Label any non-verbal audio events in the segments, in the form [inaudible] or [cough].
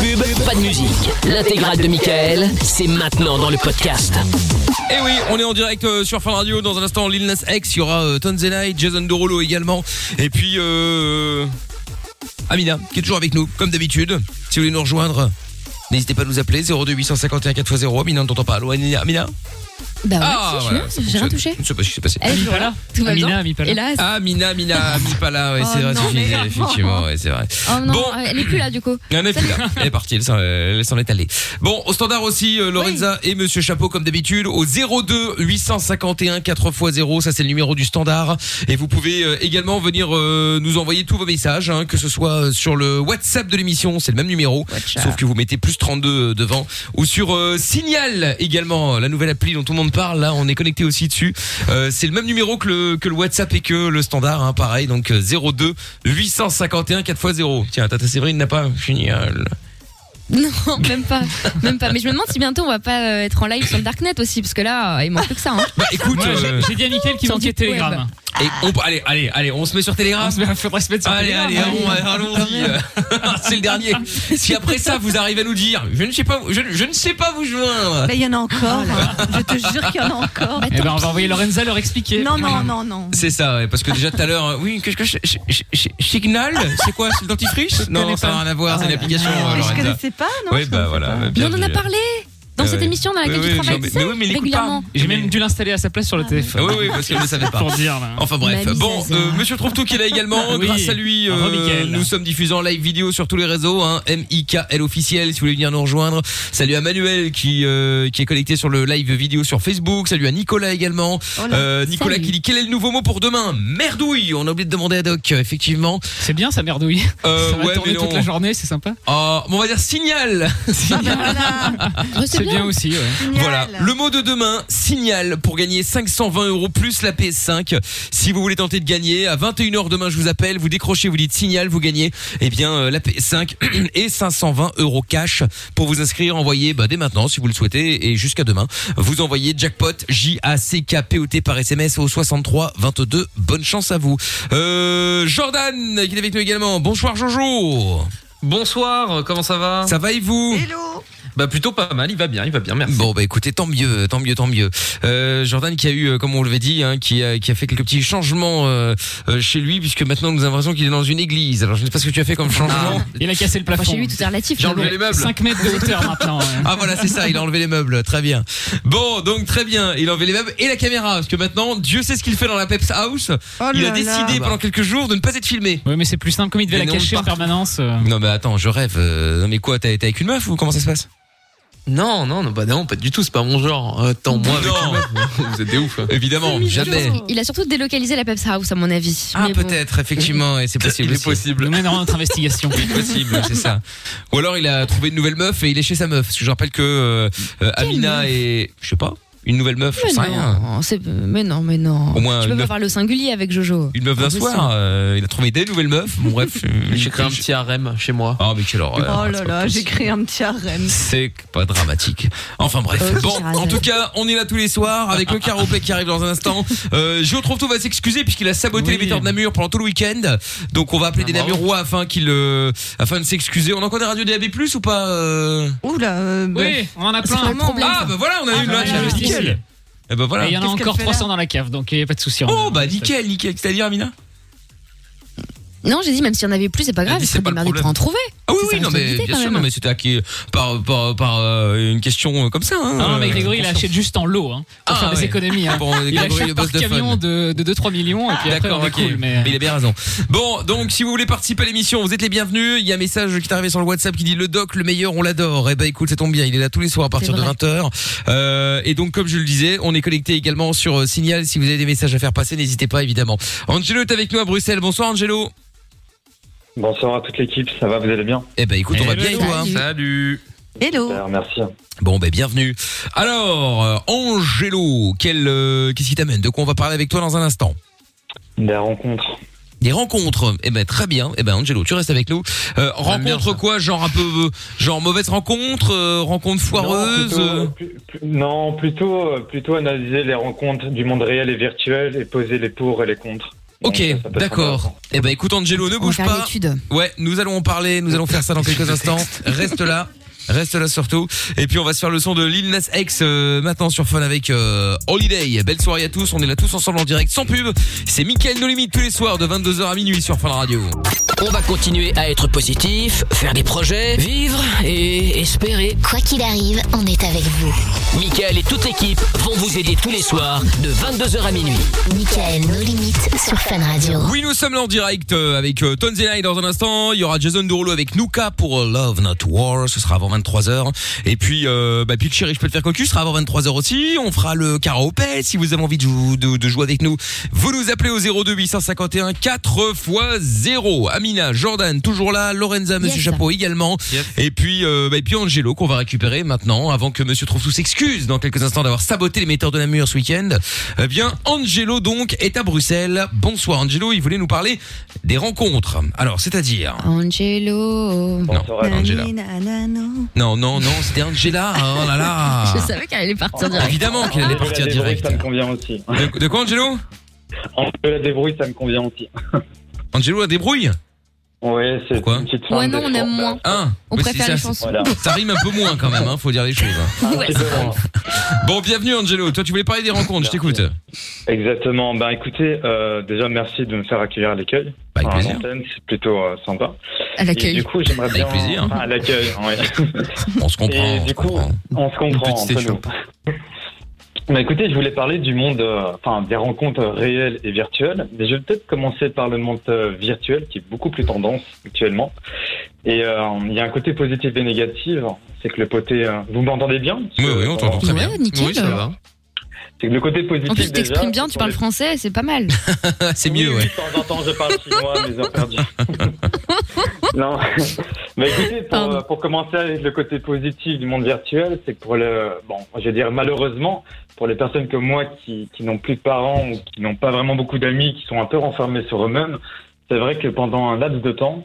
pub, pas de musique. L'intégrale de Michael, c'est maintenant dans le podcast. Et Eh oui, on est en direct euh, sur Fun Radio. Dans un instant, Lil Nas X, il y aura euh, Tonzenai, Jason Dorolo également. Et puis, euh, Amina, qui est toujours avec nous, comme d'habitude. Si vous voulez nous rejoindre, n'hésitez pas à nous appeler. 02851 4x0. Amina, on ne t'entend pas. Allô, Ah Amina Amina Bah ouais, Ah, si, je suis voilà, là, j'ai ça rien fonctionne. touché. Je ne sais pas ce qui s'est passé. Eh, je vois là, tout va Amina, bien. Amipala. Hélas. Ah, Mina, Mina, Amipala, ouais, c'est Oh vrai, non, c'est fini, mais- effectivement, ouais, c'est vrai. Oh non, Bon. elle est plus là du coup. Elle est plus là. Elle est partie, elle s'en euh, elle s'en est allée. Bon, au standard aussi, euh, Lorenza et Monsieur Chapeau, comme d'habitude, au 02 851 4x0, ça c'est le numéro du standard. Et vous pouvez euh, également venir euh, nous envoyer tous vos messages, hein, que ce soit euh, sur le WhatsApp de l'émission, c'est le même numéro, sauf que vous mettez plus 32 devant, ou sur euh, Signal également, la nouvelle appli dont tout le monde parle, là on est connecté aussi dessus. Euh, c'est le même numéro que le, que le WhatsApp et que le standard, hein, pareil, donc euh, 02 851 4x0. Tiens, Tata Séverine n'a pas fini. hein, le- [laughs] Non, même pas, même pas. Mais je me demande si bientôt on va pas euh, être en live sur le darknet aussi, parce que là, euh, il manque plus que ça. Hein. Bah écoute, Moi, j'ai- euh, j'ai dit à Mickaël qu'il Sur manquait du web. Telegram. et on, allez, allez, allez, on se met sur Telegram. Ah, mais faudrait se mettre sur Allez, Telegram. Ah, allez, allons, allons-y. [laughs] C'est le dernier. Si après ça vous arrivez à nous dire, je ne sais pas, je, je ne sais pas vous joindre. Mais Ben, il y en a encore. hein. Je Bah, te jure qu'il y en a encore. Eh ben, on va envoyer Lorenza leur expliquer. Non, non, non, non. C'est ça, ouais, parce que déjà tout à l'heure, euh, oui, qu'est-ce que je- je- je- je- Signal, c'est quoi, c'est le dentifrice Non, connais ça n'a pas. Ah, rien à voir, c'est une application. euh, Mais je Lorenza. connaissais pas, non Oui, je bah connaissais voilà. pas. bien Mais on en a dit. parlé dans Ah cette ouais. émission dans laquelle Oui, tu oui, travailles mais- tu sais, mais oui, mais il écoute pas. régulièrement. J'ai même dû l'installer à sa place sur le Ah téléphone. oui, oui, parce qu'elle ne le savait pas. Pour dire, là. Enfin bref, Mamie bon, Zaza. euh, Monsieur Trouve Tout qui est là également, [laughs] Oui. grâce à lui, euh, Bravo, Mickaël. nous sommes diffusés en live vidéo sur tous les réseaux, hein, MIKL officiel si vous voulez venir nous rejoindre. Salut à Manuel qui euh, qui est connecté sur le live vidéo sur Facebook. Salut à Nicolas également. Oh là. Euh, Nicolas Salut. qui dit quel est le nouveau mot pour demain Merdouille. On a oublié de demander à Doc effectivement. C'est bien, ça merdouille. Euh, ça va ouais, tourner mais toute non. la journée, c'est sympa. Ah, bon, on va dire signal. Ah bah voilà. Oh, C'est bien aussi, ouais. Voilà, Génial. le mot de demain, signal pour gagner 520 euros plus la PS5. Si vous voulez tenter de gagner, à 21h demain, je vous appelle, vous décrochez, vous dites signal, vous gagnez eh bien euh, la PS5 [clears throat] et 520 euros cash. Pour vous inscrire, envoyez bah, dès maintenant, si vous le souhaitez, et jusqu'à demain, vous envoyez jackpot J-A-C-K-P-O-T par SMS au 63 22. Bonne chance à vous. Euh, Jordan, qui est avec nous également. Bonsoir Jojo. Bonsoir, comment ça va Ça va et vous Hello. Bah plutôt pas mal, il va bien, il va bien, merci. Bon bah écoutez, tant mieux, tant mieux, tant mieux. Euh, Jordan qui a eu, euh, comme on l'avait dit, hein, qui, a, qui a fait quelques petits changements euh, euh, chez lui, puisque maintenant nous avons l'impression qu'il est dans une église. Alors je ne sais pas ce que tu as fait comme changement. Ah, Il a cassé le plafond. Chez lui, tout est relatif. J'ai mais enlevé bon. les meubles. 5 mètres de [laughs] hauteur maintenant. ouais. Ah voilà c'est ça, il a enlevé les meubles, très bien. Bon donc très bien, il a enlevé les meubles et la caméra, parce que maintenant Dieu sait ce qu'il fait dans la Peps House. Oh [laughs] il là a décidé là. pendant quelques jours de ne pas être filmé. Ouais, mais c'est plus simple comme il devait Mais la non, cacher en partout. permanence. euh. Non mais attends, je rêve. Euh, non, mais quoi, t'as été avec une meuf ou comment ça se passe Non, non, non, bah non, pas du tout, c'est pas mon genre. Attends, moi, avec Non. les [laughs] meufs, vous êtes des oufs. hein. Évidemment, jamais. Il a surtout délocalisé la Peps House, à mon avis. Ah Mais bon. peut-être, effectivement, et c'est [laughs] possible. Il est aussi. possible. Nous mènerons notre investigation. possible, c'est ça. Ou alors il a trouvé une nouvelle meuf et il est chez sa meuf. Parce que je rappelle que euh, euh, Amina et je sais pas, une nouvelle meuf, Euh, je sais Mais rien. non, c'est- mais non, mais non. Au moins, tu peux une pas meuf- faire le singulier avec Jojo. Une meuf d'un Impossible. soir, euh, il a trouvé des nouvelles meufs. Bon bref, euh, [laughs] J'ai créé un petit harem chez moi. Oh mais quelle horreur. Oh là c'est pas là, j'ai possible. créé un petit [laughs] harem. C'est pas dramatique. Enfin bref. Euh, bon, Gérald. en tout cas, on est là tous les soirs avec le caropet qui arrive dans un instant. Euh, Gio Trouve-Tout va s'excuser puisqu'il a Oui. saboté les metteurs de Namur pendant tout le week-end. Donc on va appeler Ah, des bravo. Namurois afin qu'il, euh, afin de s'excuser. On a encore des radios DAB+ ou pas euh Ouh là. euh, bah, Oui, on en a C'est pas plein. le problème. Ah bah voilà, on a eu une là. ouais, ouais, j'avais dit. nickel. Eh ben voilà. Et il y en a Qu'est-ce qu'elle encore fait là 300 dans la cave, donc il n'y a pas de souci. Oh bah nickel, nickel. C'est-à-dire Amina Non, j'ai dit, même s'il y en avait plus, c'est pas grave, dit, il c'est serait pas le démerdé pour problème. en trouver. Ah oui C'est oui sa non mais responsabilité, bien quand sûr même. non mais c'était acquis par par par euh, une question euh, comme ça hein. Non, non, Ah, mais Grégory, il Euh, achète juste en lot hein, pour Ah, faire ouais. des économies. [laughs] hein. Bon, Il Grégory, achète le par boss de camion fun. de, de 2-3 millions et puis après D'accord, on est ok. cool. Mais, il a bien raison. Bon, donc si vous voulez participer à l'émission, vous êtes les bienvenus. Il y a un message qui est arrivé sur le WhatsApp qui dit le doc, le meilleur, on l'adore. Eh ben écoute, ça tombe bien, il est là tous les soirs à partir C'est de vrai. 20h. Euh, et donc comme je le disais, on est connecté également sur euh, Signal. Si vous avez des messages à faire passer, n'hésitez pas évidemment. Angelo est avec nous à Bruxelles. Bonsoir Angelo. Bonsoir à toute l'équipe, ça va, vous allez bien Eh ben écoute, on va Hello. bien et toi Salut. Salut. Hello. Super, Merci. Bon ben bienvenue. Alors euh, Angelo, quel euh, qu'est-ce qui t'amène De quoi on va parler avec toi dans un instant Des rencontres. Des rencontres. Eh ben très bien. Eh ben Angelo, tu restes avec nous. Euh, J'aime bien rencontre ça. quoi Genre un peu euh, genre mauvaise rencontre, euh, rencontre foireuse. euh, Non, plutôt, plus- plus- non, plutôt, euh, plutôt analyser les rencontres du monde réel et virtuel et poser les pour et les contre. Donc, Ok, ça, ça peut être d'accord. intéressant. Eh ben écoute Angelo, ne On va bouge faire pas. une étude. Ouais, nous allons en parler, nous allons faire ça [laughs] dans quelques instants. Reste là. Reste là surtout. Et puis on va se faire le son de Lil Nas X euh, maintenant sur Fun avec euh, Holiday. Belle soirée à tous, on est là tous ensemble en direct sans pub. C'est Mickaël No Limite tous les soirs de 22h à minuit sur Fun Radio. On va continuer à être positif, faire des projets, vivre et espérer. Quoi qu'il arrive, on est avec vous. Michael et toute l'équipe vont vous aider tous les soirs de 22h à minuit. Michael, nos limites sur Fan Radio. Oui, nous sommes là en direct euh, avec euh, Tonzilla et dans un instant, il y aura Jason Derulo avec Nuka pour euh, Love Not War, ce sera avant 23h. Et puis, euh, bah, Pitcher et Je peux te faire cocu sera avant 23h aussi. On fera le karaopé si vous avez envie de, jou- de- de jouer avec nous. Vous nous appelez au 02 851 4 x 0. Amina, Jordan, toujours là, Lorenza, Monsieur Yes. Chapeau également. Yep. Et puis, euh, bah, et puis Angelo qu'on va récupérer maintenant avant que Monsieur Trouve s'excuse dans quelques instants d'avoir saboté les metteurs de la mur ce week-end. Eh bien, Angelo donc est à Bruxelles. Bonsoir Angelo, il voulait nous parler des rencontres. Alors, c'est-à-dire Angelo. Non, Bonsoir, Angela. Nananano. Non, non, non, c'était Angela. hein, Oh là là. [laughs] Je savais qu'elle allait partir direct. Évidemment Ah, qu'elle allait Angela partir Débrouille, direct. Ça me convient aussi. De, de quoi Angelo Angela débrouille, ça me convient aussi. Angelo la débrouille Ouais, c'est Pourquoi une petite Ouais, femme non, des on aime fois, moins. bah, Hein On Mais préfère c'est- les ça, chansons. [laughs] Voilà. ça rime un peu moins quand même, hein, faut dire les choses. hein. Un petit peu moins. Bon, bienvenue Angelo, toi tu voulais parler des rencontres, je t'écoute. Exactement. Ben écoutez, euh, déjà merci de me faire accueillir à l'accueil. Bah, avec Enfin, à plaisir. l'antenne, C'est plutôt euh, sympa. À Et du l'accueil. coup, j'aimerais Avec bien plaisir. Enfin, à [laughs] l'accueil. ouais. On se comprend. Et on du se coup, comprend. On se Une comprend petite entre échoppe. nous. Bah, écoutez, je voulais parler du monde, euh, enfin des rencontres réelles et virtuelles, mais je vais peut-être commencer par le monde euh, virtuel qui est beaucoup plus tendance actuellement. Et euh, il y a un côté positif et négatif, c'est que le côté, euh, vous m'entendez bien Parce Oui, que, oui, on t'entend euh, très bien. Ouais, nickel. Oui, ça va. C'est que le côté positif. En plus, tu déjà, t'exprimes bien, c'est qu'on tu parles est- français, c'est [laughs] pas mal. Ah, [laughs] C'est mieux, Oui, ouais. oui, De temps en temps, je parle chinois, mais heures perdues. non. Mais écoutez, pour, Pardon. euh, pour commencer avec le côté positif du monde virtuel, c'est que pour le, bon, je vais dire malheureusement, pour les personnes comme moi qui, qui n'ont plus de parents ou qui n'ont pas vraiment beaucoup d'amis, qui sont un peu renfermés sur eux-mêmes, c'est vrai que pendant un laps de temps,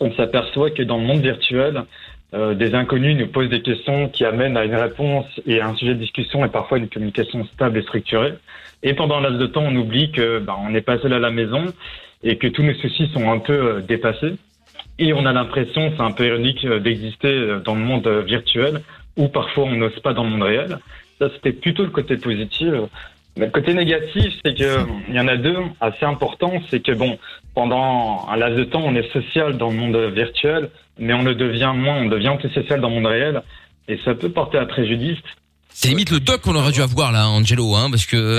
on s'aperçoit que dans le monde virtuel, euh, des inconnus nous posent des questions qui amènent à une réponse et à un sujet de discussion et parfois une communication stable et structurée. Et pendant un laps de temps, on oublie que bah, on n'est pas seul à la maison et que tous nos soucis sont un peu euh, dépassés. Et on a l'impression, c'est un peu ironique, euh, d'exister euh, dans le monde euh, virtuel où parfois on n'ose pas dans le monde réel. Ça, c'était plutôt le côté positif. Mais le côté négatif, c'est que euh, il y en a deux assez importants. C'est que bon, pendant un laps de temps, on est social dans le monde euh, virtuel, mais on le devient moins. On devient antisocial dans le monde réel. Et ça peut porter à préjudice. C'est limite le doc qu'on aurait dû avoir là, Angelo, hein, parce que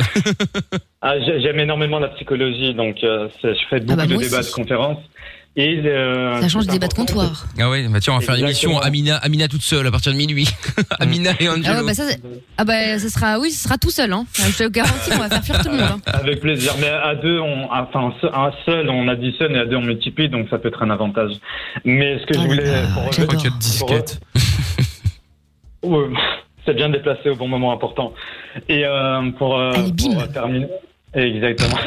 Ah, j'ai- j'aime énormément la psychologie, donc euh, c'est- je Ah fais beaucoup bah, de moi débats, aussi. de conférences. Et, euh, Ça change c'est des débats de important comptoir. Ah ouais, bah tiens, on va Exactement. faire l'émission Amina, Amina toute seule à partir de minuit. [laughs] Amina et Angelo. Ah ouais, bah ça, c'est- ah bah, ça sera, oui, ça sera tout seul. Hein. Je te garantis qu'on va faire fuir tout le monde. [laughs] hein. que- Avec plaisir, mais à deux, on, enfin, un seul, on additionne et à deux, on multiplie, donc ça peut être un avantage. Mais ce que Ah je là voulais. là, pour revenir- j'adore. Quelle disquette. [laughs] Ouais, c'est bien déplacé au bon moment important. Et euh, pour, euh, Allez, bim. pour terminer. Exactement.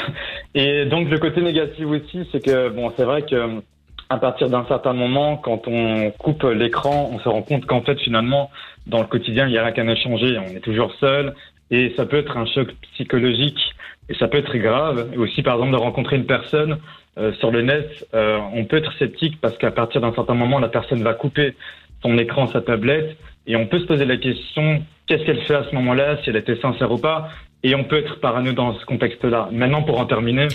Et donc le côté négatif aussi, c'est que bon, c'est vrai que à partir d'un certain moment, quand on coupe l'écran, on se rend compte qu'en fait finalement, dans le quotidien, il n'y a rien qu'à changer. On est toujours seul et ça peut être un choc psychologique et ça peut être grave. Et aussi par exemple de rencontrer une personne euh, sur le net, euh, on peut être sceptique parce qu'à partir d'un certain moment, la personne va couper son écran, sa tablette et on peut se poser la question qu'est-ce qu'elle fait à ce moment-là, si elle était sincère ou pas. Et on peut être parano dans ce contexte-là. Maintenant, pour en terminer,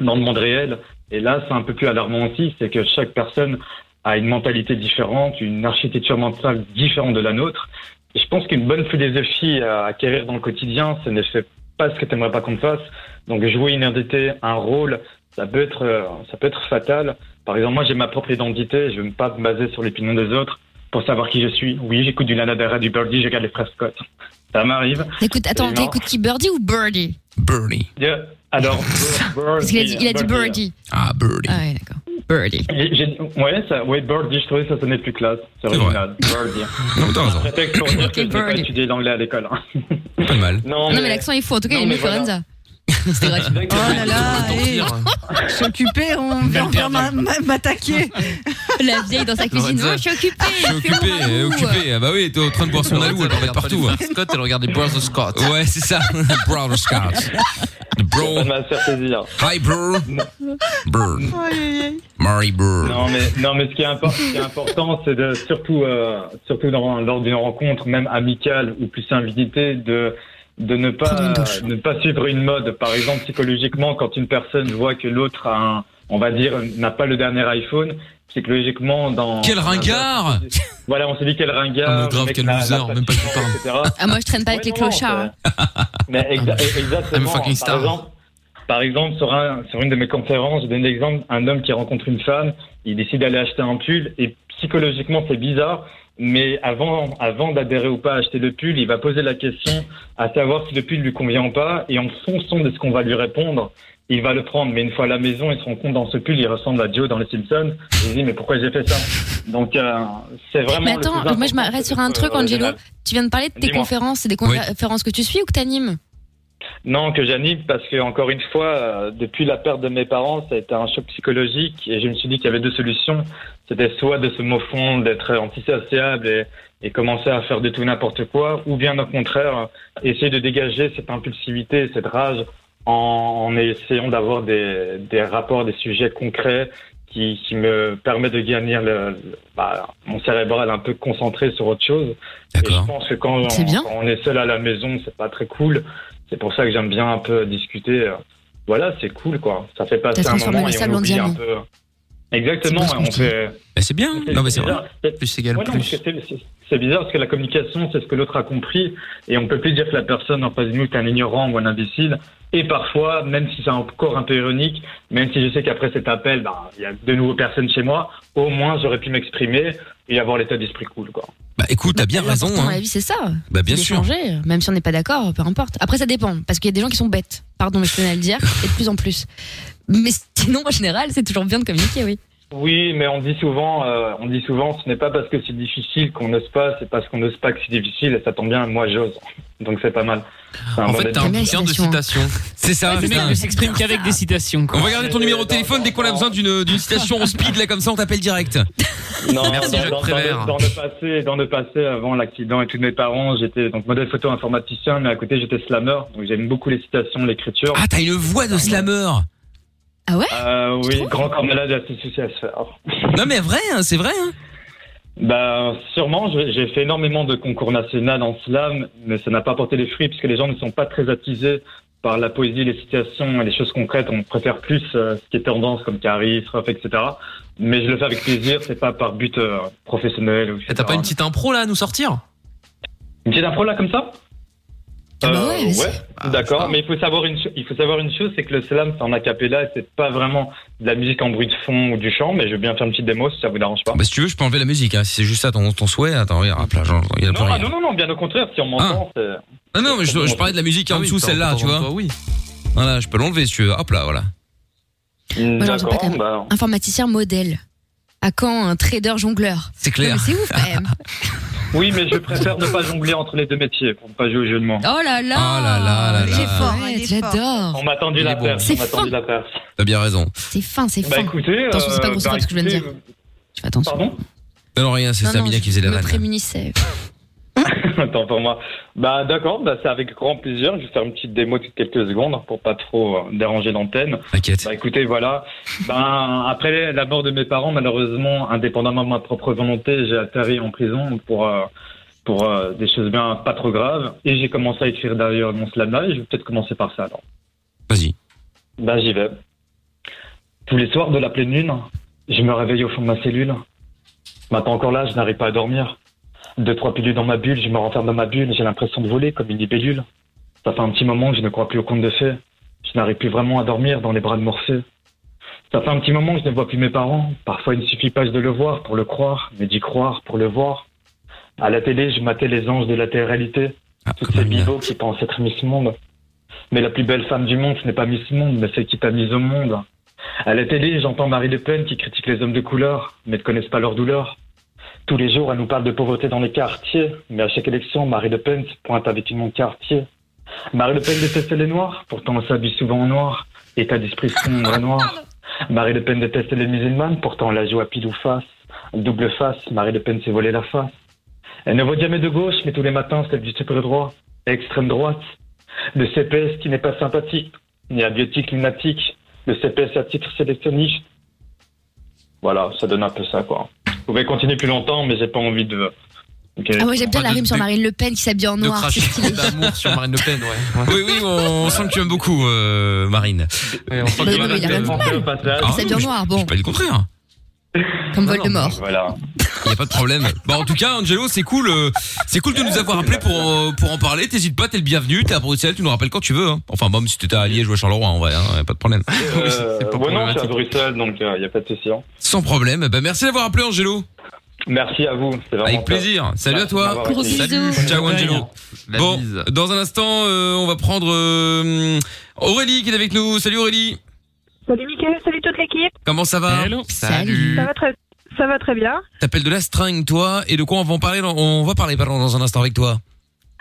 dans le monde réel, et là, c'est un peu plus alarmant aussi, c'est que chaque personne a une mentalité différente, une architecture mentale différente de la nôtre. Et je pense qu'une bonne philosophie à acquérir dans le quotidien, ce n'est fait pas ce que tu n'aimerais pas qu'on te fasse. Donc, jouer une identité, un rôle, ça peut être, euh, ça peut être fatal. Par exemple, moi, j'ai ma propre identité, je ne veux pas me baser sur l'opinion des autres pour savoir qui je suis. Oui, j'écoute du Lana Del Rey, du Birdie, je regarde les Prescott. Ça m'arrive. Écoute, attends, Absolument. t'écoutes qui Birdie ou Birdie Birdie. Yeah. Alors, Parce qu'il a dit, il a dit Birdie. hein. Birdie. Ah, Birdie. Ah ouais, d'accord. Birdie. J'ai- j'ai- Ouais, ça, ouais, Birdie, je trouvais que ça sonnait plus classe. C'est C'est original. Birdie. [laughs] Non, t'as raison. Prétexte pour dire que je n'ai pas Birdie. étudié l'anglais à l'école. hein. Pas de mal. Non, Non, mais l'accent est fou. En tout cas, Non, il est mais mieux que voilà. Lorenza. [laughs] C'était gratuit. Oh là là, hey, je suis occupée, on vient encore m'a- m'a- m'attaquer. [laughs] La vieille dans sa cuisine. Lorenza. Oh, je suis occupée. Je suis occupé, elle est occupée. Ah bah oui, t'es en train de boire son alou, elle en met partout. [laughs] hein. [laughs] Scott, elle regarde les Brothers Scott. Ouais, c'est ça. Brother Scott. Bro. Ah, Ça m'a fait plaisir. Hi, bro. Burn. Aïe, aïe, aïe. Murray Burn. Non mais non mais ce qui est, impor- ce qui est important c'est de surtout euh, surtout dans- lors d'une rencontre même amicale ou plus invitée de de ne pas ne pas suivre une mode par exemple psychologiquement quand une personne voit que l'autre a un, on va dire n'a pas le dernier iPhone psychologiquement dans Quel ringard voilà on se dit quel Ah, mais ringard grave, mec, quel la- la loser, patte même pas suivante, qu'il etc. Ah, moi, je traîne pas avec les Ouais, non, clochards. ça- Mais exa- eh, I'm exactement. a Ah, fucking star. Par exemple, par exemple, sur, un- sur une de mes conférences, je donne l'exemple un homme qui rencontre une femme, il décide d'aller acheter un pull et psychologiquement c'est bizarre. Mais avant, avant d'adhérer ou pas à acheter le pull, il va poser la question à savoir si le pull lui convient ou pas. Et en fonction de ce qu'on va lui répondre, il va le prendre. Mais une fois à la maison, il se rend compte dans ce pull, il ressemble à Joe dans les Simpsons. Il se dit, mais pourquoi j'ai fait ça? Donc, euh, c'est vraiment. hein. Mais le attends, plus moi, je important, m'arrête c'est sur de- un truc, euh, Angelo. général. Tu viens de parler de tes Dis-moi. conférences. C'est des euh, Oui. conférences que tu suis ou que t'animes Non, que j'anime parce que encore une fois, euh, depuis la perte de mes parents, ça a été un choc psychologique et je me suis dit qu'il y avait deux solutions. C'était soit de se mofondre, d'être antisociable et, et commencer à faire de tout n'importe quoi, ou bien au contraire, essayer de dégager cette impulsivité, cette rage en, en essayant d'avoir des, des rapports, des sujets concrets qui, qui me permettent de gagner le, le- bah, mon cérébral un peu concentré sur autre chose. Et je D'accord. pense que quand on, C'est bien. quand on est seul à la maison, c'est pas très cool. C'est pour ça que j'aime bien un peu discuter. euh, Voilà, c'est cool, quoi. Ça fait passer un transformé moment le et sable on en oublie un diamant. peu. Exactement, C'est beau ce et qu'on on dit. fait. Bah, c'est bien. Non, mais c'est vrai. bizarre. C'est- Plus égale ouais, non, parce plus. que c'est c'est- c'est bizarre parce que la communication, c'est ce que l'autre a compris, et on peut plus dire que la personne en face de nous est un ignorant ou un imbécile. Et parfois, même si c'est encore un peu ironique, même si je sais qu'après cet appel, bah, il y a de nouveau personne chez moi, au moins j'aurais pu m'exprimer et avoir l'état d'esprit cool, quoi. Bah, écoute, t'as bien raison. L'important, à hein. la vie, c'est ça. Bah, bien sûr. d'échanger, même si on n'est pas d'accord, peu importe. Après, ça dépend, parce qu'il y a des gens qui sont bêtes. Pardon, mais je tenais à le [laughs] dire, et de plus en plus. Mais sinon, en général, c'est toujours bien de communiquer, oui. Oui, mais on dit souvent, euh, on dit souvent, ce n'est pas parce que c'est difficile qu'on n'ose pas, c'est parce qu'on n'ose pas que c'est difficile. Et ça tombe bien, moi j'ose, donc c'est pas mal. C'est un En bon fait, début. t'as un Quelle bouquin de citation, hein. citations. C'est ça. Le mec putain. ne s'exprime qu'avec des citations, On quoi. va garder ton numéro de téléphone dès qu'on a besoin d'une d'une citation en speed là comme ça on t'appelle direct. [laughs] Non, Merci, dans, Jacques dans- dans Prévert. le, dans le passé, dans le passé, avant l'accident et tous mes parents, j'étais donc modèle photo informaticien, mais à côté j'étais slammer, donc j'aime beaucoup les citations, l'écriture. Ah t'as une voix de slammer. Euh, tu oui, trouves grand cornelade de la société à se faire. Non mais vrai, hein, c'est vrai. hein. Bah, sûrement, je- j'ai fait énormément de concours national en slam, mais ça n'a pas porté les fruits puisque les gens ne sont pas très attisés par la poésie, les citations et les choses concrètes. On préfère plus euh, ce qui est tendance comme Caris, Ruff, etc. Mais je le fais avec plaisir, c'est pas par but euh, professionnel. ou Et T'as pas etc. une petite impro là à nous sortir Une petite impro là comme ça Ah bah ouais, vas-y. Ah, Euh, d'accord. ça va. Mais il faut savoir une, cho- il faut savoir une chose, c'est que le slam c'est en acapella, et c'est pas vraiment de la musique en bruit de fond ou du chant. Mais je veux bien faire une petite démo si ça vous dérange pas. Bah si tu veux je peux enlever la musique hein, si c'est juste ça ton, ton souhait. hein, Attends regarde, hop là, j'en- il y a plus Non, ah, rien. non, non, non, bien au contraire, si on m'entend, c'est... Ah non mais je, je parlais de la musique en Ah oui, dessous t'as- celle-là t'as tu vois. toi, Oui. Voilà je peux l'enlever si tu veux. Hop là voilà. Moi, j'en sais pas D'accord, quand même. bah, Informaticien modèle. À quand un trader jongleur C'est Non, mais clair. C'est ouf, quand [laughs] même. Oui, mais je préfère ne pas jongler entre les deux métiers pour ne pas jouer au jeu de mots. Oh là là Oh là là là Il est là. fort, Ouais, il est J'adore On m'a tendu Il est la bon. perche. C'est On m'a fin. tendu la perche. T'as bien raison. C'est fin, c'est Bah fin. écoutez. Attention, c'est pas euh, grossier bah, ce que je viens de écoutez, Tu fais attention. Pardon Non, non rien c'est Non, non, Samina qui faisait la je me vanne. prémunissais. [laughs] Attends pour moi. Bah d'accord, bah, c'est avec grand plaisir. Je vais faire une petite démo de quelques secondes pour pas trop euh, déranger l'antenne. T'inquiète. Bah écoutez, voilà. [laughs] Ben, après la mort de mes parents, malheureusement, indépendamment de ma propre volonté, j'ai atterri en prison pour, euh, pour euh, des choses bien pas trop graves. Et j'ai commencé à écrire d'ailleurs mon slam là et je vais peut-être commencer par ça alors. Vas-y. Ben, j'y vais. Tous les soirs de la pleine lune, je me réveille au fond de ma cellule. Maintenant encore là, je n'arrive pas à dormir. Deux, trois pilules dans ma bulle, je me renferme dans ma bulle, j'ai l'impression de voler comme une libellule. Ça fait un petit moment que je ne crois plus au conte de fées. Je n'arrive plus vraiment à dormir dans les bras de Morphée. Ça fait un petit moment que je ne vois plus mes parents. Parfois, il ne suffit pas de le voir pour le croire, mais d'y croire pour le voir. À la télé, je matais les anges de la télé-réalité. Ah, Toutes comme ces un gars. bivots qui pensent être Miss Monde. Mais la plus belle femme du monde, ce n'est pas Miss Monde, mais celle qui t'a mise au monde. À la télé, j'entends Marie Le Pen qui critique les hommes de couleur, mais ne connaissent pas leur douleur. Tous les jours, elle nous parle de pauvreté dans les quartiers, mais à chaque élection, Marie Le Pen se pointe avec une mon quartier. Marie Le Pen détestait les noirs, pourtant elle s'habille souvent en noir, état d'esprit sombre et noir. Marie Le Pen détestait les musulmanes, pourtant elle la joue à pile ou face. Double face, Marie Le Pen s'est volée la face. Elle ne voit jamais de gauche, mais tous les matins, c'est du super droit, extrême droite. Le CPS qui n'est pas sympathique, Il y a biotique climatique, le CPS à titre sélectionné. Voilà, ça donne un peu ça, quoi. Vous pouvez continuer plus longtemps, mais j'ai pas envie de. Ok. Ah, moi j'aime bien la rime sur Marine Le Pen qui s'habille en De noir. cracher c'est [laughs] stylé. d'amour sur Marine Le Pen, ouais. Oui, oui, on sent que tu aimes beaucoup, euh, Marine. Ah, Ouais, on sent Mais que non, mais il y a Marine rien Le Pen- de mal. Au passage, Il s'habille en je- noir, Je bon, pas dit le contraire. comme Voldemort. voilà. Il [laughs] y a pas de problème. Bon, en tout cas, Angelo, c'est cool. euh, c'est cool de nous avoir appelé pour euh, pour en parler. T'hésites pas, t'es le bienvenu. T'es à Bruxelles, tu nous rappelles quand tu veux. Hein. Enfin, bon, si t'étais à Liège ou à Charleroi, en vrai, hein, y a pas de problème. Euh, c'est pas ouais, non, je suis à problématique. Bruxelles, donc il n'y a pas de souci. hein. Sans problème. Ben, merci d'avoir appelé, Angelo. Merci à vous. c'est vraiment Avec plaisir. Salut à toi. Gros Salut. bisous. Ciao, Angelo. La Bon, bise. dans un instant, euh, on va prendre euh, Aurélie qui est avec nous. Salut Aurélie. Salut Mickaël, salut toute l'équipe. Comment ça va Hello. Salut. Ça va très, ça va très bien. T'appelles de la string, toi, et de quoi on va en parler dans, On va parler, pardon, dans un instant avec toi.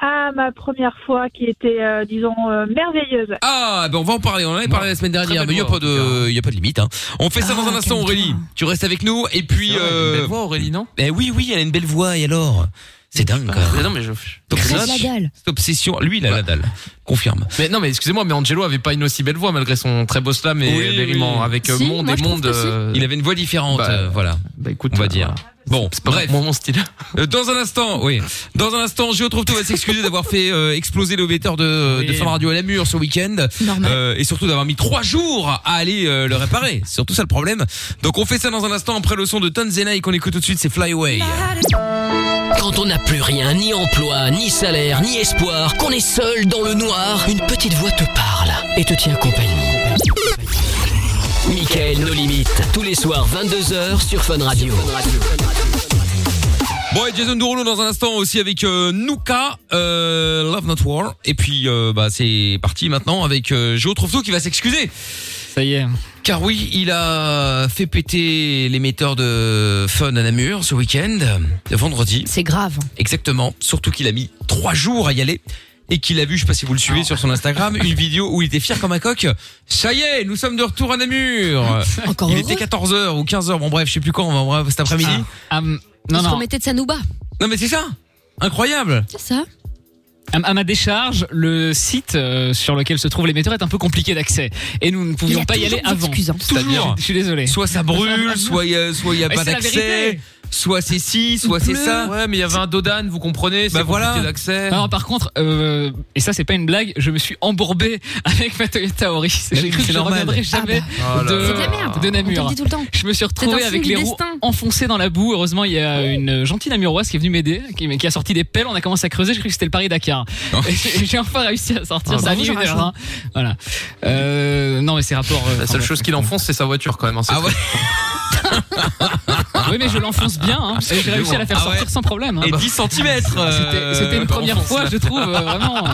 Ah, ma première fois qui était, euh, disons, euh, merveilleuse. Ah, ben on va en parler. On en avait parlé la semaine dernière, belle mais il y a voix, pas en tout de, il y a pas de limite. Hein. On fait ça Ah, dans un instant, calme-toi. Aurélie. Tu restes avec nous, et C'est puis. vrai, elle a une euh, belle voix, Aurélie, non Ah, eh oui, oui, elle a une belle voix. Et alors C'est dingue. quoi. Mais non, mais je. Donc, Crève c'est- la dalle. cette obsession, lui, il a la dalle. Confirme. Mais non, mais excusez-moi, mais Angelo avait pas une aussi belle voix malgré son très beau slam et Oui, les rimes oui. en- avec euh, Si, monde moi, et je trouve monde. que si. euh, Il avait une voix différente. Bah, euh, voilà. Bah écoute, on va dire. Bon, C'est pas bref. vraiment mon style. Euh, Dans un instant, oui. Dans un instant, Géo Trouve-Tout va s'excuser d'avoir fait euh, exploser l'émetteur de, de Oui. Fun Radio à la mur ce week-end. Normal. Euh, et surtout d'avoir mis trois jours à aller euh, le réparer. C'est surtout ça le problème. Donc on fait ça dans un instant après le son de Tanzania et qu'on écoute tout de suite, c'est Fly Away. Quand on n'a plus rien, ni emploi, ni salaire, ni espoir, qu'on est seul dans le noir, une petite voix te parle et te tient compagnie. Michael, nos limites, tous les soirs 22h sur Fun Radio. Bon, et Jason Derulo dans un instant aussi avec euh, Nuka, euh, Love Not War. Et puis euh, bah c'est parti maintenant avec euh, Géo Trouve-Tout qui va s'excuser. Ça y est. Car oui, il a fait péter l'émetteur de Fun à Namur ce week-end, vendredi. C'est grave. Exactement. Surtout qu'il a mis trois jours à y aller et qu'il a vu, je sais pas si vous le suivez Ah. sur son Instagram, une vidéo où il était fier comme un coq. Ça y est, nous sommes de retour à Namur. Encore Il heureux. était 14h ou 15h, bon bref, je sais plus quand, bon, bref, cet après-midi. Ah, hum, non, On se non. remettait de Sanouba. Non mais c'est ça Incroyable C'est ça À, à ma décharge, le site euh, sur lequel se trouve l'émetteur est un peu compliqué d'accès. Et nous ne pouvions pas y aller avant. Excusant. Toujours. Je suis désolé. Soit [laughs] ça brûle, soit il y a- soit il y a hein. Mais pas c'est la d'accès, vérité. soit c'est ci, soit c'est ça. Ouais, mais il y avait un Dodan, vous comprenez Bah C'est voilà. compliqué d'accès. Alors par contre, euh, et ça c'est pas une blague, je me suis embourbé avec ma Toyota Auris. Mais J'ai oui, cru c'est que je ne normal. reviendrais jamais Oh là de, Ah bah, C'est de la Ah. merde. de On te le Namur. dit tout le temps. Je me suis C'est un retrouvé signe avec du les roues destin. enfoncées dans la boue. Heureusement, il y a une gentille Namuroise qui est venue m'aider, qui, qui a sorti des pelles. On a commencé à creuser. J'ai cru que c'était le Paris-Dakar. Oh. Et J'ai j'ai enfin réussi à sortir. Ah, ça a bravo, mis une Jean-Rachel. heure. hein. Voilà. Euh, non, mais ces rapports. euh, La enfin, seule bon. chose qu'il enfonce, c'est sa voiture quand même. hein, c'est Ah ouais [laughs] Oui, mais je l'enfonce bien. hein. Et J'ai réussi à la faire Ah ouais. sortir sans problème. hein. Et euh, Bah, 10 cm C'était c'était une première fois, je trouve, euh, vraiment. euh,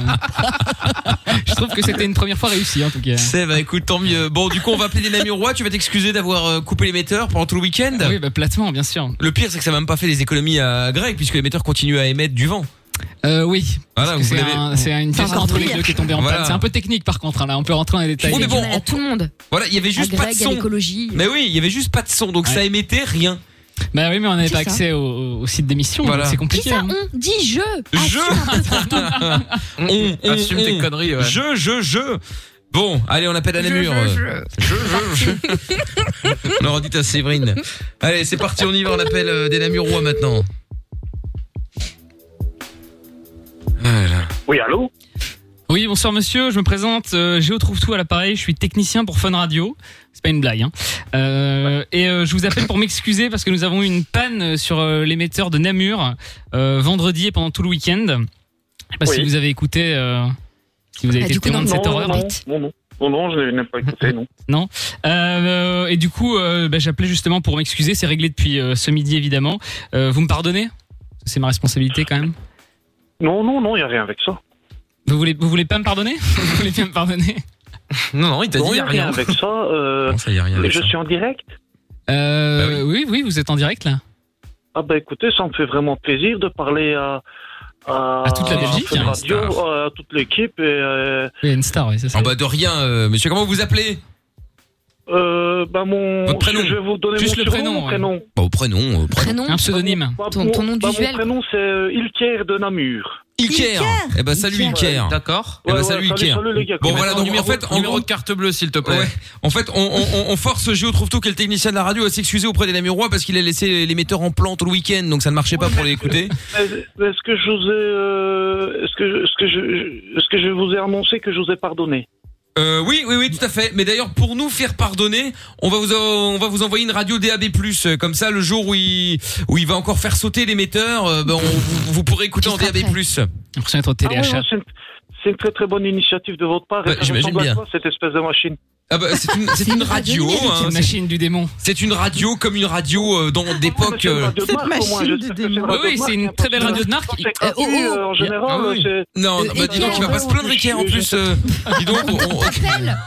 je trouve que c'était une première fois réussie, en tout cas. [laughs] C'est bah écoute tant mieux. Bon du coup on va appeler les Namurois, tu vas t'excuser d'avoir euh, coupé l'émetteur pendant tout le week-end. Oui, bah, platement, bien sûr. Le pire, c'est que ça n'a même pas fait des économies à Greg, puisque l'émetteur continue à émettre du vent. Euh, oui. Voilà, Parce que vous C'est l'avez. un- c'est une Enfin, pièce entre les pire. deux qui est tombée en Voilà. panne. C'est un peu technique, par contre. hein, Là, on peut rentrer dans les détails. Oui, mais Il fait bon, du mal on- à tout le monde. Voilà, il y avait À juste pas de Greg, à son. l'écologie. Mais oui, il y avait juste pas de son, donc Ouais. ça émettait rien. Bah oui, mais on n'avait C'est pas ça. accès au, au site d'émission, Voilà. donc c'est Qui compliqué. ça hein. On dit je. Je. Mm. tout. On- on- assume on- tes conneries. Ouais. Je, je, je. Bon, allez, on appelle à Namur. [laughs] On aura dit à Séverine. Allez, c'est parti, on y va, on appelle euh, des Namurois maintenant. Voilà. Oui, allô Oui, bonsoir monsieur, je me présente, euh, Géo trouve tout à l'appareil, je suis technicien pour Fun Radio. C'est pas une blague, hein. Euh, Et euh, je vous appelle pour m'excuser parce que nous avons eu une panne sur euh, l'émetteur de Namur euh, vendredi et pendant tout le week-end. Je sais pas Oui. si vous avez écouté, euh, si vous avez Ah, été du coup, témoin de non, cette non, horreur. non. non, non. Oh Non, non, je l'ai même pas écouté, non. Euh, et du coup, euh, bah, j'appelais justement pour m'excuser, c'est réglé depuis euh, ce midi évidemment. Euh, vous me pardonnez C'est ma responsabilité quand même. Non, non, non, il n'y a rien avec ça. Vous voulez, vous voulez pas me pardonner [laughs] Vous voulez bien me pardonner Non, non, il t'a dit Non, y il n'y a a rien rien. avec ça. euh, Non, ça y Bah est, rien. avec je ça. suis en direct. Euh, oui. oui, vous êtes en direct là. Ah bah écoutez, ça me fait vraiment plaisir de parler à... À, À toute la Belgique, Fun hein, Radio, Star. à toute l'équipe. Et, euh, Oui, une star, oui, c'est ça. En bas de rien, euh, monsieur, comment vous appelez euh, bah mon, Votre prénom. Je vais vous donner Juste mon le surnom, mon prénom, ouais. prénom. Bon, prénom, euh, prénom. Prénom. Un pseudonyme. Bah, Ton- mon- ton nom bah, d'usuel, Mon prénom, c'est euh, Ilker de Namur. Ilker. Eh ben salut Ilker. D'accord. Eh ben salut Ilker. Bon voilà donc en fait en numéro gros de carte bleue s'il te plaît. Ouais. En fait, on, on- on- on force Géo Trouve Tout, qui est le technicien de la radio, à s'excuser auprès des Namurois parce qu'il a laissé les metteurs en plan tout le week-end, donc ça ne marchait pas pour les écouter. Est-ce est-ce que je vous ai, euh, est-ce que, je- est-ce que je, est-ce que je vous ai annoncé que je vous ai pardonné Euh, oui, oui, oui, tout à fait. Mais d'ailleurs, pour nous faire pardonner, on va vous en- on va vous envoyer une radio DAB+. euh, Comme ça, le jour où il où il va encore faire sauter l'émetteur, euh, ben, on- vous, vous pourrez écouter en DAB+. l'impression d'être au Ah oui, non, c'est une- c'est une très très bonne initiative de votre part. Bah, Et ça j'imagine ressemble à bien. quoi, cette espèce de machine Ah bah, [laughs] c'est une, c'est une radio, hein, une c'est- machine du démon. c'est une radio comme une radio euh, Ah, dans d'époque. euh, Cette machine du Bah, démon. Oui, oui, c'est hein, une très belle radio de marque. Euh, oh, oh. en général, Ah oui. c'est- Non, non, bah, dis donc, il va pas se plaindre, Ricard, en plus. euh, dis donc, Oh, on- on- Appelle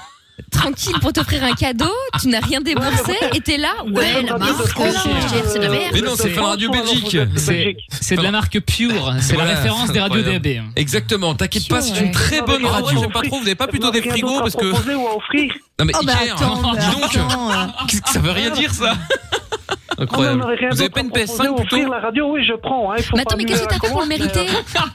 Tranquille pour t'offrir un cadeau, tu n'as rien déboursé et t'es là. Ouais, la marque, Parce que, oh, GF, c'est de la euh, merde. Mais non, c'est euh, pas Radio franchement, Belgique. alors, vous êtes C'est- Belgique. C'est de la marque Pure, c'est Voilà, la référence des radios incroyable. DAB. Exactement, t'inquiète pas, c'est une Ouais. très bonne Ah ouais, radio. j'ai pas trop, vous n'avez pas Vous n'avez rien d'autre à proposer ou à offrir Non mais Oh, bah Iker, attends, dis bah, donc, attends, euh. qu'est-ce que [laughs] ça veut rien dire ça Ah, mais on Incroyable. aurait rien Vous avez d'autre pas une à proposer ou PS5 offrir plutôt la radio, oui, je prends. hein, il faut Mais pas attends, mais qu'est-ce que [laughs] annuler la t'as fait pour le commande, mériter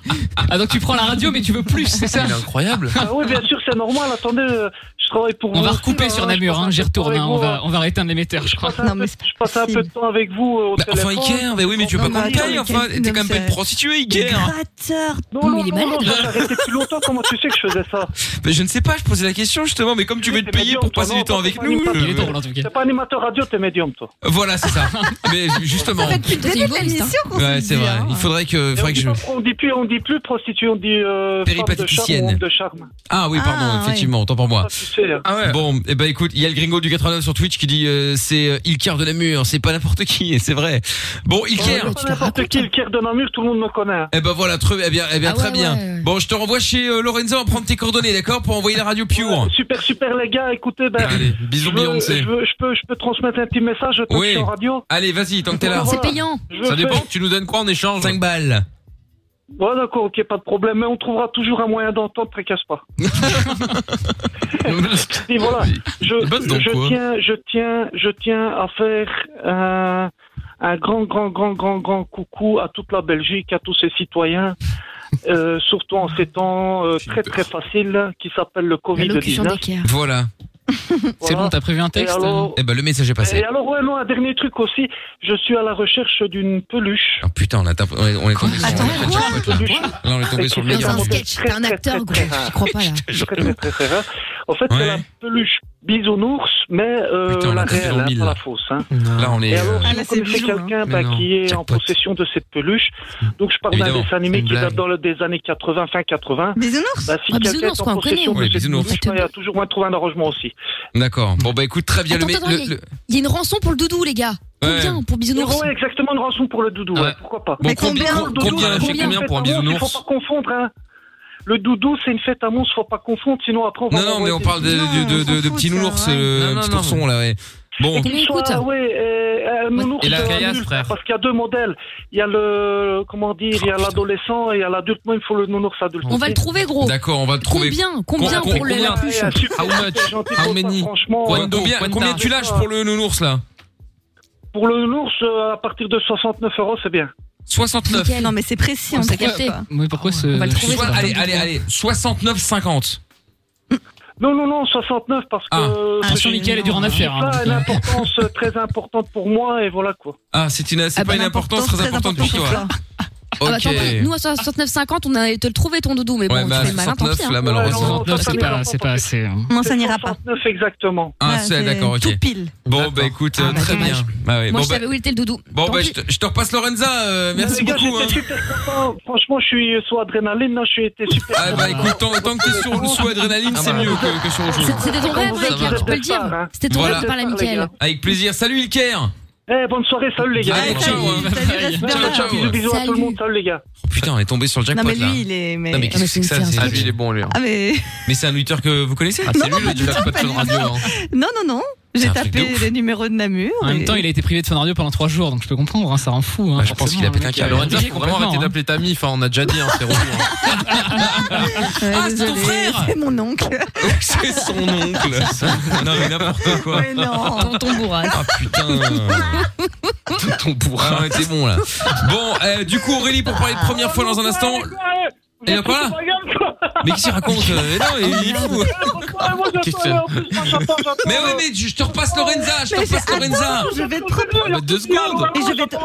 mais, euh, Ah donc tu prends la radio mais tu veux plus, c'est ça Il est incroyable. Ah oui, bien sûr, c'est normal. Attendez, euh, je travaille pour vous. On va aussi, recouper là, sur je Namur, passe hein, un j'y peu de temps retourne, avec hein, on vous, va on va rééteindre l'émetteur, je Je crois. passe, un Non, peu, mais c'est je passe un peu de temps avec vous euh, au Bah, enfin téléphone. Iker, mais oui mais tu veux Non, pas mais qu'on te attends, paye mais enfin, quel- t'es quand non, même pas une c'est- prostituée Iker Gratteur. Non, Mais non, il est non, non, malade. j'ai arrêté depuis longtemps. Comment tu sais que je faisais ça Mais je ne sais pas, je posais la question justement, mais comme tu veux te t'es payer médium, pour toi, passer non, du temps t'as avec pas nous, une Il est euh, drôle en tout cas. T'es pas animateur radio, t'es médium, toi. voilà c'est ça. Mais justement, Ça fait depuis le C'est début de humoriste, l'émission qu'on se ouais le c'est dit, vrai, hein. il faudrait que, Et on, faudrait que dit je... pas- on dit plus, on dit plus prostituée, on dit euh, femme de charme Péripatéticienne. ou homme de charme. Ah oui pardon, Ah, ouais. effectivement, autant pour moi. Ça, tu sais, Ah hein. Bon, et ben écoute, il y a le gringo du 89 sur Twitch qui dit euh, c'est euh, Ilker de Namur, c'est pas n'importe qui, [laughs] et c'est vrai. Oh, Bon, Ilker, Ouais, Pas tu te N'importe racontes. qui, le Kier de Namur, tout le monde me connaît. hein. Eh ben voilà, très eh bien, eh bien Ah très ouais, bien. ouais, ouais. Bon, je te renvoie chez euh, Lorenzo à prendre tes coordonnées, d'accord, pour envoyer la radio Pure. Super, super, les gars. Écoutez, ben, Allez, je, bisous veux, Beyoncé. je, veux- je peux, je peux transmettre un petit message tant que Oui. je suis en radio. Allez, vas-y, tant que t'es là. C'est payant. Je veux Ça dépend, faire- tu nous donnes quoi en échange 5 balles. Ouais, d'accord, ok, pas de problème, mais on trouvera toujours un moyen d'entendre, tracasse [laughs] pas. Et voilà, je, Il bosse dans quoi je, tiens, je, tiens, je tiens à faire euh, un grand, grand, grand, grand, grand coucou à toute la Belgique, à tous ses citoyens, euh, surtout en ces temps euh, très, très faciles qui s'appellent le La locution Covid-19. d'équerre. Voilà. [laughs] C'est bon, Voilà. t'as prévu un Et texte alors, Eh ben le message est et passé. alors, ouais, non, un dernier truc aussi, je suis à la recherche d'une peluche. Oh, putain, on, a tapé- on est, on est tombé sur Attends, on est tombé sur- quoi Peluche. Là, on est tombé Et sur le qui Dans meilleur. un Regarde. sketch, t'es un acteur, gros. Je crois pas là. Très, très, très, très rare. En fait, Ouais. c'est la peluche bisounours, mais euh, Putain, on la l'a tapé dans réelle, le hein, mille, pas là. la fausse. Hein. Là, on Et est. euh, alors, Ah, si là, c'est vous connaissez bijou, hein. quelqu'un Mais bah, non, qui est jackpot. en possession de cette peluche, donc je parle d'un Évidemment, dessin c'est animé une qui date blague. dans le- des années 80, fin 80. Bisounours Bah, si Ah, quelqu'un bisounours, est quoi, en on possession connaît, de oui, cette bisounours. peluche, bah, il y a toujours moyen de trouver un arrangement aussi. D'accord. Bon, bah écoute, très bien. Attends, le, attends, le- il- le- Il y a une rançon pour le doudou, les gars. Ouais. Combien pour Et bisounours ouais, exactement une rançon pour le doudou, Ah ouais, ouais. pourquoi pas. Bon, Mais combien, combien, com- doudou, combien, c'est combien, une pour un fête à monstre, bisounours Il faut pas confondre, hein. Le doudou, c'est une fête à monstre, faut pas confondre, sinon après on va Non, non, mais l'envoyer on parle de, Non, de, de, on s'en de, de fout, petit ça, nounours, ouais. euh, Non, non, petit non. ourson, là, ouais. Bon, Et qu'il Mais soit, écoute. ouais, euh, un nounours, Et la euh, caillasse, adulte, frère. Parce qu'il y a deux modèles. Il y a le, comment dire, Oh, il y a l'adolescent et il y a l'adulte. Moi, il me faut le nounours adulte. On va le trouver, gros. d'accord, on va le trouver. Combien Combien Combien pour le- la Combien plus Ouais, super, How much c'est gentil How pour toi, many Franchement, Quoi euh, Combien, Quanta. combien tu lâches pour le nounours, là pour le nounours, euh, à partir de 69 euros, c'est bien. 69. Nickel. Non, mais c'est précis, on On ne s'est capte capté. pas. Mais pourquoi ce. On va le trouver, Soit- ça. allez, allez, allez, 69,50. Non, non, non, 69 parce que. Ah. euh, ce Attention, chiffre-là Mickaël est dur en affaire. hein. a une importance [laughs] euh, très importante pour moi et voilà quoi. Ah, c'est une, c'est Ah pas bah, une importance très importante pour toi. Ah bah, Ok. attends, nous à 69,50, on a te le trouvé ton doudou, mais bon, Ouais, mais bah, tu à fais le malin, tant 69, pis. hein. là, Ouais, non, malheureusement. non. 69, c'est pas, c'est pas assez. hein. Non, ça n'ira pas. 69 exactement. Ah, Ouais, c'est d'accord, ok. Tout pile. Bon, bah écoute, euh, Ah, bah, très dommage. bien. Bah ouais, Moi, bon, je bah, savais où était le doudou. bon, Tant bah, pis. je, te, je te repasse Lorenza, euh, merci les gars, beaucoup. j'étais hein. super content. Franchement, je suis sous adrénaline, là, je suis été super. Ah bah écoute, tant, tant que t'es sur, sous adrénaline, Ah, c'est bah. mieux que, que sur autre chose. C'est- C'était ton rêve, Ça mec, va, tu peux le ça dire. va. C'était ton Voilà. rêve, par la Michael. Avec plaisir. Salut Ilker Eh, bonne soirée, salut les gars. Allez, Ouais, ciao, salut, hein. salut, Bye. reste bien Ciao, là. ciao. Bisous, bisous à tout le Salut. monde, salut les gars. Oh, Putain, on est tombé sur le jackpot Non, mais là. lui, il est. mais- Non, mais qu'est-ce que mais c'est c'est que un ça Ah c'est- lui il est bon lui. hein. Ah, mais. Mais c'est un lutteur que vous connaissez Ah, c'est lui le jackpot pas de du radio. hein. Non, non, non. J'ai un truc de tapé ouf. les numéros de Namur. En même et- temps, il a été privé de Fun Radio pendant 3 jours, donc je peux comprendre, hein, ça rend fou. Ah, hein, Bah, je pense forcément, qu'il a le mec pété un a câble. été Lorenza, viré faut vraiment complètement, arrêter hein. d'appeler ta mif, enfin, on a déjà dit, hein, c'est relou. hein. Ouais, Ah, c'est ton désolé, frère Oh, C'est mon oncle. C'est son oncle. Non mais n'importe quoi. Mais non. Dans ton bourrage. Ah putain. [laughs] tout ton bourrin. Ah ouais, t'es bon là. Bon, euh, du coup Aurélie pour parler de première fois dans un instant. Et là, quoi Mais qu'est-ce qu'il raconte Euh, Non, il est Eh, fou. Mais oui, mais je je te repasse Lorenza, je te repasse Lorenza. Ah, bah, je vais te proposer. Deux secondes. Et je vais te...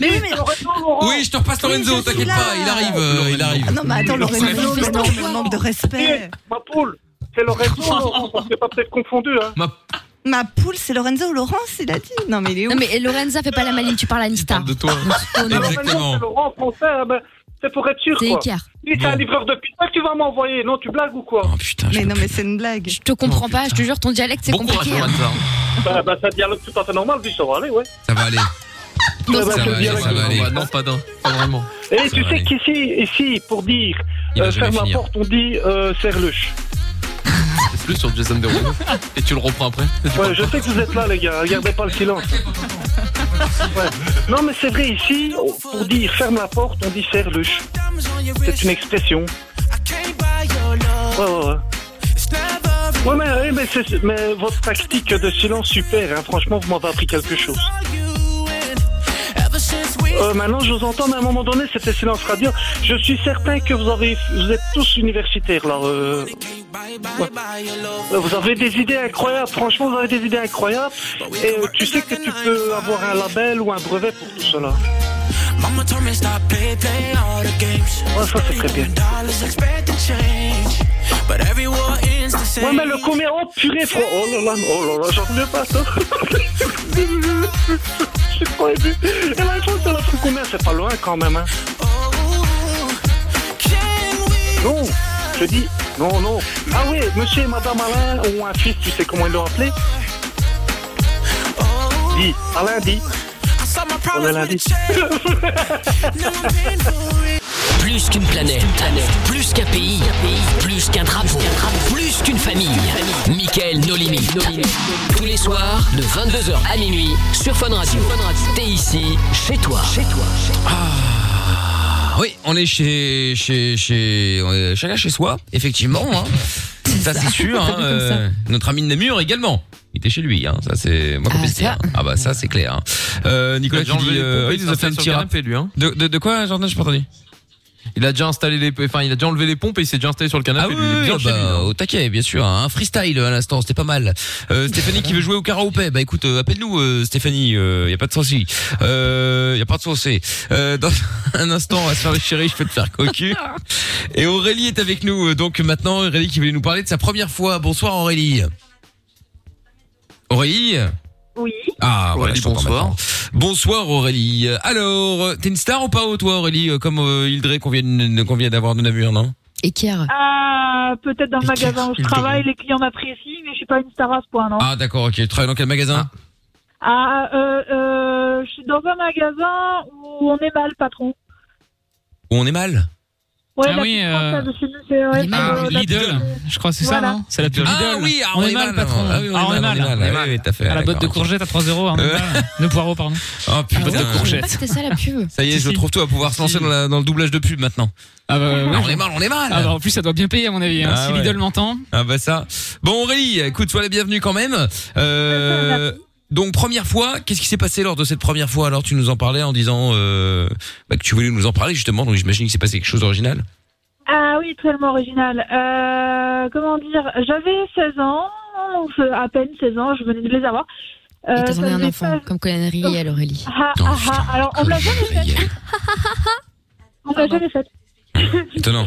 Mais oui, mais. Oui, je te repasse Oui, Lorenzo, je suis t'inquiète là. pas, il arrive, euh, il arrive. Ah non, mais attends, Lorenzo, Lorenzo, mais non, mais manque de respect. Eh, Ma poule, c'est Lorenzo, Laurent, [laughs] on s'est pas peut-être confondu. Hein. Ma poule, c'est Lorenzo ou Laurence, il a dit. Non, mais il est où Non, mais Lorenza, fais pas la maline, tu parles à Oh, Nista. [laughs] [laughs] de toi. Lorenzo, Exactement. c'est Laurent français, eh ben, c'est pour être sûr. C'est quoi. écart. Si c'est Bon. un livreur de pizza que tu vas m'envoyer, non, tu blagues ou quoi Oh putain, je Mais peux non, plus. mais c'est une blague. Je te comprends pas, je te jure, ton dialecte, c'est Oh, Bon courage, compliqué. hein. Lorenza. bah, bah, ça dialogue tout à fait normal, dis, ça va aller, ouais. Ça va aller. Ça va, Ça va aller, dialogue. ça va aller. Bah non, pas d'un. Pas vraiment. Et tu va sais aller. qu'ici, ici, pour dire Il va euh, jamais ferme la finir. porte, on dit euh, serre-luche. C'est plus sur Jason [laughs] Derulo. Et tu le reprends après. Ouais, je sais que vous êtes là, les gars. Regardez pas le silence. Ouais. Non, mais c'est vrai, ici, pour dire ferme la porte, on dit serre-luche. C'est une expression. Ouais, Oh. ouais, ouais. Ouais, mais, ouais, mais, c'est- mais votre tactique de silence, super. hein. Franchement, vous m'avez appris quelque chose. Euh, maintenant, je vous entends, mais à un moment donné, c'était silence radio. Je suis certain que vous, avez, vous êtes tous universitaires, là. euh, euh, Vous avez des idées incroyables, franchement, vous avez des idées incroyables. Et euh, tu sais que tu peux avoir un label ou un brevet pour tout cela. Ouais, ça c'est très bien. Ouais, mais le combien Oh purée, fro- Oh là là, oh là là, j'en reviens pas, ça. [laughs] Je suis pas ému. Et là, il faut que la combien C'est pas loin quand même, hein. Non, je dis, non, non. Ah oui, monsieur et madame Alain ont un fils, tu sais comment ils l'ont appelé Dis, Alain dit. On est [laughs] lundi. [laughs] Plus qu'une planète, plus qu'un pays, plus qu'un drapeau, plus qu'une famille. Michael No Limites. Tous les soirs, de 22h à minuit, sur Fun Radio. T'es ici, chez toi. Chez toi. Ah oui, on est chez, chez, chez, on est chacun chez soi, effectivement. hein. Ça c'est sûr. hein, euh, notre ami de Namur également. Il était chez lui, hein. ça c'est moi qu'on Ah, puisse ça. dire. Ah bah ça c'est clair. hein. Euh, Nicolas qui dit, euh, oui, il nous a fait un petit rap. lui, hein. De, de, de quoi, Jordan, j'ai pas entendu Il a déjà installé les, enfin, il a déjà enlevé les pompes et il s'est déjà installé sur le canapé. lui, il est bien ah chez bah, lui, hein. là. au taquet, bien sûr. Un freestyle à l'instant, c'était pas mal. Euh, Stéphanie qui veut jouer au karaopé. Bah écoute, euh, appelle-nous euh, Stéphanie, euh, y a pas de souci. Euh, y a pas de souci. Euh, dans [laughs] un instant, on va se faire les chéris, je peux te faire cocu. Et Aurélie est avec nous. euh, Donc maintenant, Aurélie qui voulait nous parler de sa première fois. Bonsoir Aurélie. Aurélie Oui, Ah, voilà, Aurélie, je t'entends bonsoir. maintenant. Bonsoir Aurélie. Alors, euh, t'es une star ou pas, oh, toi Aurélie, euh, comme euh, Hildre qu'on vient, qu'on vient d'avoir de Namur, non Équerre. euh, peut-être dans le Et qui- magasin où je il travaille, devrait. les clients m'apprécient, mais je suis pas une star à ce point, non. Ah d'accord, ok. Tu travailles dans quel magasin Ah, euh, euh, je suis dans un magasin où on est mal, patron. Où on est mal Ouais, Ah la oui, petite euh, française de chez nous, c'est ouais, il est c'est, Ah, euh, la- Lidl, je crois que c'est ça, Voilà. non C'est la pub Ah Lidl. oui, ah, on est mal, patron. Ah oui, on, est on mal. est mal. oui, oui, t'as fait. À la botte de d'accord, ok. courgettes à 3 euros, hein, Euh. [laughs] de poireaux, pardon. Oh La botte putain. de Je sais pas courgettes. c'était ça la pub. Ça y est, Si, je si. trouve tout à pouvoir se lancer Si. dans, la- dans le doublage de pub maintenant. Ah bah, ouais. Ah, on est mal, on est mal. Ah bah, en plus, ça doit bien payer, à mon avis. hein. Ah si ouais. Lidl m'entend. Ah bah ça. Bon Aurélie, écoute, sois la bienvenue quand même. Euh, donc première fois, qu'est-ce qui s'est passé lors de cette première fois Alors tu nous en parlais en disant euh, bah, que tu voulais nous en parler justement, donc j'imagine qu'il s'est passé quelque chose d'original. Ah oui, totalement original. Euh, comment dire J'avais 16 ans, ou à peine 16 ans, je venais de les avoir. Euh, Et ça t'attendais un faisait enfant, pas- comme connerie à Aurélie. Ah, ah, ah, alors, on me l'a jamais fait. [laughs] On me l'a jamais fait. Étonnant.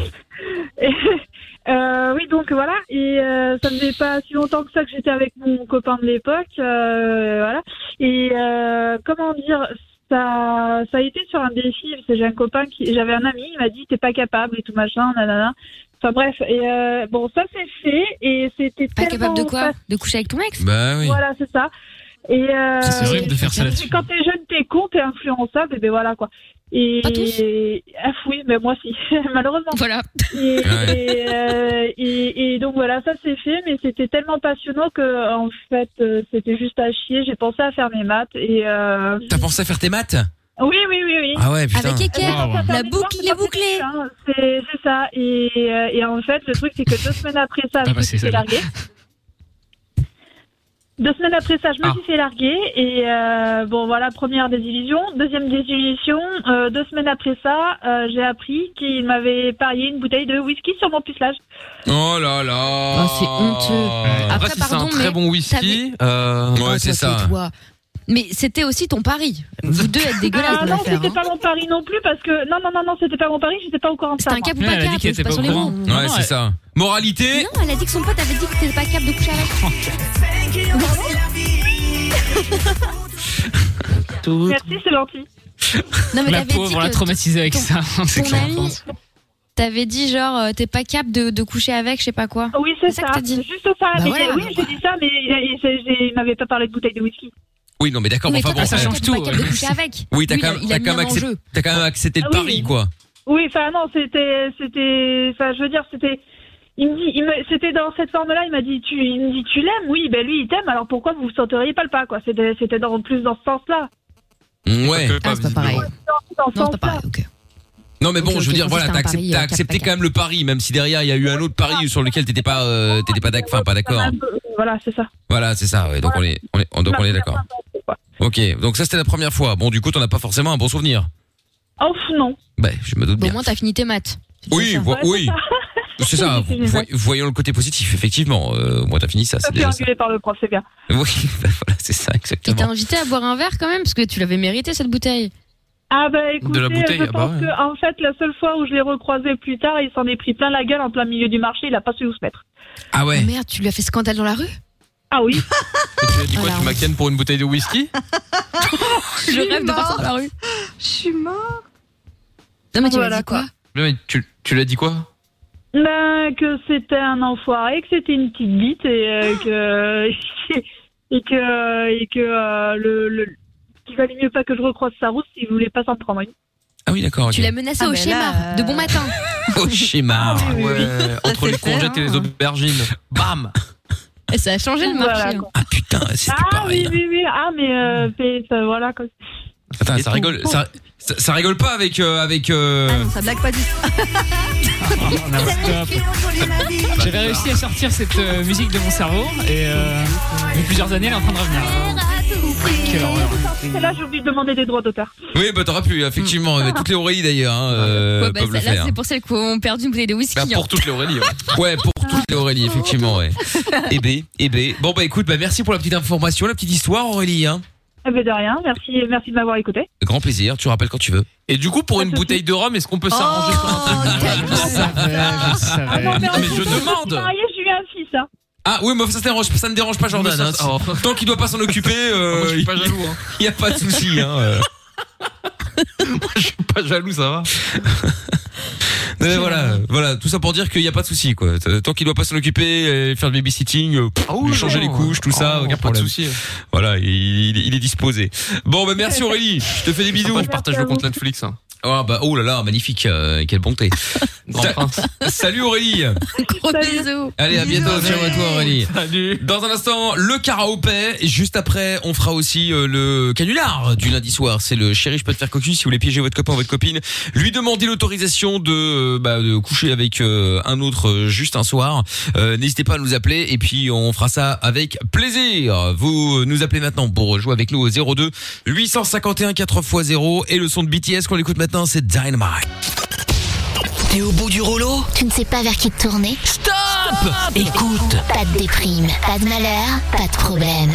Et, [laughs] euh, oui, donc voilà. Et euh, ça ne faisait pas si longtemps que ça que j'étais avec mon copain de l'époque. euh, voilà. Et euh, comment dire ça, ça a été sur un défi. parce que J'ai un copain qui, j'avais un ami, il m'a dit t'es pas capable et tout machin, nanana. Enfin bref. Et euh, bon, ça c'est fait et c'était Pas tellement capable de quoi facile. De coucher avec ton ex Bah oui. Voilà, c'est ça. Et euh, Ça, c'est horrible de faire ça là-dessus. quand t'es jeune, t'es con, t'es influençable, et ben voilà quoi. Et Pas tous. ah, oui, mais moi si, [laughs] malheureusement. Voilà. Et, Ouais. et, euh, et- et donc voilà, ça c'est fait, mais c'était tellement passionnant que en fait euh, c'était juste à chier. J'ai pensé à faire mes maths et euh, T'as pensé à faire tes maths oui, oui, oui, oui. Ah ouais, putain. Avec Équerre. Wow. Ça, La mes boucle, devoirs, il est c'est pas bouclé. possible, hein. C'est c'est ça. Et, euh, et en fait, le truc Ah c'est que deux semaines après ça, Ah bah, je me c'est suis ça. larguée. Deux semaines après ça, je me Ah. suis fait larguer et euh, bon voilà première désillusion, deuxième désillusion. euh, deux semaines après ça, euh, j'ai appris qu'il m'avait parié une bouteille de whisky sur mon pucelage. Oh là là. Ah, c'est honteux. Après, Après, si c'est un pardon, très mais bon t'avais- whisky, euh, Ouais, c'est Toi, ça. toi. Mais c'était aussi ton pari. Vous deux êtes dégueulasses Ah de non, l'affaire. hein. c'était pas mon pari non plus parce que non non non non, c'était pas mon pari, j'étais pas au courant de ça. C'était un cap ou pas cap, c'est pas sur les roues. Ouais, c'est ça. Moralité Non, elle a dit que son pote avait dit que t'étais pas cap de coucher avec. [laughs] Merci, [laughs] c'est gentil. Non, mais la t'avais dit pauvre, on l'a que traumatisée avec ton- ça. hein, C'est ton clair. ami, t'avais dit genre, euh, t'es pas cap de, de coucher avec, je sais pas quoi. Oui, c'est ça. que t'as dit. Juste ça. Bah mais voilà, oui, j'ai dit ça, mais euh, il- il- j'ai- il m'avait pas parlé de bouteille de whisky. Oui, non, mais d'accord, mais mais enfin toi, bon. t'as dit euh, que t'étais pas capable de coucher avec. Oui, t'as Lui, il quand a- même, il t'as a quand même mis un accepté, enjeu. t'as quand même accepté le Ah oui. pari, quoi. Oui, enfin non, c'était, c'était, enfin je veux dire, c'était, il me dit, il me- c'était dans cette forme-là, il m'a dit, tu, il me dit, tu l'aimes, oui, ben lui il t'aime, alors pourquoi vous vous sentiriez pas le pas quoi, c'était, c'était dans plus dans ce sens-là. Ouais. Ah, c'est pas pareil. Dans ce Non, c'est pas sens-là. pareil, ok. Non, mais bon, Ok, je veux ok, dire, donc voilà, c'était t'as un pari, accepté, euh, t'as accepté cap, quand même le pari, même si derrière il y a eu un autre pari sur lequel t'étais pas, euh, t'étais pas d'accord, enfin pas d'accord. Voilà, c'est ça. Voilà, c'est ça. ouais, donc on est, on est, donc on est d'accord. Ok, donc ça c'était la première fois. Bon, du coup, t'en as pas forcément un bon souvenir. Oh pff, non. Ben, je me doute Bon, Au bien. moins, t'as fini tes maths. Oui, vo- oui. [laughs] C'est ça. C'est vo- Voyons le côté positif, effectivement. Euh, Au moins, t'as fini ça. Pas C'est fait déjà ça. [laughs] engueuler par le prof, c'est bien. Oui, bah, voilà, c'est ça, Il t'a exactement. invité à boire un verre quand même, parce que tu l'avais mérité cette bouteille. Ah bah écoutez, De la bouteille, je ah bah pense ouais. que en fait la seule fois où je l'ai recroisé plus tard, il s'en est pris plein la gueule en plein milieu du marché, il a pas su où se mettre. Ah ouais. Oh, Merde, tu lui as fait scandale dans la rue Ah oui. Et tu as dit quoi Voilà. Tu m'ackennes pour une bouteille de whisky [laughs] Je rêve de faire ça dans la rue. Je suis mort. Non, mais tu lui as Voilà, dit quoi Non, mais tu, tu l'as dit quoi Ben, que c'était un enfoiré, que c'était une petite bite et euh, Ah que [laughs] et que et que euh, le, le qu'il valait mieux pas que je recroise sa route s'il voulait pas s'en prendre une. Ah oui, d'accord. Tu ok. l'as menacé Ah, au ben là, schéma, euh, de bon matin. Au schéma. Ah Entre c'est les courgettes fait, et les hein. aubergines. Bam Et ça a changé le marché. Voilà, hein. quoi. Ah putain, c'était Ah pareil. oui oui oui ah mais euh, c'est- ça, voilà quoi. Attends, Et ça tout. rigole, ça, ça, ça rigole pas avec euh, avec. euh, Ah non, ça blague pas du tout. [laughs] J'avais réussi à sortir cette euh, musique de mon cerveau et euh, depuis plusieurs années, elle est en train de revenir. Quelle horreur. Et là j'ai oublié de demander des droits d'auteur. Oui, bah t'auras pu effectivement euh, toutes les oreilles d'ailleurs hein, euh, Ah Ouais, bah, peuvent ça- le là, faire. c'est pour celles qui ont perdu une bouteille de whisky. Ben, Bah, hein. Pour toutes les Aurélie. ouais. Ouais, pour toutes les Aurélie effectivement ouais. Et B, et B. Bon bah écoute, bah merci pour la petite information, la petite histoire Aurélie hein. Eh ben de rien, merci merci de m'avoir écouté. Grand plaisir, tu rappelles quand tu veux. Et du coup, pour une bouteille de rhum, est-ce qu'on peut s'arranger sur un truc [laughs] Je savais, je Oh, Ah savais. non, mais, en mais plus, je quand suis demande. mariée, j'ai eu un fils hein. Ah oui, mais ça, ne dérange- ça ne dérange pas Jordan. Mais ça- hein. oh. Tant qu'il doit pas s'en [laughs] occuper, Moi, je euh, suis pas jaloux. Hein. il y a pas de souci. Hein, [laughs] euh. Pas jaloux, ça va. Non, mais voilà, voilà, tout ça pour dire qu'il n'y a pas de souci quoi. Tant qu'il doit pas s'en occuper, et faire le babysitting, euh, Ah pff, lui changer les couches, tout ça, aucun pas de problème. souci. Voilà, il, il- il est disposé. Bon bah merci Aurélie, je te fais des bisous. Sympa, je partage le compte Netflix. Hein. Ah bah oh là là, magnifique, euh, quelle bonté. [laughs] Grand Ça- prince. Salut Aurélie. Gros Salut. bisous. Allez, à Bisous, bientôt. Aurélie. Ciao à toi Aurélie. Salut. Dans un instant, le karaopé. Et Juste après, on fera aussi euh, le canular du lundi soir. C'est le chéri, je peux te faire cocu si vous voulez piéger votre copain ou votre copine. Lui demander l'autorisation de, euh, bah, de coucher avec euh, un autre euh, juste un soir. Euh, N'hésitez pas à nous appeler et puis on fera ça avec plaisir. Vous euh, nous appelez maintenant pour jouer avec nous au 02 851 4x0 et le son de BTS qu'on écoute maintenant, c'est Dynamite. T'es au bout du rouleau Tu ne sais pas vers qui te tourner Stop Écoute, Pas de déprime, pas de malheur, pas de problème.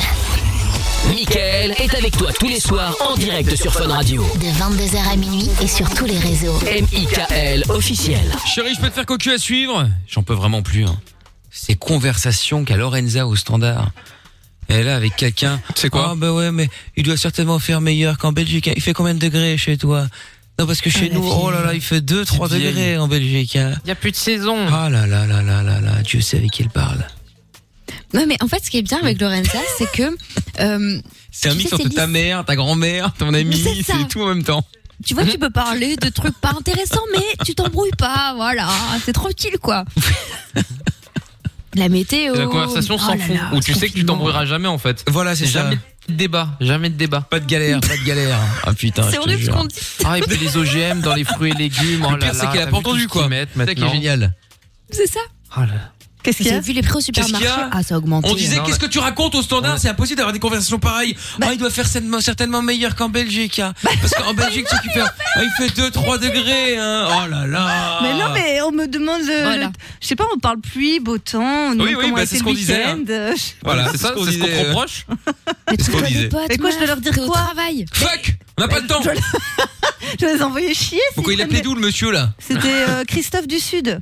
Mickaël est avec toi tous les soirs en direct sur Fun Radio. De 22h à minuit et sur tous les réseaux. M.I.K.L. officiel. Chérie, je peux te faire cocu à suivre J'en peux vraiment plus. hein. Ces conversations qu'a Lorenza au standard. Elle est là avec quelqu'un. C'est quoi Ah bah ouais, mais il doit certainement faire meilleur qu'en Belgique. hein. Il fait combien de degrés chez toi Non, parce que chez nous, oh là là, il fait 2-3 vieille. degrés en Belgique. Hein. Ah, Il y a plus de saison. Ah là là là là là là, Dieu sait avec qui elle parle. Non, mais en fait, ce qui est bien avec Lorenza, c'est que euh, C'est un Tu mix sais, c'est entre ta mère, ta grand-mère, ton ami, C'est ça. c'est tout en même temps. tu Hum. vois, tu peux parler de trucs pas intéressants, mais tu t'embrouilles pas. Voilà, c'est tranquille, quoi. La météo. C'est la conversation Oh sans là fond. là, Où tu ce sais que tu confinement. t'embrouilleras jamais en fait. Voilà, c'est ça. Jamais de débat. Jamais de débat. Pas de galère, pas de galère. Ah putain, je C'est te horrible ce jure. qu'on dit. Ah, et puis les OGM dans les fruits et légumes. Oh Le là pire, c'est là, qu'elle a t'as pas vu tout entendu, ce quoi. qu'ils mettent C'est ça qui est maintenant. génial. C'est ça. Ah là. Qu'est-ce qu'il y a J'ai vu les prix au Qu'est-ce qu'il supermarché. y a Ah, ça a augmenté. On disait qu'est-ce que tu racontes au standard C'est impossible d'avoir des conversations pareilles. Bah- Ah, il doit faire certainement, certainement meilleur qu'en Belgique. hein. Parce qu'en Belgique, tu fais, ah, il fait 2-3 degrés. Hein. Oh là là. Mais non, mais on me demande le. Ah. Voilà. le- je sais pas, on parle pluie, beau temps, on demande oui, comment bah, a été c'est ce le qu'on disait, week-end. [laughs] euh, je- Voilà, hein. c'est ça, qu'on c'est ce qu'on te disait, euh, reproche. [laughs] C'est ce qu'on disait. Mais quoi, je dois leur dire quoi travail. Fuck On n'a pas le temps. Je vais les envoyer chier. s'ils Pourquoi il prennent appelait des- d'où le monsieur là Ah, C'était euh, Christophe du Sud.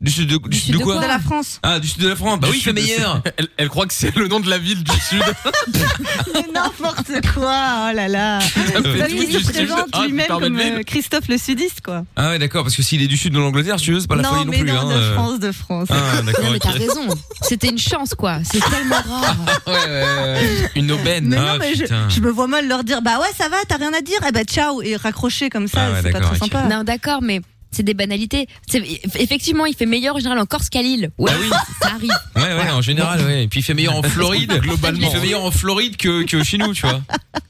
Du sud de, du sud de quoi De la France. Ah, du sud de la France. Bah Du oui, il fait sud de- meilleur. Elle, elle croit que c'est le nom de la ville du sud. [laughs] Mais n'importe quoi, oh là là. Parce tout qu'il du se Sud. présente Ah, lui-même putain, comme Madeleine. euh, Christophe le Sudiste, quoi. Ah ouais, d'accord, parce que s'il est du sud de l'Angleterre, si tu veux, c'est pas la non, folie non mais plus. non, hein, de euh. France, de France. Ah, d'accord. Non, mais t'as ok. raison. C'était une chance, quoi. C'est [laughs] tellement rare. Ouais, ouais, ouais. Une aubaine. Mais ah, non, mais je, putain. je me vois mal leur dire bah ouais, ça va, t'as rien à dire, eh bah ciao, et raccrocher comme ça, Ah ouais, c'est pas d'accord, trop ok. sympa. Non, d'accord, mais c'est des banalités. C'est- Effectivement, il fait meilleur en général en Corse qu'à Lille. Ah Ouais, ça arrive. Ouais, ouais, en général, ouais. Et puis il fait meilleur en Floride, globalement. Il fait meilleur en Floride que, que chez nous, tu vois.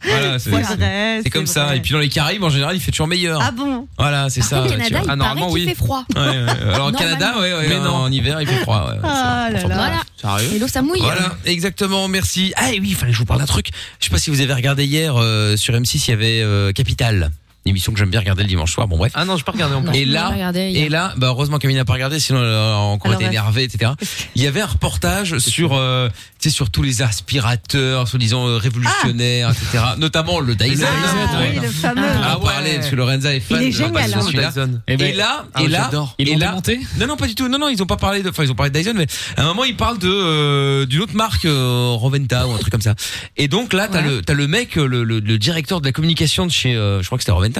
Voilà, c'est C'est c'est- vrai, c'est comme ça. Et puis dans les Caraïbes, en général, il fait toujours meilleur. Ah bon Voilà, c'est ça. Au tu Canada, vois. il paraît qu'il fait froid. Ouais, ouais. Alors au Canada, ouais, ouais, mais non. en hiver, il fait froid. Ouais. Ah là là. Sérieux Et l'eau, ça mouille. Voilà, exactement, merci. Ah et oui, il fallait que je vous parle d'un truc. Je sais pas si vous avez regardé hier euh, sur M6, il y avait euh, Capital, une émission que j'aime bien regarder le dimanche soir. Bon bref. Ah non, j'ai pas regardé en plus. Non, Et je l'ai là, regardé hier. et là, bah heureusement Camille n'a pas regardé, sinon elle aurait encore été bref. énervée, etc. Il y avait un reportage sur, euh, tu sais, sur tous les aspirateurs, soi-disant euh, révolutionnaires, etc. Notamment le Dyson. Ah oui, le fameux. On va en parler parce que Lorenza est fan Il est de génial, passion, hein. celui-là. Dyson. Et, Eh ben, là, ah, et là, j'adore. et Ils l'ont là, démonté non non pas du tout, non non ils ont pas parlé de, enfin ils ont parlé de Dyson mais à un moment ils parlent de euh, d'une autre marque euh, Roventa ou un truc comme ça. Et donc là t'as le t'as le mec euh, le, le, le directeur de la communication de chez euh, je crois que c'était Roventa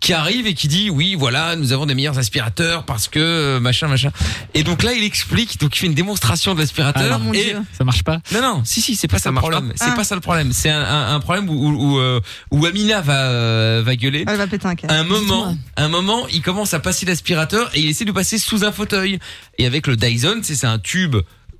qui arrive et qui dit oui voilà nous avons des meilleurs aspirateurs parce que euh, machin machin. Et donc là il explique donc il fait une démonstration de l'aspirateur Ah, mon et Dieu. Ça marche pas. non non, si si, c'est pas ça, le marche problème. pas. C'est Ah. pas ça le problème. C'est un, un, un problème où où, où, euh, où Amina va euh, va gueuler. Elle va péter un câble. À un moment, à un moment, il commence à passer l'aspirateur et il essaie de passer sous un fauteuil. Et avec le Dyson, c'est c'est un tube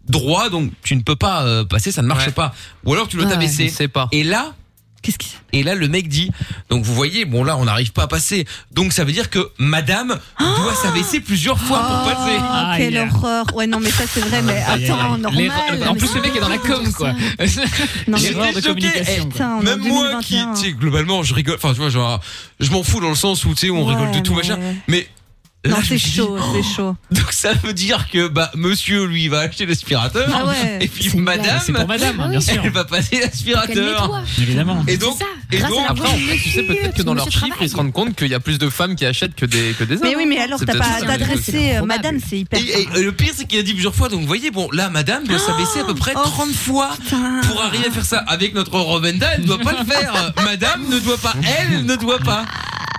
droit, donc tu ne peux pas euh, passer, ça ne marche Ouais. pas. Ou alors tu dois Ouais. Je t'abaisser. sais pas. Et là, Qu'est-ce qui et là, le mec dit, donc vous voyez, bon là, on n'arrive pas à passer. Donc ça veut dire que Madame doit s'abaisser plusieurs fois Oh, pour passer. Ah, quelle Aïe. horreur. Ouais, non, mais ça, c'est vrai, Ah, Ah, mais Aïe, aïe, attends, aïe. normal. L'erreur- En plus, le mec est dans la com, quoi. Non, mais- L'erreur de J'étais choqué. communication. quoi. Putain, on est en Même moi qui, 2021. tu sais, globalement, je rigole. Enfin, tu vois, genre, je m'en fous dans le sens où, tu sais, on Ouais, rigole de tout mais- machin. Mais là, Non, je c'est me suis dit, Oh. chaud, c'est chaud. Donc ça veut dire que bah monsieur lui il va acheter l'aspirateur Ah ouais. et puis C'est une madame, blague, C'est pour madame, hein, bien sûr. [laughs] elle va passer l'aspirateur. Calme-toi. Évidemment. Et donc C'est ça. et Grâce donc à la Après, en fait, tu sais peut-être que dans leurs chiffres, ils se rendent compte qu'il y a plus de femmes qui achètent que des que des hommes. hein. Mais oui, mais alors, C'est t'as peut-être pas ça, d'adresser c'est euh, improbable. madame, c'est hyper. et, et le pire c'est qu'il a dit plusieurs fois donc vous voyez bon là madame doit s'abaisser à peu près oh, 30 fois putain. pour arriver à faire ça avec notre Rovenda elle ne doit pas le faire madame ne doit pas elle ne doit pas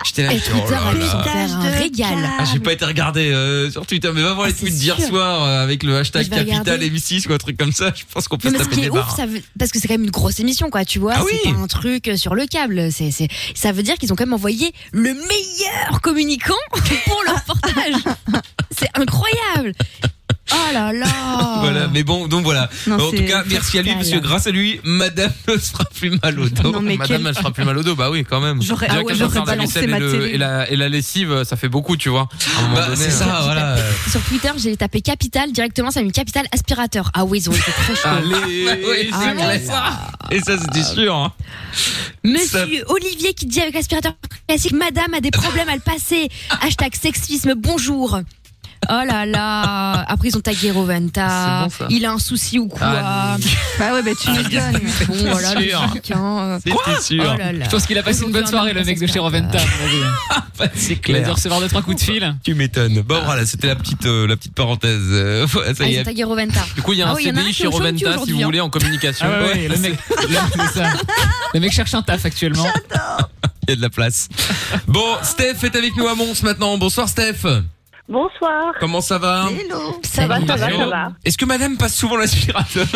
j'étais là Et j'étais, oh Twitter là a fait là. Pétage faire un de régal. câble. Ah, j'ai pas été regardé euh, sur Twitter mais va voir les Ah, tweets c'est d'hier sûr. soir euh, avec le hashtag Je vais capital regarder. M6 ou un truc comme ça je pense qu'on peut Non, se mais ce taper qui des est barres hein. ouf, ça veut- parce que c'est quand même une grosse émission, quoi, tu vois. Ah c'est oui. pas un truc euh, sur le câble. C'est, c'est- ça veut dire qu'ils ont quand même envoyé le meilleur communicant pour leur [laughs] portage. c'est incroyable. Oh là là. Voilà, mais bon, donc voilà. Non, en c'est tout cas, merci à lui, brutal. parce que grâce à lui, madame ne se fera plus mal au dos. Non, mais Madame, quel- elle se fera plus mal au dos, bah oui, quand même. J'aurais- Déjà ah ouais, qu'elle doit j'aurais faire la balancé vaisselle ma et, le- télé. et la, et la lessive, ça fait beaucoup, tu vois. À un moment Bah, donné, c'est euh, ça, voilà. Sur Twitter, j'ai tapé capital directement, ça a mis capital aspirateur. Ah oui, ils ont été très [laughs] [laughs] chauds. Allez, [laughs] Ah. Bah oui, Ah là c'est vrai, là. ça. Et ça, c'était sûr. hein. Monsieur Olivier qui dit avec aspirateur classique, Madame a des problèmes à le passer. Hashtag sexisme, bonjour. Oh là là. Après, ils ont tagué Roventa. C'est bon, ça. Il a un souci ou quoi. Ah, [laughs] Bah ouais, bah tu nous donnes. Bon, voilà, le sûr. chic, hein. C'était Oh sûr. là là. Je pense qu'il a passé une bonne soirée, le mec de chez Roventa. à mon avis. [laughs] Bah, Il c'est a dû clair. recevoir deux, trois coups de fil. Tu m'étonnes. Bon, voilà, c'était la petite, euh, la petite parenthèse. [laughs] Euh, voilà, ça Ah, y ils ont est. tagué Roventa. Du coup, il y a Ah un oui, il y en a un CDI qui chez est au chôme, tu, Roventa, si aujourd'hui, vous hein. voulez, en communication. Ah ouais, ouais, le mec, le- c'est ça. Le mec cherche un taf actuellement. Il y a de la place. Bon, Steph est avec nous à Mons maintenant. Bonsoir, Steph. Bonsoir. Comment ça va Hello. Ça va, ça va, ça Bonjour. va. Est-ce que madame passe [laughs] souvent l'aspirateur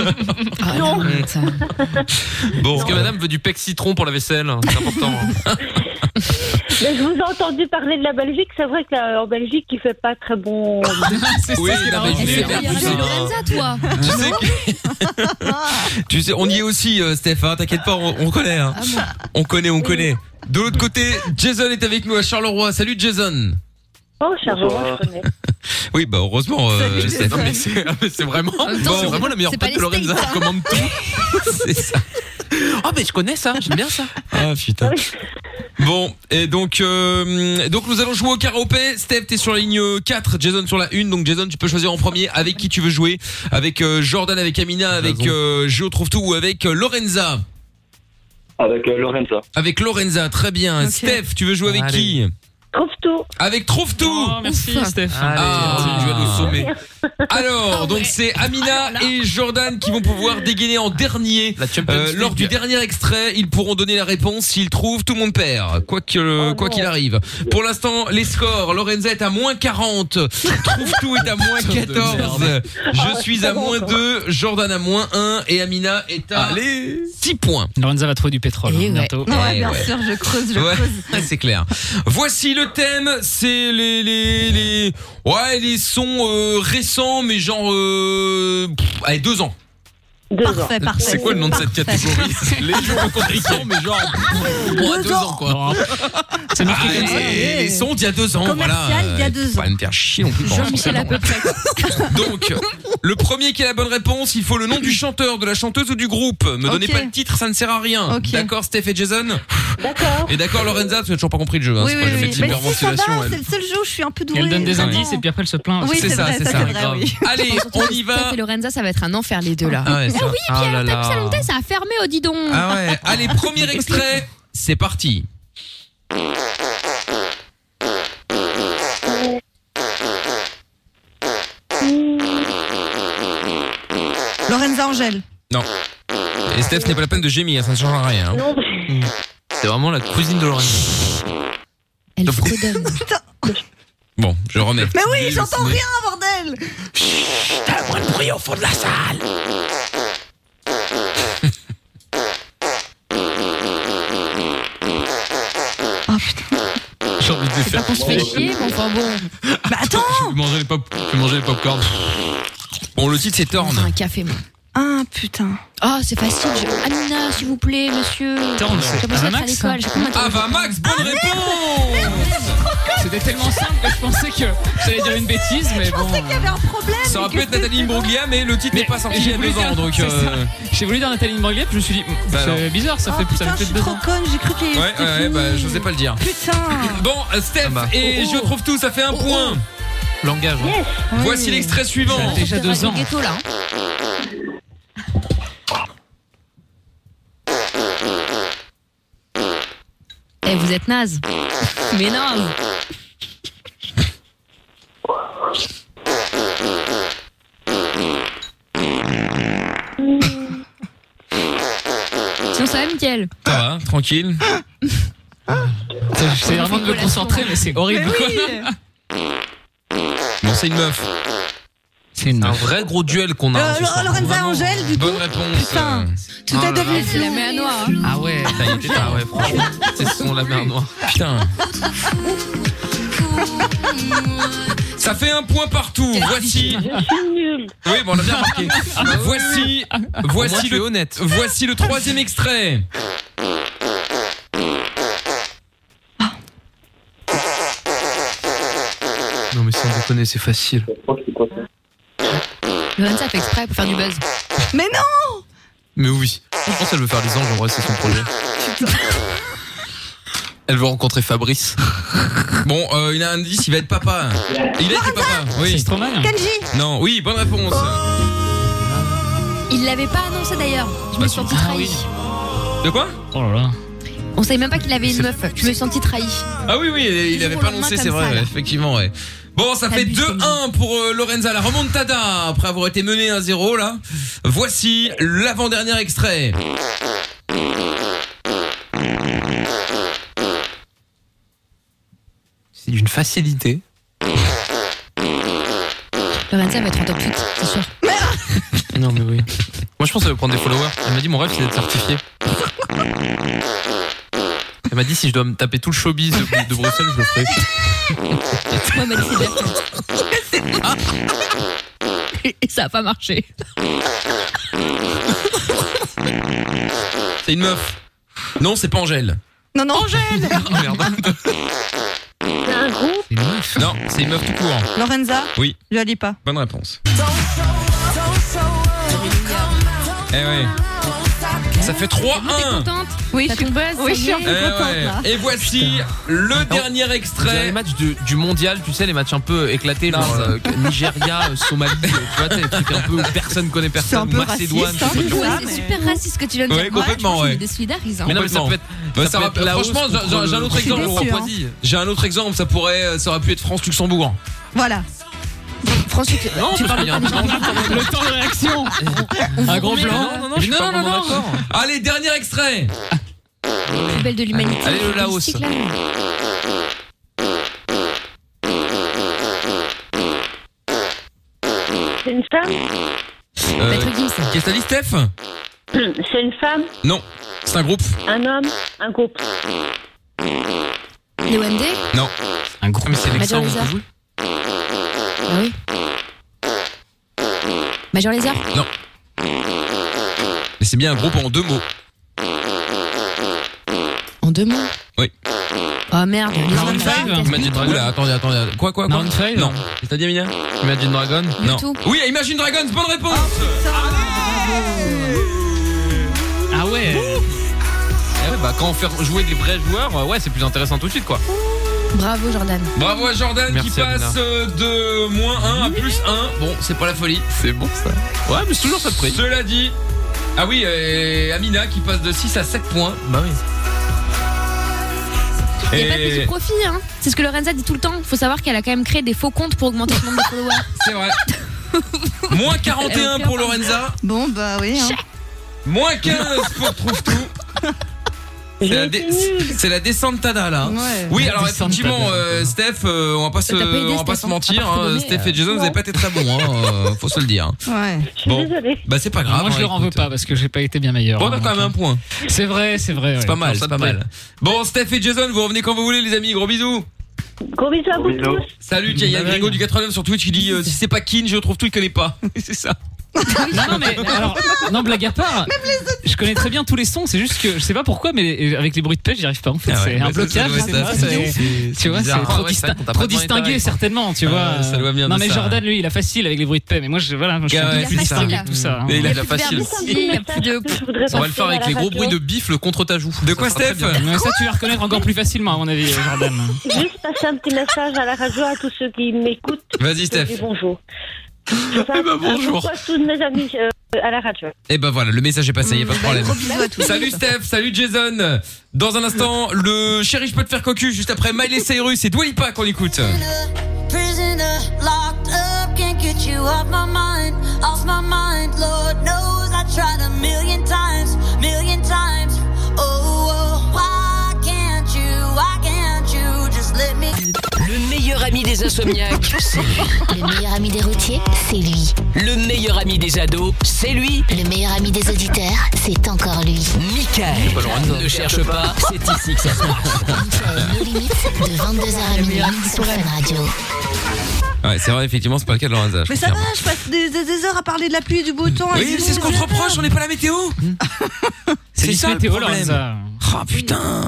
Ah, Non. merde, ça. Bon. Parce que madame veut du pec citron pour la vaisselle, hein, c'est important. Mais je vous ai entendu parler de la Belgique. C'est vrai que là, en Belgique, il fait pas très bon. C'est Oui, ça qu'il a non, mais Est-ce rajouté. je que l'ai t'as bien regardé vu. Lorenza, toi Tu sais que- [laughs] tu sais, on y est aussi, euh, Steph. hein, T'inquiète pas, on, on connaît. hein. Ah, bon. On connaît, on connaît. De l'autre côté, Jason est avec nous à Charleroi. Salut Jason. Oh, Charleroi, Bonsoir. je connais. Oui, bah heureusement. euh, Salut, Steph. non, mais [laughs] c'est- ah, mais c'est vraiment, En même temps, bon, c'est- vraiment la meilleure c'est pas pote de les Lorenza. hein. States, hein. Elle commande tout. c'est ça. Ah, mais je connais ça, j'aime bien ça. Ah putain. Bon, et donc, euh, donc nous allons jouer au karaopé. Steph, t'es sur la ligne 4, Jason sur la 1. Donc Jason, tu peux choisir en premier avec qui tu veux jouer. Avec euh, Jordan, avec Amina, avec euh, Géo Trouve Tout ou avec euh, Lorenza. Avec euh, Lorenza. Avec Lorenza, très bien. Steph, tu veux jouer avec qui Trouve tout. Avec Trouve tout. Oh, merci Steph. Ah, Ah, tu vas nous sommer. Alors, donc c'est Amina et Jordan qui vont pouvoir dégainer en dernier. Euh, lors du dernier extrait, ils pourront donner la réponse. S'ils trouvent, tout le monde perd. Quoi que le- Oh, quoi qu'il arrive. Pour l'instant, les scores. Lorenza est à moins 40. Trouve tout est à moins 14. Je suis Ah, à moins 2. Jordan à moins 1. Et Amina est à 6 points. Lorenza va trouver du pétrole hein, bientôt. Eh ouais. Ouais, c'est clair. Voici le thème, c'est les les les ouais les sons euh, récents mais genre euh, pff, allez deux ans. Parfait, parfait. C'est quoi le nom de cette [laughs] catégorie Les jeux récents mais genre bon, à deux ans [laughs] quoi. C'est marqué comme ça. Les sons d'il y a deux ans. Commercial, voilà. il y a deux Faut Pas me faire chier non plus. pendant ce temps. Donc le premier qui a la bonne réponse, il faut le nom du chanteur, de la chanteuse ou du groupe. Me donnez Ok. pas le titre, ça ne sert à rien. Ok. D'accord, Steph et Jason. D'accord. Et d'accord Lorenza, parce que tu n'as toujours pas compris le jeu. Hein, oui, c'est oui, pas le jeu oui. de Mais si, ça l'hyperventilation, va, elle. c'est le seul jour où je suis un peu douée. Elle donne des Ça va. indices et puis après elle se plaint. Oui, C'est ça, c'est ça. Grave. Allez, on y va. Et Lorenza, ça va être un enfer les deux là. Ah ouais, ça- oui, ah puis alors, là t'as là. plus à l'antenne, ça a fermé, oh dis donc. Ah ouais. [laughs] Allez, premier extrait, c'est parti. Lorenza Angèle. Non. Et Steph, ce n'est Hmm. pas la peine de gémir, ça ne changera rien. hein. Non. C'est vraiment la cousine de Lorenza. Elle Bon, je remets. Mais oui, j'entends rien, bordel T'as moins de bruit au fond de la salle. Oh putain. J'ai envie de les faire. [laughs] bon. Bah attends Je vais manger les pop- je vais manger les popcorns. Bon, le titre c'est Torn. Un café, moi. Ah putain. Oh, c'est facile. je- Amina, s'il vous plaît, monsieur. J'ai commencé à être à l'école. j'ai commencé à- Ah bah Max, bonne réponse C'était tellement simple que je pensais que j'allais dire une bêtise, mais bon. Il y avait un problème. Ça aurait pu être Nathalie Imbruglia, mais le titre n'est pas sorti il y J'ai a voulu deux ans, dire, donc... c'est euh, ça. J'ai voulu dire Nathalie Imbruglia, puis je me suis dit, hmm, Bah c'est non. bizarre, ça fait ça Oh, Putain, je fait peut-être suis deux trop ans. conne, j'ai cru qu'il y Ouais, ouais, ouais, bah je sais pas le dire. Putain Bon, euh, Steph et Oh. je trouve tout, ça fait un point. Langage. Voici l'extrait suivant. Ça a déjà deux ans. Ghetto là. Ah. Eh, vous êtes naze. Mais non. Sinon, ça va, Ah, Mickaël Ça va, tranquille. J'essaie vraiment de me concentrer, mais c'est horrible. Bah quoi. [laughs] Bon, c'est une meuf. C'est un vrai gros duel qu'on a. Euh, Lo- Lorenza Angèle, du coup. Bonne réponse. euh. Putain. Tout Oh est là là. devenu Ah C'est la flou. main à hein. noir. Ah ouais. Putain, il était- ah ouais, [laughs] franchement, c'est son la mer noire. Putain. Ça fait un point partout. Ah, Voici. Oui, bon, on l'a bien marqué. bah Voici, Au moins, voici tu es le, honnête. voici le troisième extrait. Non, mais sans déconner, c'est facile. Lorenza fait exprès pour faire du buzz. Mais non Mais oui. Je pense qu'elle veut faire les anges, en vrai, c'est son [laughs] projet. Elle veut rencontrer Fabrice. Bon, euh, il a un indice, il va être papa. Il a été papa. Oui. Stromae. Kenji Non, oui, bonne réponse. Oh. Il l'avait pas annoncé d'ailleurs. Je me suis sentie trahie. Ah De quoi Oh là là. On savait même pas qu'il avait une meuf. Je me suis sentie trahie. Ah oui, oui, il- il Du avait jour pas au lendemain, annoncé, comme c'est vrai, ça, là. ouais, effectivement, ouais. Bon, ça fait T'abuses, 2-1 pour euh, Lorenza, la remontada, après avoir été menée 1-0, là. Voici l'avant-dernier extrait. C'est d'une facilité. Lorenza va être en top 8, c'est sûr. Non, mais oui. Moi, je pense qu'elle veut prendre des followers. Elle m'a dit, mon rêve, c'est d'être certifié. [laughs] Elle m'a dit, si je dois me taper tout le showbiz de, de Bruxelles, je le ferai. Moi, m'a dit c'est de la [laughs] fête. Et- Et ça a pas marché. [laughs] C'est une meuf. Non, c'est pas Angèle. [laughs] Non, non, Angèle Oh, merde. C'est un groupe. C'est une meuf. Non, c'est une meuf tout court. Lorenza Oui. Dua Lipa. Bonne réponse. Eh ouais. Ça fait 3-1. Oui, je suis, oui, je suis un peu Eh ouais. contente là. Et voici le dernier extrait. Les matchs du, du mondial, tu sais, les matchs un peu éclatés, genre euh, Nigeria, euh, Somalie, euh, tu vois, t'es des trucs un peu où personne connaît personne, hein, Macédoine, je sais pas, tu vois. c'est super raciste ce que tu viens de Ouais, dire. complètement, Moi, je ouais. me désolidarise. hein. Mais non, mais ça peut être. Bah, ça ça peut rappe- être la franchement, hausse j'ai- contre j'ai un le- autre exemple. Je suis déçue, hein. J'ai un autre exemple. Ça pourrait, euh, ça aurait pu être France Luxembourg. Voilà. Franchement, Non, parce qu'il y a un petit enjeu quand même. Le temps de réaction. Un grand Mais plan. Non, non, non, je suis pas vraiment d'accord. Allez, dernier extrait. Poubelle de l'humanité. Allez, le Laos. Politique, là. C'est une femme Euh, Qu'est-ce que t'as dit, Steph C'est une femme Non, c'est un groupe. Un homme Un groupe Les OMD Non. Ah, Un groupe, mais c'est Major l'excellent. Lézard. Ah Oui. Major Lézard Non. Mais c'est bien un groupe en deux mots. En deux mots Oui. Oh merde. Maroon Imagine Dragon. Oula, attendez, attendez. Quoi, quoi, quoi Maroon 5 Non. T'as dit Mina Imagine Dragon Non. tout. Oh, Oui, Imagine Dragons, bonne réponse Ah ouais Eh ouais, bah quand on fait jouer des vrais joueurs, euh, ouais, c'est plus intéressant tout de suite quoi. Bravo, Jordan. Bravo à Jordan Merci, qui passe Amina. euh, de moins 1 à plus 1. Bon, c'est pas la folie. C'est bon ça. Ouais, mais c'est toujours surprise. Cela dit. Ah oui, euh, Amina qui passe de 6 à 7 points. Bah oui. Il n'y a pas de petit profit, hein. C'est ce que Lorenza dit tout le temps. Faut savoir qu'elle a quand même créé des faux comptes pour augmenter le nombre de followers. [laughs] [laughs] C'est vrai. Moins 41 pour Lorenza. Bon, bah oui. hein. Moins 15 pour Trouve Tout. C'est la, dé- c'est la descente Tada là. Ouais. Oui, La alors descente effectivement, Tada. euh, Steph, euh, on va pas se, T'as pas aidé, on va pas Steph, se hein. mentir. hein. Pardonnez, Steph et euh, Jason, vous avez pas été très [laughs] bons, hein, euh, faut se le dire. Ouais. Bon, bah c'est pas grave. Moi, je hein, leur en veux écoute. pas parce que j'ai pas été bien meilleur. Bon, on a hein, quand même un donc, point. euh, C'est vrai, c'est vrai. C'est ouais. pas mal, Non, ça c'est pas me plaît. mal. Bon, Steph et Jason, vous revenez quand vous voulez, les amis. Gros bisous. Gros bisous à vous tous Salut, tiens, il y Bah a Gringo du 89 sur Twitch qui dit euh, si c'est pas Kin, je trouve tout, il connaît pas. [laughs] c'est ça. Non, non, mais alors, non, blague à part, je connais très bien tous les sons, c'est juste que je sais pas pourquoi, mais euh, avec les bruits de pêche, j'y arrive pas en fait. Ah ouais, c'est un blocage, mais ça, ça doit je être sais la pas, fusion. c'est- C'est- c'est Tu vois, c'est bizarre. trop, Ah ouais, c'est dista- vrai qu'on t'a trop pas demandé distingué, pareil. certainement, tu Ah vois. ouais, ça doit venir non, de mais ça, Jordan, lui, il a facile avec les bruits de paix, mais moi, je, voilà, moi, je suis Ah ouais, un peu plus c'est ça. distingué de tout ça. hein. Mais il a Il y de la a plus de facile. verbicide, il y a plus de. On va le faire avec les gros bruits de bif, le contre ta joue. De quoi, Ça sera très Steph bien. Ouais, Ça, tu vas reconnaître encore plus facilement, à mon avis, euh, Jordan. Juste passer un petit message à la radio à tous ceux qui m'écoutent. Vas-y, Steph. Je dis bonjour. Je passe un Eh ben, bonjour. bonjour à tous mes amis euh, à la radio. Et ben voilà, le message est passé, y a pas de problème. Bah, bisous à tous. Salut Steph, salut Jason. Dans un instant, le chéri, je peux te faire cocu juste après Miley Cyrus et Dua Lipa qu'on écoute. Prisoner, locked up, can't get you off my mind, off my mind. Lord knows I tried a million times, million times. Oh, oh why can't you, why can't you just let me? Le meilleur ami des [laughs] insomniaques, c'est lui. Le meilleur ami des routiers, c'est lui. Le meilleur ami des ados, c'est lui. Le meilleur ami des auditeurs, c'est encore lui. Michael. Ne cherche pas, c'est ici que ça se passe. Nos limites de 22h à minuit sur Fun Radio. Ouais, c'est vrai, effectivement, c'est pas le cas de Lorenza. Mais ça va, je passe des, des- des heures à parler de la pluie et du beau temps. Oui, c'est ce qu'on te reproche, on n'est pas la météo. C'est Salut, ça le météo, problème. Lorenza. Ah putain.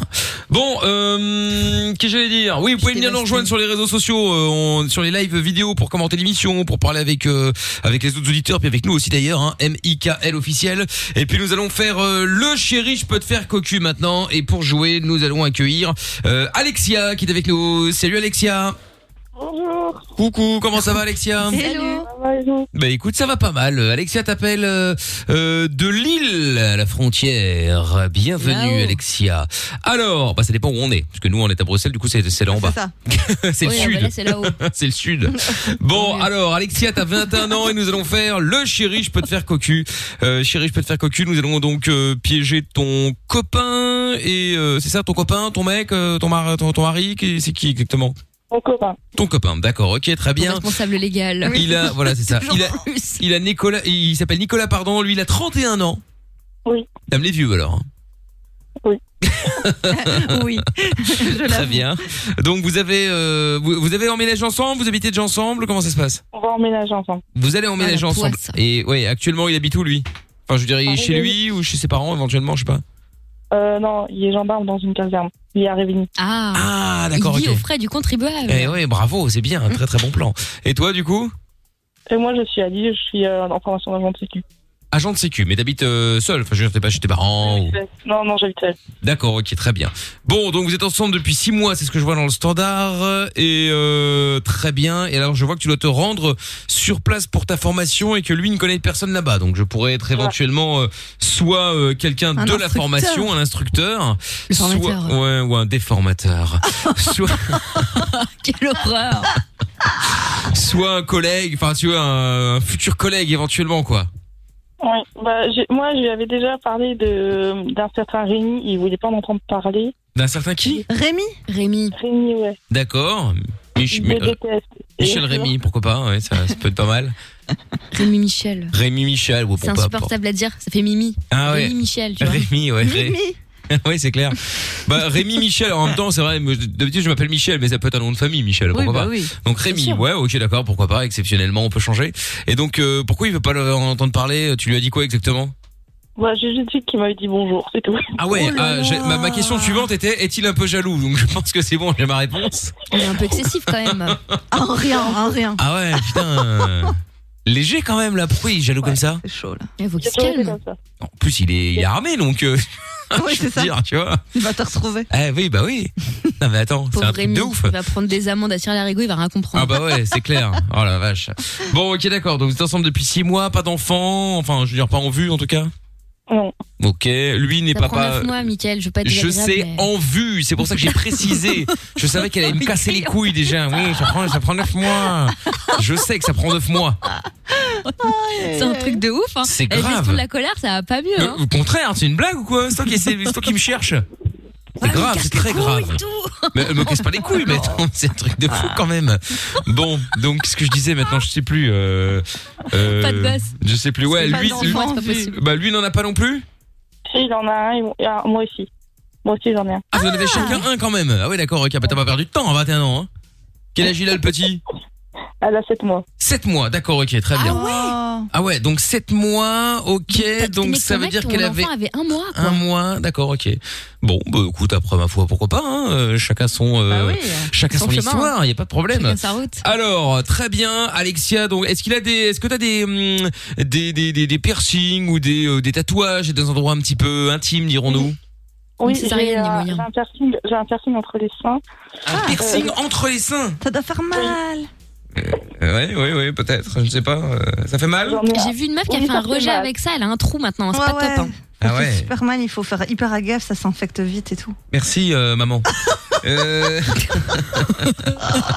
Bon, euh, qu'est-ce que j'allais dire Oui, vous pouvez venir nous rejoindre sur les réseaux sociaux, euh, on- sur les lives vidéo pour commenter l'émission, pour parler avec euh, avec les autres auditeurs, puis avec nous aussi d'ailleurs, hein, MIKL officiel. Et puis nous allons faire euh, le chéri, je peux te faire cocu maintenant. Et pour jouer, nous allons accueillir euh, Alexia qui est avec nous. Salut Alexia. Bonjour. Coucou, comment ça va Alexia Hello. Bah écoute, ça va pas mal. Euh, Alexia t'appelle euh, euh, de Lille à la frontière. Bienvenue Là-haut. Alexia. Alors, bah ça dépend où on est, parce que nous on est à Bruxelles, du coup c'est c'est là en bas. C'est ça. [laughs] C'est le Oui, ah bah là, sud. c'est là-haut. C'est le sud. Bon, alors Alexia, t'as 21 ans et nous allons faire le chéri, je peux te faire cocu. Euh, chéri, je peux te faire cocu. Nous allons donc euh, piéger ton copain et euh, c'est ça, ton copain, ton mec, euh, ton, mari, ton, ton mari, qui- c'est qui exactement Mon copain. Ton copain. D'accord, ok, très bien. Responsable légal. Il a, voilà, [laughs] c'est ça. Toujours Il a, plus. il a Nicolas, il s'appelle Nicolas, pardon, lui il a 31 ans. Oui. Dame les vieux alors. hein. [laughs] Oui. Je Très l'avoue. bien. Donc vous avez, euh, vous, vous avez emménagé ensemble, vous habitez déjà ensemble, comment ça se passe On va emménager ensemble. Vous allez emménager Ah, la ensemble. poisse. Et ouais, actuellement il habite où lui Enfin je dirais Paris, chez Ah, oui. lui ou chez ses parents éventuellement, je sais pas. Euh, non, il est gendarme dans une caserne. Guillard et Vinny. Ah, Ah, d'accord, Il vit ok. aux frais du contribuable. Eh ouais, bravo, c'est bien, un très très bon plan. Et toi, du coup Eh. Et moi, je suis Ali, je suis euh, en formation d'agent de sécu. Agent de sécu, mais t'habites euh, seul, enfin je veux dire, t'es pas chez tes parents ou- Non, non, j'habite seule. D'accord, ok, très bien. Bon, donc vous êtes ensemble depuis six mois, c'est ce que je vois dans le standard, et euh, très bien. Et alors je vois que tu dois te rendre sur place pour ta formation et que lui ne connaît personne là-bas, donc je pourrais être éventuellement euh, soit euh, quelqu'un de Un la instructeur. formation, un instructeur, Le soit formateur. ouais, ou un déformateur, soit [laughs] Quelle horreur. soit un collègue, enfin tu vois un, un futur collègue éventuellement quoi. Oui, bah, j'ai- moi, je lui avais déjà parlé de- d'un certain Rémi, il voulait pas en entendre parler. D'un certain qui Rémi Rémi. Rémi, ouais. D'accord. Mich- Il Mi- le euh, déteste. Et Michel je- Rémy, pourquoi pas ouais, ça, ça peut être pas mal. Rémi Michel. Rémi Michel, ouais, C'est pourquoi pas. insupportable à dire, ça fait Mimi. Ah ouais. Rémi Michel, tu vois. Rémi, ouais. Ré- [laughs] oui, c'est clair. Bah, Rémi Michel, en même temps, c'est vrai, moi, je- d'habitude je m'appelle Michel, mais ça peut être un nom de famille, Michel, Oui, pourquoi bah pas. oui. Donc Rémi, ouais, ok, d'accord, pourquoi pas, exceptionnellement, on peut changer. Et donc, euh, pourquoi il veut pas le- en entendre parler euh, Tu lui as dit quoi exactement Bah, j'ai juste dit qu'il m'avait dit bonjour, c'est tout. Ah ouais, Oh ah, j'ai- ma, ma question suivante était, est-il un peu jaloux Donc je pense que c'est bon, j'ai ma réponse. Il est un peu excessif quand même. En rien, en rien. Ah ouais, putain. [laughs] Léger quand même, là, pourquoi il est jaloux comme ça chaud là. Il Eh, faut qu'il se calme. En plus, il est, il est armé, donc... [laughs] euh, Oui, [laughs] je c'est veux ça. dire, tu vois Il va te retrouver. Eh oui, bah oui. Non mais attends, c'est Pauvre un truc Rémi, de ouf. il va prendre des amendes à tirer l'arigot, il va rien comprendre. Ah bah ouais, c'est clair. [laughs] Oh la vache. Bon, ok, d'accord. Donc vous êtes ensemble depuis six mois, pas d'enfant, enfin, je veux dire pas en vue en tout cas. Non. Ok, lui n'est Ça pas prend pas. 9 mois, Mickaël, je veux pas être Je désagréable, sais mais- en vue, c'est pour ça que j'ai précisé. Je savais qu'elle allait me casser les couilles déjà. Oui, ça prend ça prend neuf mois. Je sais que ça prend neuf mois. [laughs] Ah, C'est un truc de ouf. Hein. C'est La gestion grave. de la colère, ça va pas mieux. Mais hein. Euh, Au contraire, c'est une blague ou quoi C'est toi qui c'est toi qui me cherche. C'est grave, c'est très grave. [laughs] Mais elle me casse pas les couilles, Euh. mais attends, [laughs] c'est un truc de fou quand même. Bon, donc qu'est-ce que je disais maintenant Je sais plus. Euh, euh, Pas de gosse. Je sais plus. Ouais, Pas lui, d'enfant, lui, c'est pas possible. bah lui, il n'en a pas non plus. Si, il en a un, et moi- et un- moi aussi. Moi aussi, j'en ai un. Ah, vous en avez chacun un quand même. Ah oui, d'accord. Ok, bah, t'as pas perdu de temps à 21 ans. Hein. Quel âge il a le petit Elle a 7 mois. 7 mois. D'accord. Ok, très bien. Ah Ah ouais, donc 7 mois, ok, donc Mais ça ton veut mec, dire ton qu'elle enfant avait un mois. quoi. Un mois, d'accord, ok. Bon, bah, écoute, après ma foi, pourquoi pas hein, euh, Chacun son, euh, Bah oui, chacun son, son chemin, histoire, il hein. y a pas de problème. Chacun sa route. Alors, très bien, Alexia. Donc, est-ce qu'il a des, est-ce que t'as des, hum, des, des, des, des piercings ou des, euh, des tatouages et des endroits un petit peu intimes, dirons-nous Oui, Une j'ai césarienne, il y a euh, moyen. j'ai un, piercing- j'ai un piercing entre les seins. Euh, Un piercing entre les seins Ça doit faire mal. Ouais, ouais, ouais, peut-être. Je sais pas. euh, ça fait mal J'ai vu une meuf qui a Oui, fait ça un fait rejet mal. avec ça, elle a un trou maintenant, c'est Ouais, pas top. ouais. hein. Ah ouais. Super mal, il faut faire hyper gaffe, ça s'infecte vite et tout. Merci, euh, maman. Euh, [laughs]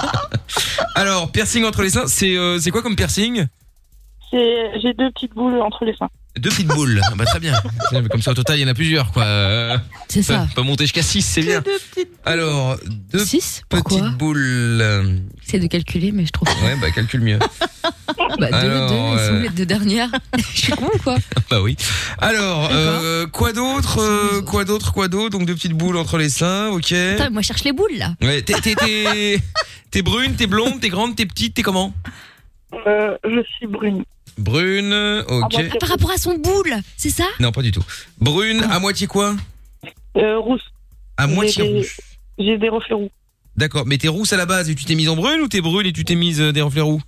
Alors, piercing entre les seins, c'est, euh, c'est quoi comme piercing C'est- J'ai deux petites boules entre les seins. Deux petites boules. Ah bah, très bien. Comme ça, au total, il y en a plusieurs, quoi. Euh, C'est pas- ça. Pas monter jusqu'à 6, c'est bien. Alors, deux petites boules. euh, C'est de calculer, mais je [laughs] trouve. Ouais, bah, calcule [laughs] mieux. Bah, deux, Alors, deux, ils sont euh, où les deux dernières. [laughs] je suis con ou [laughs] quoi Bah oui. Alors, euh, quoi d'autre euh, Quoi d'autre Quoi d'autre Donc, deux petites boules entre les seins, ok. Attends, moi je cherche les boules là. Ouais, t'es, t'es, t'es, t'es brune, t'es blonde, t'es grande, t'es petite, t'es comment Euh, je suis brune. Brune, ok. Ah, par rapport à son boule, c'est ça Non, pas du tout. Brune, à moitié quoi Euh, rousse. À moitié J'ai des- rouge. J'ai des reflets roux. D'accord, mais t'es rousse à la base et tu t'es mise en brune ou t'es brune et tu t'es mise euh, des reflets roux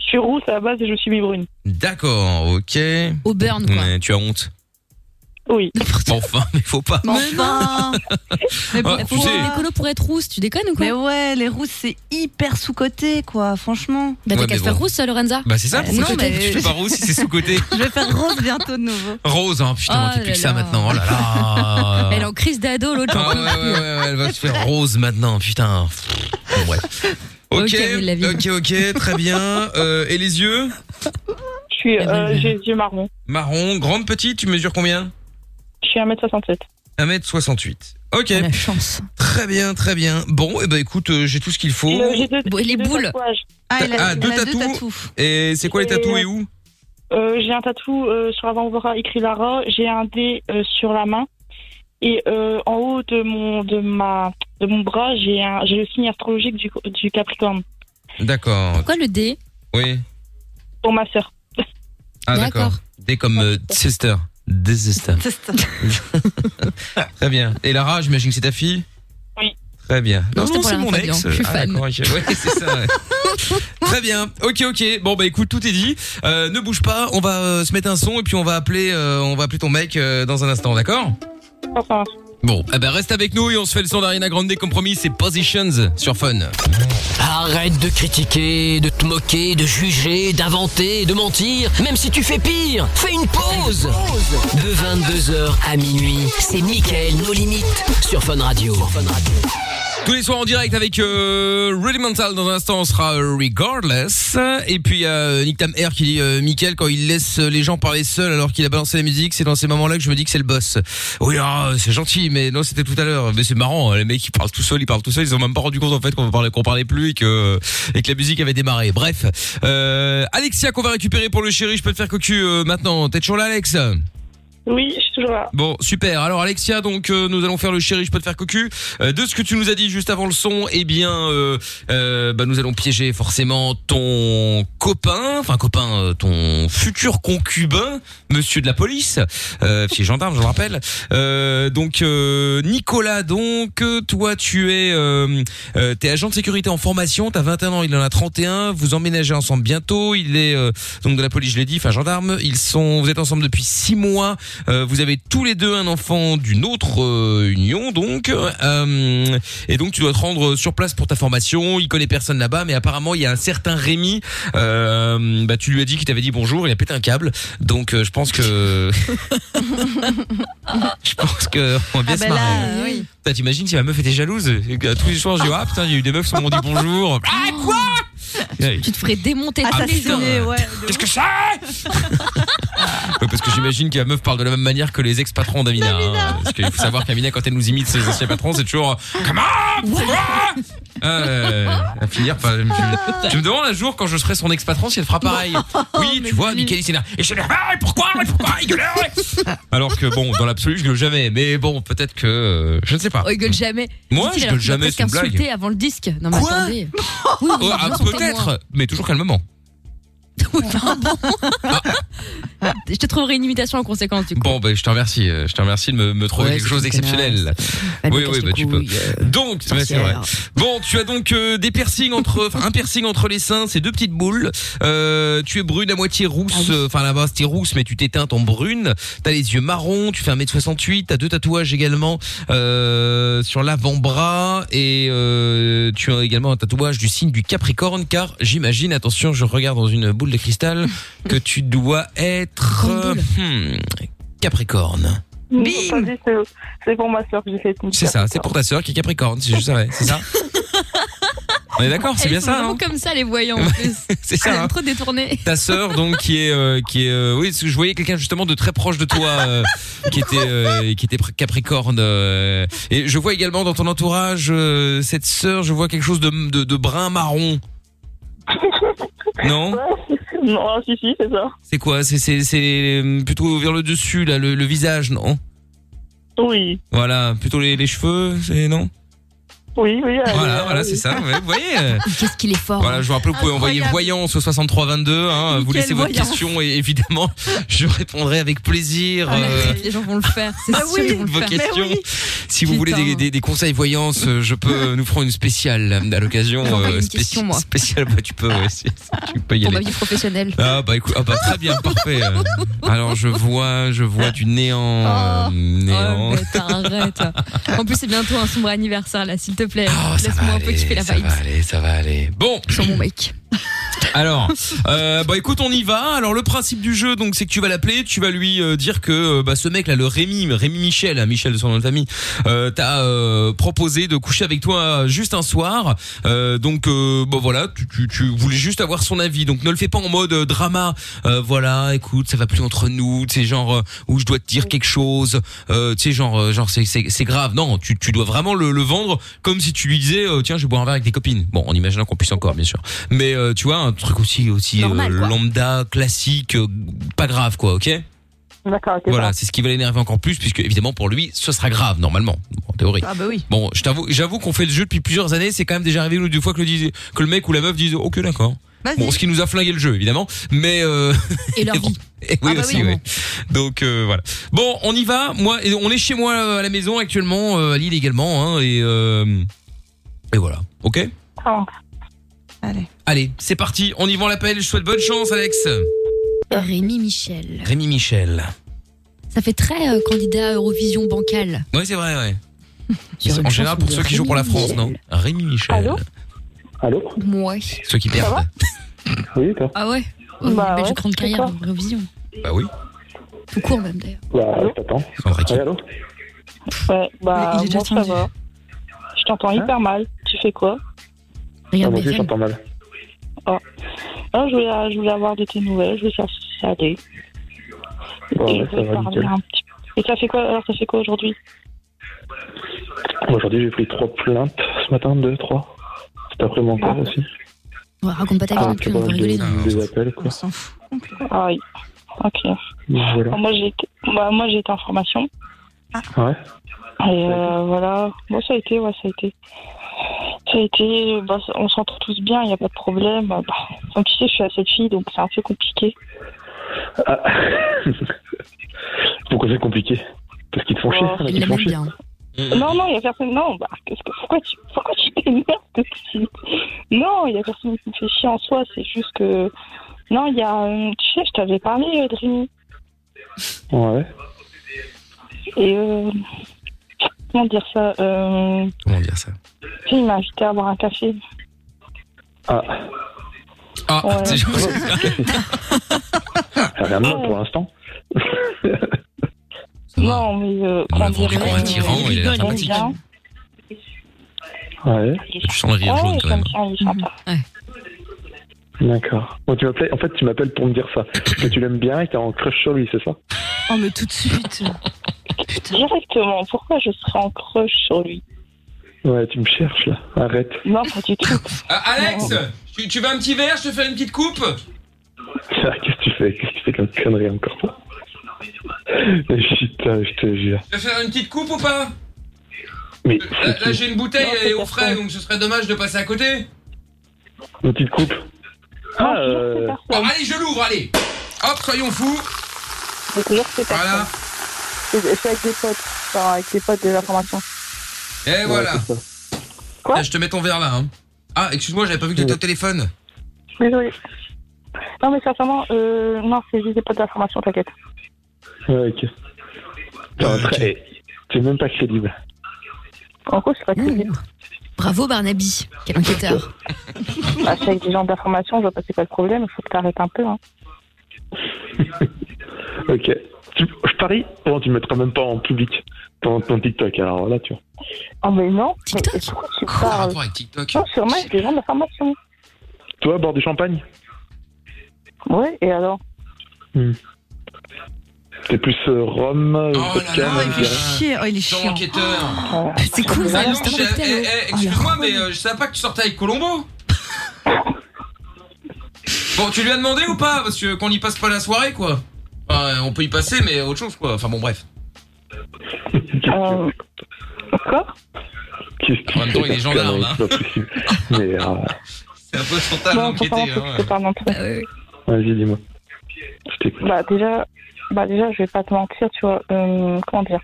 Je suis rousse à la base et je suis mi-brune. D'accord, ok. Au burn, quoi. Ouais, tu [laughs] as honte. Oui. Enfin, mais faut pas. Mais Oh. non Mais Ah, tu sais- Les colos pour être rousses, tu déconnes ou quoi Mais ouais, les rousses, c'est hyper sous-côté, quoi, franchement. Bah, t'as Ouais, qu'à mais te faire bon. rousse, Lorenza Bah c'est ça, Euh, pourquoi non, tu mais- tu fais pas rousse si c'est sous-côté [laughs] Je vais faire rose bientôt de nouveau. Rose, hein, putain, Oh tu plus que là ça là. maintenant, oh là [laughs] là Elle est en crise d'ado, l'autre. Ah ouais, ouais, ouais, ouais, elle va se faire rose maintenant, putain. Bon, bref. Ok, ok, ok, très bien. Euh, et les yeux Je Eh suis, ben, euh, j'ai les yeux marron. Marron, grande petite, tu mesures combien Je suis 1m67. 1m68. Ok. La chance. Très bien, très bien. Bon, et ben écoute, euh, j'ai tout ce qu'il faut. Et, euh, j'ai deux- Bon, et les deux boules. tatouages. Ah, elle a, Ah, deux elle a deux tatous. tatous. Et c'est quoi les tatous et où Euh, J'ai un tatou euh, sur l'avant-bras écrit Lara. J'ai un dé euh, sur la main. Et euh, en haut de mon, de ma, de mon bras, j'ai un- j'ai le signe astrologique du, du Capricorne D'accord. Pourquoi le dé Oui. pour ma sœur. Ah d'accord. D comme euh, [laughs] sister. Des sister. Très bien. Et Lara, j'imagine que c'est ta fille Très bien. Non, Non, c'était non, pour c'est Alain Fabian, mon ex. je suis Ah, fan. d'accord, ok. Ouais, c'est [laughs] ça. ouais. Très bien. Ok, ok. Bon bah écoute, tout est dit. Euh, ne bouge pas. On va euh, se mettre un son et puis on va appeler, euh, on va appeler ton mec euh, dans un instant, d'accord Bon, eh ben reste avec nous et on se fait le son d'Ariana Grande. Compromis, c'est Positions sur Fun. Arrête de critiquer, de te moquer, de juger, d'inventer, de mentir, même si tu fais pire. Fais une pause. De 22h à minuit, c'est Mickaël nos limites sur Fun Radio. Tous les soirs en direct avec euh, Rudimental. Dans un instant, on sera euh, Regardless. Et puis, euh, Nick Tam Air qui dit euh, Mickaël, quand il laisse les gens parler seuls alors qu'il a balancé la musique, c'est dans ces moments-là que je me dis que c'est le boss. Oui, ah, c'est gentil, mais non, c'était tout à l'heure. Mais c'est marrant, hein, les mecs, ils parlent tout seuls, ils parlent tout seuls. Ils ont même pas rendu compte, en fait, qu'on parlait, qu'on parlait plus et que, et que la musique avait démarré. Bref. Euh, Alexia, qu'on va récupérer pour le chéri, je peux te faire cocu euh, maintenant. T'es toujours là, Alex Oui, je suis toujours là. Bon, super. Alors Alexia, donc euh, nous allons faire le chéri, je peux te faire cocu. Euh, de ce que tu nous as dit juste avant le son, eh bien, euh, euh, bah, nous allons piéger forcément ton copain, enfin copain, euh, ton futur concubin, monsieur de la police, euh, fier gendarme, je le rappelle. Euh, donc euh, Nicolas, donc euh, toi tu es, euh, euh, t'es agent de sécurité en formation, t'as 21 ans, il en a 31, vous emménagez ensemble bientôt. Il est euh, donc de la police, je l'ai dit, enfin gendarme. Ils sont, vous êtes ensemble depuis 6 mois. Euh, vous avez tous les deux un enfant d'une autre euh, union, donc. Euh, et donc tu dois te rendre sur place pour ta formation. Il connaît personne là-bas, mais apparemment il y a un certain Rémi. Euh, bah tu lui as dit qu'il t'avait dit bonjour, il a pété un câble. Donc euh, je pense que, [laughs] je pense que on va bien Ah se bah marrer. là, euh, oui. Putain, T'imagines si ma meuf était jalouse et que Tous les soirs, je dis ah putain, il y a eu des meufs qui m'ont dit bonjour. Ah quoi Tu te ferais démonter Ah, tous les putain. jours. Qu'est-ce que c'est Ouais, parce que j'imagine que la meuf parle de la même manière que les ex-patrons d'Amina. hein. Parce qu'il faut savoir qu'Amina, quand elle nous imite ses anciens patrons, c'est toujours Comment euh, à finir par. Je, je me demande un jour quand je serai son ex-patron si elle fera pareil. Oh, Oui, tu vois, Michael Isina. Et je suis là, Ah, pourquoi Et Pourquoi Il gueule [laughs] Alors que bon, dans l'absolu, je gueule jamais. Mais bon, peut-être que. euh, je ne sais pas. [laughs] Oh, il gueule jamais. Moi, Tu sais je qu'il a- il gueule a jamais, presque c'est une blague. insulté avant le disque. Non, mais [laughs] attendez. Oui, hein. Oh, ah, [laughs] peut-être, mais toujours calmement. Ah. Je te trouverai une imitation en conséquence, du coup. Bon, ben, je te remercie. euh, Je te remercie de me, me trouver Ouais, quelque c'est chose une d'exceptionnel. Oui, oui, bah, tu peux. Donc, ouais, c'est vrai. euh, sorcière. Bon, tu as donc euh, des piercings entre, enfin, un piercing entre les seins, c'est deux petites boules. Euh, tu es brune à moitié rousse, euh, enfin là-bas c'était rousse, mais tu t'éteins en brune. T'as les yeux marrons, tu fais 1m68, t'as deux tatouages également euh, sur l'avant-bras et euh, tu as également un tatouage du signe du Capricorne, car j'imagine, attention, je regarde dans une boule de cristal que tu dois être euh, hmm, Capricorne. Bim C'est pour ma soeur que j'ai fait une C'est ça, c'est pour ta sœur qui est Capricorne, si je savais, c'est ça On est d'accord, c'est Elles bien sont ça, vraiment hein comme ça, les voyants, en plus. [laughs] C'est ça, Elles aiment hein trop détourner. Ta sœur donc qui est euh, qui est euh, oui, parce que je voyais quelqu'un justement de très proche de toi euh, qui était euh, qui était pr- Capricorne euh, et je vois également dans ton entourage euh, cette sœur, je vois quelque chose de de, de brun marron. Non [laughs] Non, si, si, c'est ça. C'est quoi C'est c'est c'est euh, plutôt vers le dessus là, le, le visage, non Oui, Voilà, plutôt les, les cheveux, c'est non oui, oui. Voilà, voilà, c'est ça. ouais, vous voyez. [laughs] euh, Qu'est-ce qu'il est fort. Voilà, je vous rappelle, vous pouvez envoyer Oh. Incroyable. voyance au 6322. Hein, vous Nickel, laissez votre voyance. question et évidemment, [laughs] je répondrai avec plaisir. Ah, mais euh, Ah Les gens vont le faire, c'est sûr qu'ils vont le vos faire. questions. Si vous voulez des, des- des conseils voyance, euh, je peux. Nous ferons une spéciale euh, à l'occasion. J'envoie une spéci- question, moi. Spéciale, bah, tu peux, ouais, si- si tu peux y Pour aller. ma vie professionnelle. Ah bah écoute, ah, bah, très bien, parfait. euh. Alors je vois, je vois du néant, euh, néant. Oh, bête, arrête. [laughs] En plus, c'est bientôt un sombre anniversaire, là, s'il te plaît. Laisse-moi un peu kiffer la Ah, Oh, ça vibe. va aller, ça va aller. Bon. Sur mon mec. Alors, euh, bah écoute, on y va. Alors le principe du jeu, donc, c'est que tu vas l'appeler, tu vas lui euh, dire que euh, bah, ce mec là, le Rémi, Rémi Michel, hein, Michel de son nom de famille, euh, t'a euh, proposé de coucher avec toi juste un soir. Euh, donc, euh, bah voilà, tu, tu, tu voulais juste avoir son avis. Donc ne le fais pas en mode euh, drama. Euh, voilà, écoute, ça va plus entre nous. Tu sais genre euh, où je dois te dire quelque chose. Euh, tu sais genre euh, genre c'est c'est c'est grave. Non, tu tu dois vraiment le, le vendre comme si tu lui disais euh, tiens je vais boire un verre avec des copines. Bon, en imaginant qu'on puisse encore bien sûr. Mais euh, tu vois un truc aussi aussi euh, Normal, quoi. lambda classique, euh, pas grave quoi, ok d'accord, ok. voilà, c'est ce qui va l'énerver encore plus, puisque évidemment pour lui, ce sera grave normalement, en théorie. Ah bah oui. Bon, je t'avoue, j'avoue qu'on fait le jeu depuis plusieurs années. C'est quand même déjà arrivé une ou deux fois que le, dis- que le mec ou la meuf disent OK, d'accord. Vas-y. Bon, ce qui nous a flingué le jeu, évidemment, mais euh... [laughs] Et leur vie. Eh oui Ah bah aussi, oui, ouais. Donc euh, voilà. Bon, on y va. Moi, et on est chez moi euh, à la maison actuellement, euh, à Lille également, hein, et euh, Et voilà. Ok Oh. Allez. Allez, c'est parti. On y vend l'appel. Je souhaite bonne chance, Alex. Rémi Michel. Rémi Michel. Ça fait très euh, candidat à Eurovision bancal. Ouais, c'est vrai, ouais. Sur une En général, chanson pour de ceux qui jouent pour la Rémi France, Michel. non Rémi Michel. Allô Allô Moi. Ceux qui Ça va perdent. Oui, toi Ah ouais Oh, Bah une belle grande carrière en Eurovision. Bah oui. Tout court même d'ailleurs. Bah, je t'attends. Allez, allô Ouais, bah, Il est déjà moi, ça tendu. va. Je t'entends hyper mal. Tu fais quoi Ah, moi aussi, je t'entends mal. Ah. Ah, je, voulais, je voulais avoir de tes nouvelles, je voulais savoir si ça allait. Ouais, ouais, Je ça voulais va, parler nickel. un petit peu. Et ça fait quoi, alors, ça fait quoi aujourd'hui Aujourd'hui, j'ai pris trois plaintes ce matin, deux, trois. Cet après-midi encore aussi. Ouais, raconte bah, pas ta vie non plus, on pas peut mal rigoler. non. de- des appels, quoi. Ah oui. Ok. Voilà. Ah, Moi, j'ai été- bah, moi, j'ai été en formation. Ouais. Et euh, voilà, bon, ça a été, ouais, ça a été. Ça a été, bah, ça- on s'entend tous bien, il n'y a pas de problème. Bah, comme tu sais, je suis à cette fille, donc c'est un peu compliqué. Ah. [laughs] Pourquoi c'est compliqué Parce qu'ils te font chier. Oh, les mecs, il ils te font l'aime chier. bien. Non, non, il n'y a personne. Non, bah, qu'est-ce que- pourquoi tu pourquoi tu t'énerves de ce qui- Non, il n'y a personne qui me fait chier en soi, c'est juste que. Non, il y a. euh, Tu sais, je t'avais parlé, euh, de Rémi. Ouais. Et euh, comment dire ça euh, Comment dire ça tu sais, Il m'a invité à boire un café. Ah. Ah, [laughs] [laughs] c'est Rien de mal pour l'instant. Non, mais. Euh, comment dire, comme un tyran, il a l'air rigole, sympathique. bien. Ouais. Tu sens le rire jaune quand même. Ah, il est sympa. Mhm. D'accord. Bon, tu m'appelais- en fait, tu m'appelles pour me dire ça. Que tu l'aimes bien et que t'es en crush sur lui, c'est ça Oh, mais tout de suite. Directement, pourquoi je serais en crush sur lui Ouais, tu me cherches là. Arrête. [laughs] Non, pas du [laughs] tout. Ah, Alex, tu, tu veux un petit verre Je te fais une petite coupe Qu'est-ce que tu fais Qu'est-ce que tu fais comme connerie encore Mais Putain, je te jure. Je vais faire une petite coupe ou pas Euh, Mais Là, là, j'ai une bouteille elle est au frais, donc ce serait dommage de passer à côté. une petite coupe. Ah, euh, Bon, allez, je l'ouvre, allez. Hop, soyons fous. Voilà. Je je suis avec des potes, enfin, avec des potes de la formation. Et voilà. Là, je te mets ton verre là. hein. Ah, excuse-moi, j'avais pas vu que t'étais au téléphone. Désolée. Non, mais sincèrement, euh, non, c'est juste des potes de la formation, t'inquiète. Ouais, ok. Putain, après, eh, T'es même pas crédible. En gros, je suis pas crédible. Bravo Barnaby, quel enquêteur. Ah, je suis avec des gens de la formation, je vois pas c'est quoi le problème, il faut que t'arrêtes un peu. Hein. Ok. Tu- je parie. Bon, tu le mettras même pas en public ton, ton TikTok. Alors là, tu vois. Oh, mais non, mais pourquoi tu parles Avec TikTok. Non, sur moi, des gens de la formation. Toi, boire du champagne Ouais, et alors T'es plus euh, rhum, euh, vodka, Oh, je il est dirais. chiant, il est chiant. C'est cool, ça, le stand-up eh, télé. eh, Excuse-moi, mais euh, je savais pas que tu sortais avec Colombo. bon, tu lui as demandé ou pas Parce que qu'on y passe pas la soirée, quoi. Enfin, on peut y passer, mais autre chose, quoi. Enfin, bon, bref. euh, Quoi Qu'est-ce que En même temps, il est gendarme, hein. C'est pas possible. Mais, euh, C'est un peu son talent Non, faut pas d'enquêter. hein. que je te parle non plus. Bah vas-y, dis-moi. Bah déjà, bah déjà, je vais pas te mentir, tu vois. euh, comment dire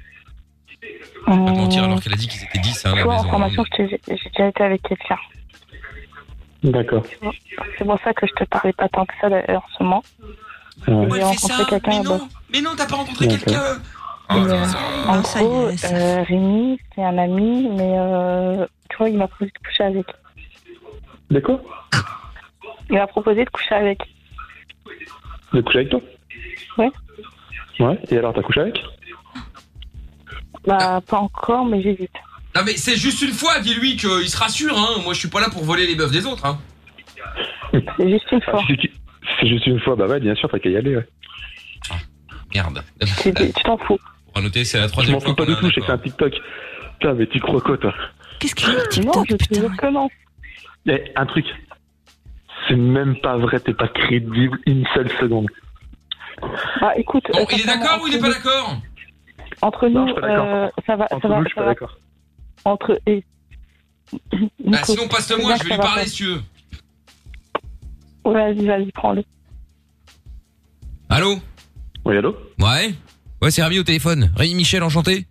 Pas mentir alors qu'elle a dit qu'ils étaient 10 hein, à Tu la vois, en maison. formation, je t'ai- j'ai déjà été avec quelqu'un. D'accord. C'est pour ça que je te parlais pas tant que ça d'ailleurs, en ce moment. Ouais. J'ai rencontré quelqu'un là-bas. Mais non, t'as pas rencontré D'accord. Ah, Et, euh, en gros, euh, Rémi, c'est un ami, mais euh, tu vois, il m'a proposé de coucher avec. De quoi Il m'a proposé de coucher avec. De coucher avec toi Ouais. Ouais. Et alors, t'as couché avec Bah, pas encore, mais j'hésite. Non, mais c'est juste une fois, dis-lui qu'il se rassure, hein. Moi, je suis pas là pour voler les bœufs des autres, hein. C'est juste une fois. Ah, C'est juste une fois. Bah ouais, bien sûr, t'as qu'à y aller, ouais. Ah, Merde. Tu tu t'en fous. Pour noter, c'est la Je troisième m'en fois fous pas qu'on du a un tout, c'est que c'est un TikTok. Putain, mais tu crois quoi, toi Qu'est-ce qu'il y a Non, je te jure que non. Eh, un truc. C'est même pas vrai, t'es pas crédible une seule seconde. Bah, écoute. Bon, euh, il est d'accord ou il est pas d'accord Entre nous, euh, ça va, ça Entre va, nous, je suis ça pas va. d'accord. Entre et. Bah, sinon, passe-le-moi, je vais lui parler si tu veux. Ouais, Vas-y, vas-y, prends-le. Allô Oui, allô Ouais Ouais, c'est Rémi au téléphone. Rémi Michel, enchanté.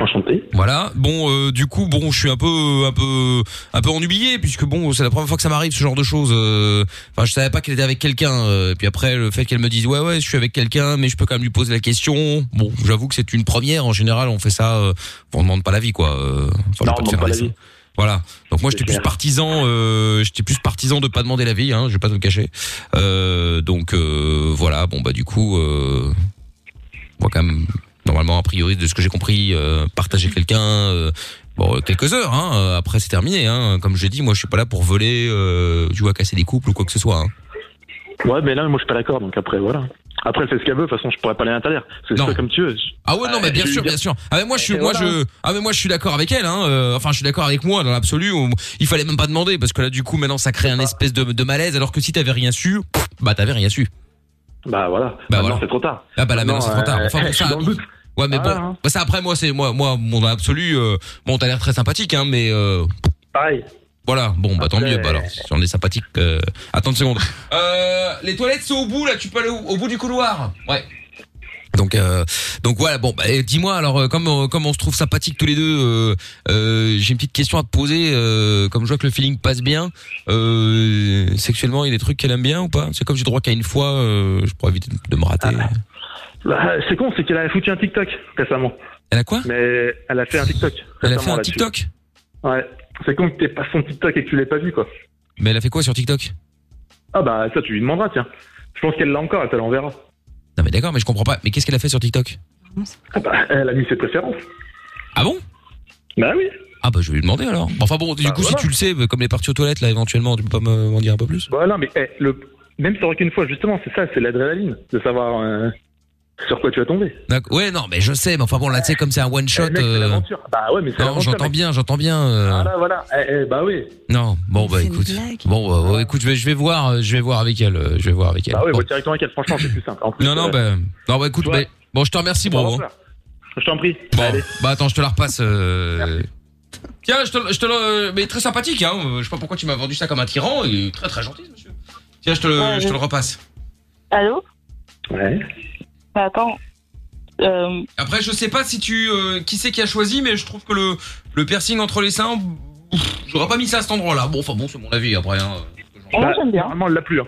Enchanté. Voilà. Bon, euh, du coup, bon, je suis un peu, euh, un peu, un peu ennuyé puisque bon, c'est la première fois que ça m'arrive ce genre de choses. euh, Enfin, je savais pas qu'elle était avec quelqu'un. euh, et puis après, le fait qu'elle me dise ouais, ouais, je suis avec quelqu'un, mais je peux quand même lui poser la question. Bon, j'avoue que c'est une première. En général, on fait ça. euh, bon, on demande pas l'avis, quoi. euh, enfin, Non, on on peut demande faire pas des- l'avis. Voilà. Donc moi, j'étais plus partisan, euh, j'étais plus partisan de pas demander l'avis. Hein, je vais pas te le cacher. Euh, donc euh, voilà. Bon bah du coup. Euh, on va quand même normalement a priori de ce que j'ai compris euh, partager quelqu'un euh, bon euh, quelques heures hein, euh, après c'est terminé hein. comme je dis moi je suis pas là pour voler euh, tu vois casser des couples ou quoi que ce soit hein. Ouais, mais là, moi, je suis pas d'accord. Donc après, voilà. Après, elle fait ce qu'elle veut. De toute façon, je pourrais pas l'interdire. C'est ça comme tu veux. Euh, Ah ouais non mais bien sûr bien sûr. Ah mais moi je suis Et moi voilà. je ah mais moi je suis d'accord avec elle hein. euh, enfin je suis d'accord avec moi dans l'absolu on- il fallait même pas demander parce que là du coup maintenant ça crée un espèce de, de malaise alors que si t'avais rien su pff, bah t'avais rien su. Bah voilà. Bah voilà. C'est trop tard. Ah bah là maintenant c'est trop tard. euh, Enfin bon [laughs] je suis ça. dans le doute. Ouais mais Voilà, bon hein. bah, ça après moi c'est moi moi mon absolu euh, bon t'as l'air très sympathique hein mais euh, pareil. Voilà bon bah tant Après- mieux bah alors si on est sympathique euh, attends [laughs] une seconde. Euh, les toilettes sont au bout là tu peux aller au, au bout du couloir. Ouais. Donc euh, donc voilà bon bah, et dis-moi alors euh, comme on, comme on se trouve sympathique tous les deux euh, euh, j'ai une petite question à te poser euh, comme je vois que le feeling passe bien euh, sexuellement il y a des trucs qu'elle aime bien ou pas c'est comme j'ai droit qu'à une fois euh, je pourrais éviter de- de me rater. Ah. Bah, c'est con, c'est qu'elle a foutu un TikTok récemment. Elle a quoi Mais elle a fait un TikTok. Elle a récemment fait un là-dessus. TikTok Ouais. C'est con que t'aies pas son TikTok et que tu l'aies pas vu, quoi. Mais elle a fait quoi sur TikTok Ah bah, ça, tu lui demanderas, tiens. Je pense qu'elle l'a encore, elle te l'enverra. Non mais d'accord, mais je comprends pas. Mais qu'est-ce qu'elle a fait sur TikTok Ah bah, elle a mis ses préférences. Ah bon Bah oui. Ah bah je vais lui demander alors. Bon, Enfin bon, du Bah, coup voilà. si tu le sais, euh, comme les parties aux toilettes là éventuellement, tu peux pas me- m'en dire un peu plus Voilà, mais eh, le... même ça aurait qu'une fois, justement, c'est ça, c'est l'adrénaline, de savoir euh, sur quoi tu vas tomber. D'ac- Ouais non mais je sais, mais enfin bon là tu sais comme c'est un one shot. Eh, mec, c'est euh, l'aventure. Bah ouais, mais c'est Non l'aventure, j'entends mec. bien, j'entends bien. euh, Voilà, voilà. Eh, eh, bah oui. Non bon bah écoute, bon bah, ouais, écoute je vais je vais voir, euh, je vais voir avec elle, euh, je vais voir avec elle. Bah oui, Bon. bah, directement avec elle, franchement, c'est plus simple. En plus, Non non euh, bah non bah écoute, tu vois, mais- bon je te remercie on va bro. voir ça. Je t'en prie. Bon bah attends je te la repasse. euh, Tiens je te je te le- mais très sympathique hein. Je sais pas pourquoi tu m'as vendu ça comme un tyran, il est très très gentil ce monsieur. Tiens je te le Ouais, Euh, je te je- le repasse. Allô Ouais. Bah attends. Euh, Après, je sais pas si tu euh, qui c'est qui a choisi, mais je trouve que le le piercing entre les seins, ouf, j'aurais pas mis ça à cet endroit-là. Bon, enfin bon, c'est mon avis après. Hein. moi j'aime bien. Normalement, elle l'a plus. hein.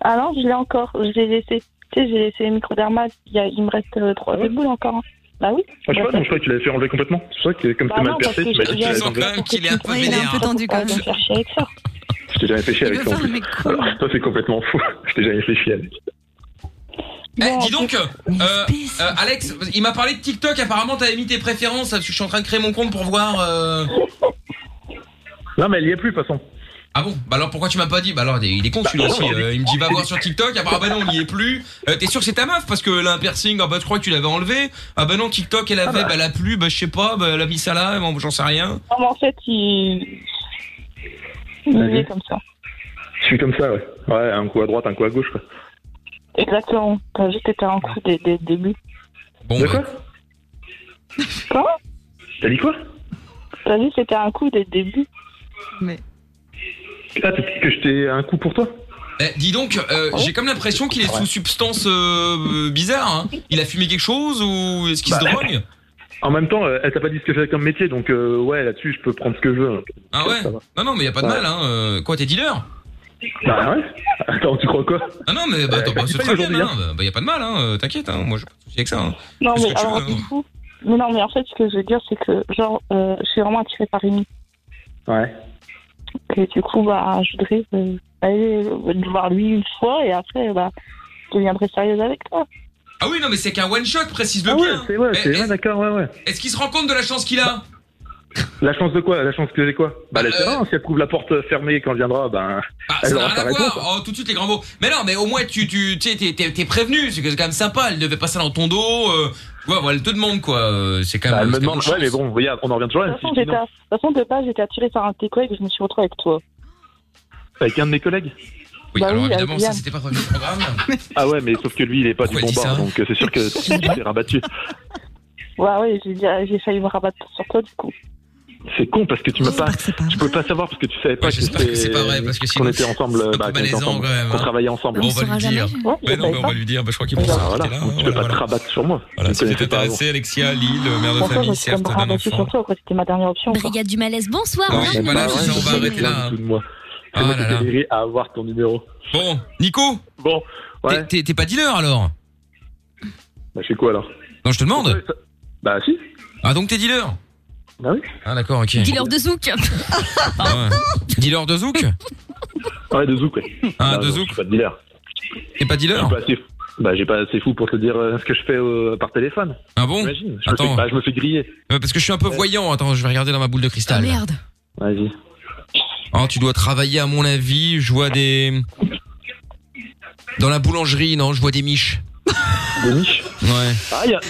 Ah non, je l'ai encore. Je l'ai laissé. Tu sais, j'ai laissé le microdermat. Il, y a- il me reste euh, trois des boules encore. hein. Bah oui. Ah, je sais pas, non, je crois que tu l'avais fait enlever complètement. C'est vrai que comme Bah t'es mal non, parce percé, que tu m'as dit que tu j'ai- l'avais j'ai- enlevé. qu'il est un peu vénère. peu tendu, quand même. Faut pas bien faire chier avec ça. Je t'ai jamais fait chier Il avec veut ça. en faire plus. un mec con. Alors, toi, c'est complètement fou. [laughs] Je t'ai jamais fait chier avec. Eh, dis donc, euh, euh, Alex, il m'a parlé de TikTok. Apparemment, t'avais mis tes préférences. Parce que je suis en train de créer mon compte pour voir. euh, Non, mais elle y est plus, de toute façon. Ah bon Bah alors pourquoi tu m'as pas dit Bah alors il est con Bah, celui-là non, aussi. non. Euh, il me dit va voir sur TikTok. Ah bah, ah bah non, on n'y est plus. Euh, T'es sûr que c'est ta meuf Parce que là, un piercing, ah bah je crois que tu l'avais enlevé. Ah bah non, TikTok, elle avait, bah elle a plu. Bah je sais pas, bah elle a mis ça là. Bon, j'en sais rien. Non, mais en fait, il. Il Vas-y. est comme ça. Je suis comme ça, ouais. Ouais, un coup à droite, un coup à gauche, quoi. Exactement. T'as juste été un coup dès, dès le début. Bon, bah. de quoi Comment T'as dit quoi T'as juste été un coup dès le début. Mais. Ah, t'as dit que j'étais un coup pour toi Eh, dis donc, euh, Ah j'ai comme l'impression qu'il est sous substance euh, euh, bizarre. hein. Il a fumé quelque chose ou est-ce qu'il se Bah. drogue [laughs] En même temps, euh, elle t'a pas dit ce que j'avais comme métier, donc euh, ouais, là-dessus, je peux prendre ce que je veux. Ah ouais Ça va. Non, non, mais y a pas de Ouais. mal. Hein. Euh, Quoi, t'es dealer Bah ouais Attends, tu crois quoi Ah non, mais bah, attends, bah, bah, dis c'est pas très bien. aujourd'hui, Hein. Bah, bah, y a pas de mal, hein. euh, t'inquiète. Hein. Moi, j'ai pas de soucis avec ça. hein. Non, Qu'est-ce mais que tu alors, veux, du euh, hein coup. Mais non, mais en fait, ce que je veux dire, c'est que, genre, euh, je suis vraiment attirée par Rémi. Ouais. Et du coup, bah, je voudrais euh, aller euh, voir lui une fois et après, bah, je deviendrai sérieuse avec toi. Ah oui, non, mais c'est qu'un one shot, précise-le Ah ouais, bien. c'est ouais, Mais c'est ouais, d'accord, ouais, ouais. Est-ce qu'il se rend compte de la chance qu'il a La chance de quoi La chance que j'ai quoi Bah, la chance, si elle trouve la porte fermée quand elle viendra, ben. Euh. Ah, elle ça n'a aura rien sa à réponse. voir. Oh, tout de suite les grands mots. Mais non, mais au moins tu tu tu sais, t'es t'es- t'es prévenu. C'est que c'est quand même sympa. Elle devait pas ça dans ton dos. Euh, tu vois, voilà, elle te demande quoi. euh, C'est quand même. Bah, elle me c'est quand même demande, une ouais, mais chance. bon, regarde, on en revient toujours De là. toute façon, j'étais- de toute façon, de base, j'étais attirée par un de tes collègues et je me suis retrouvée avec toi. Avec un de mes collègues Oui, Bah alors oui, évidemment, avec ça Yann. c'était pas prévu au programme. Ah ouais, mais sauf que lui, il est pas Pourquoi du bon elle dit bord, ça hein. donc euh, c'est sûr que [laughs] tu t'es rabattu. Ouais, ouais, j'ai dit- j'ai failli me rabattre sur toi, du coup. C'est con parce que tu m'as pas. Je pouvais pas savoir parce que tu savais pas que j'espère que c'est pas vrai, parce que qu'on sinon, était ensemble, un peu bah, qu'on était malaisant, ensemble, quand même, qu'on hein. travaillait ensemble. Bon, on va lui dire. Ouais, Bah non, on mais on va lui dire. Bah, je crois qu'il Bah, pense qu'il voilà. était là. Tu peux pas te rabattre sur moi. Voilà, Tu si me t'es connaissais pas intéressé, Alexia, Lille, mère de Bonsoir, Ah famille, je suis certes, comme d'un rabattue enfant. sur toi, quoi, c'était ma dernière option. quoi. Brigade du malaise, bonsoir. Oui, bienvenue. Ah voilà, c'est ça, on va j'ai arrêter rien là. du hein. tout de moi. Ah Comment là t'es là. déliré à avoir ton numéro Bon, Nico Bon, ouais. T'es t'es pas dealer alors Bah, je suis quoi alors Non, je te demande. Bah, si. Ah, donc t'es dealer Bah oui. Ah, d'accord, ok. Dealer de zouk. Ah ouais. Dealer de zouk Ouais, de Zouk, ouais. Ah, de non, Je suis pas de dealer. T'es pas Je dealer suis pas assez fou. Bah, j'ai pas assez fou pour te dire euh, ce que je fais euh, par téléphone. Ah bon Imagine, je, me Attends. fais, bah, je me fais griller. Euh, Parce que je suis un peu voyant. Attends, je vais regarder dans ma boule de cristal. Vas-y. Ah, tu dois travailler, à mon avis. Je vois des. Dans la boulangerie, non, je vois des miches. Des miches Ouais. Ah, y a...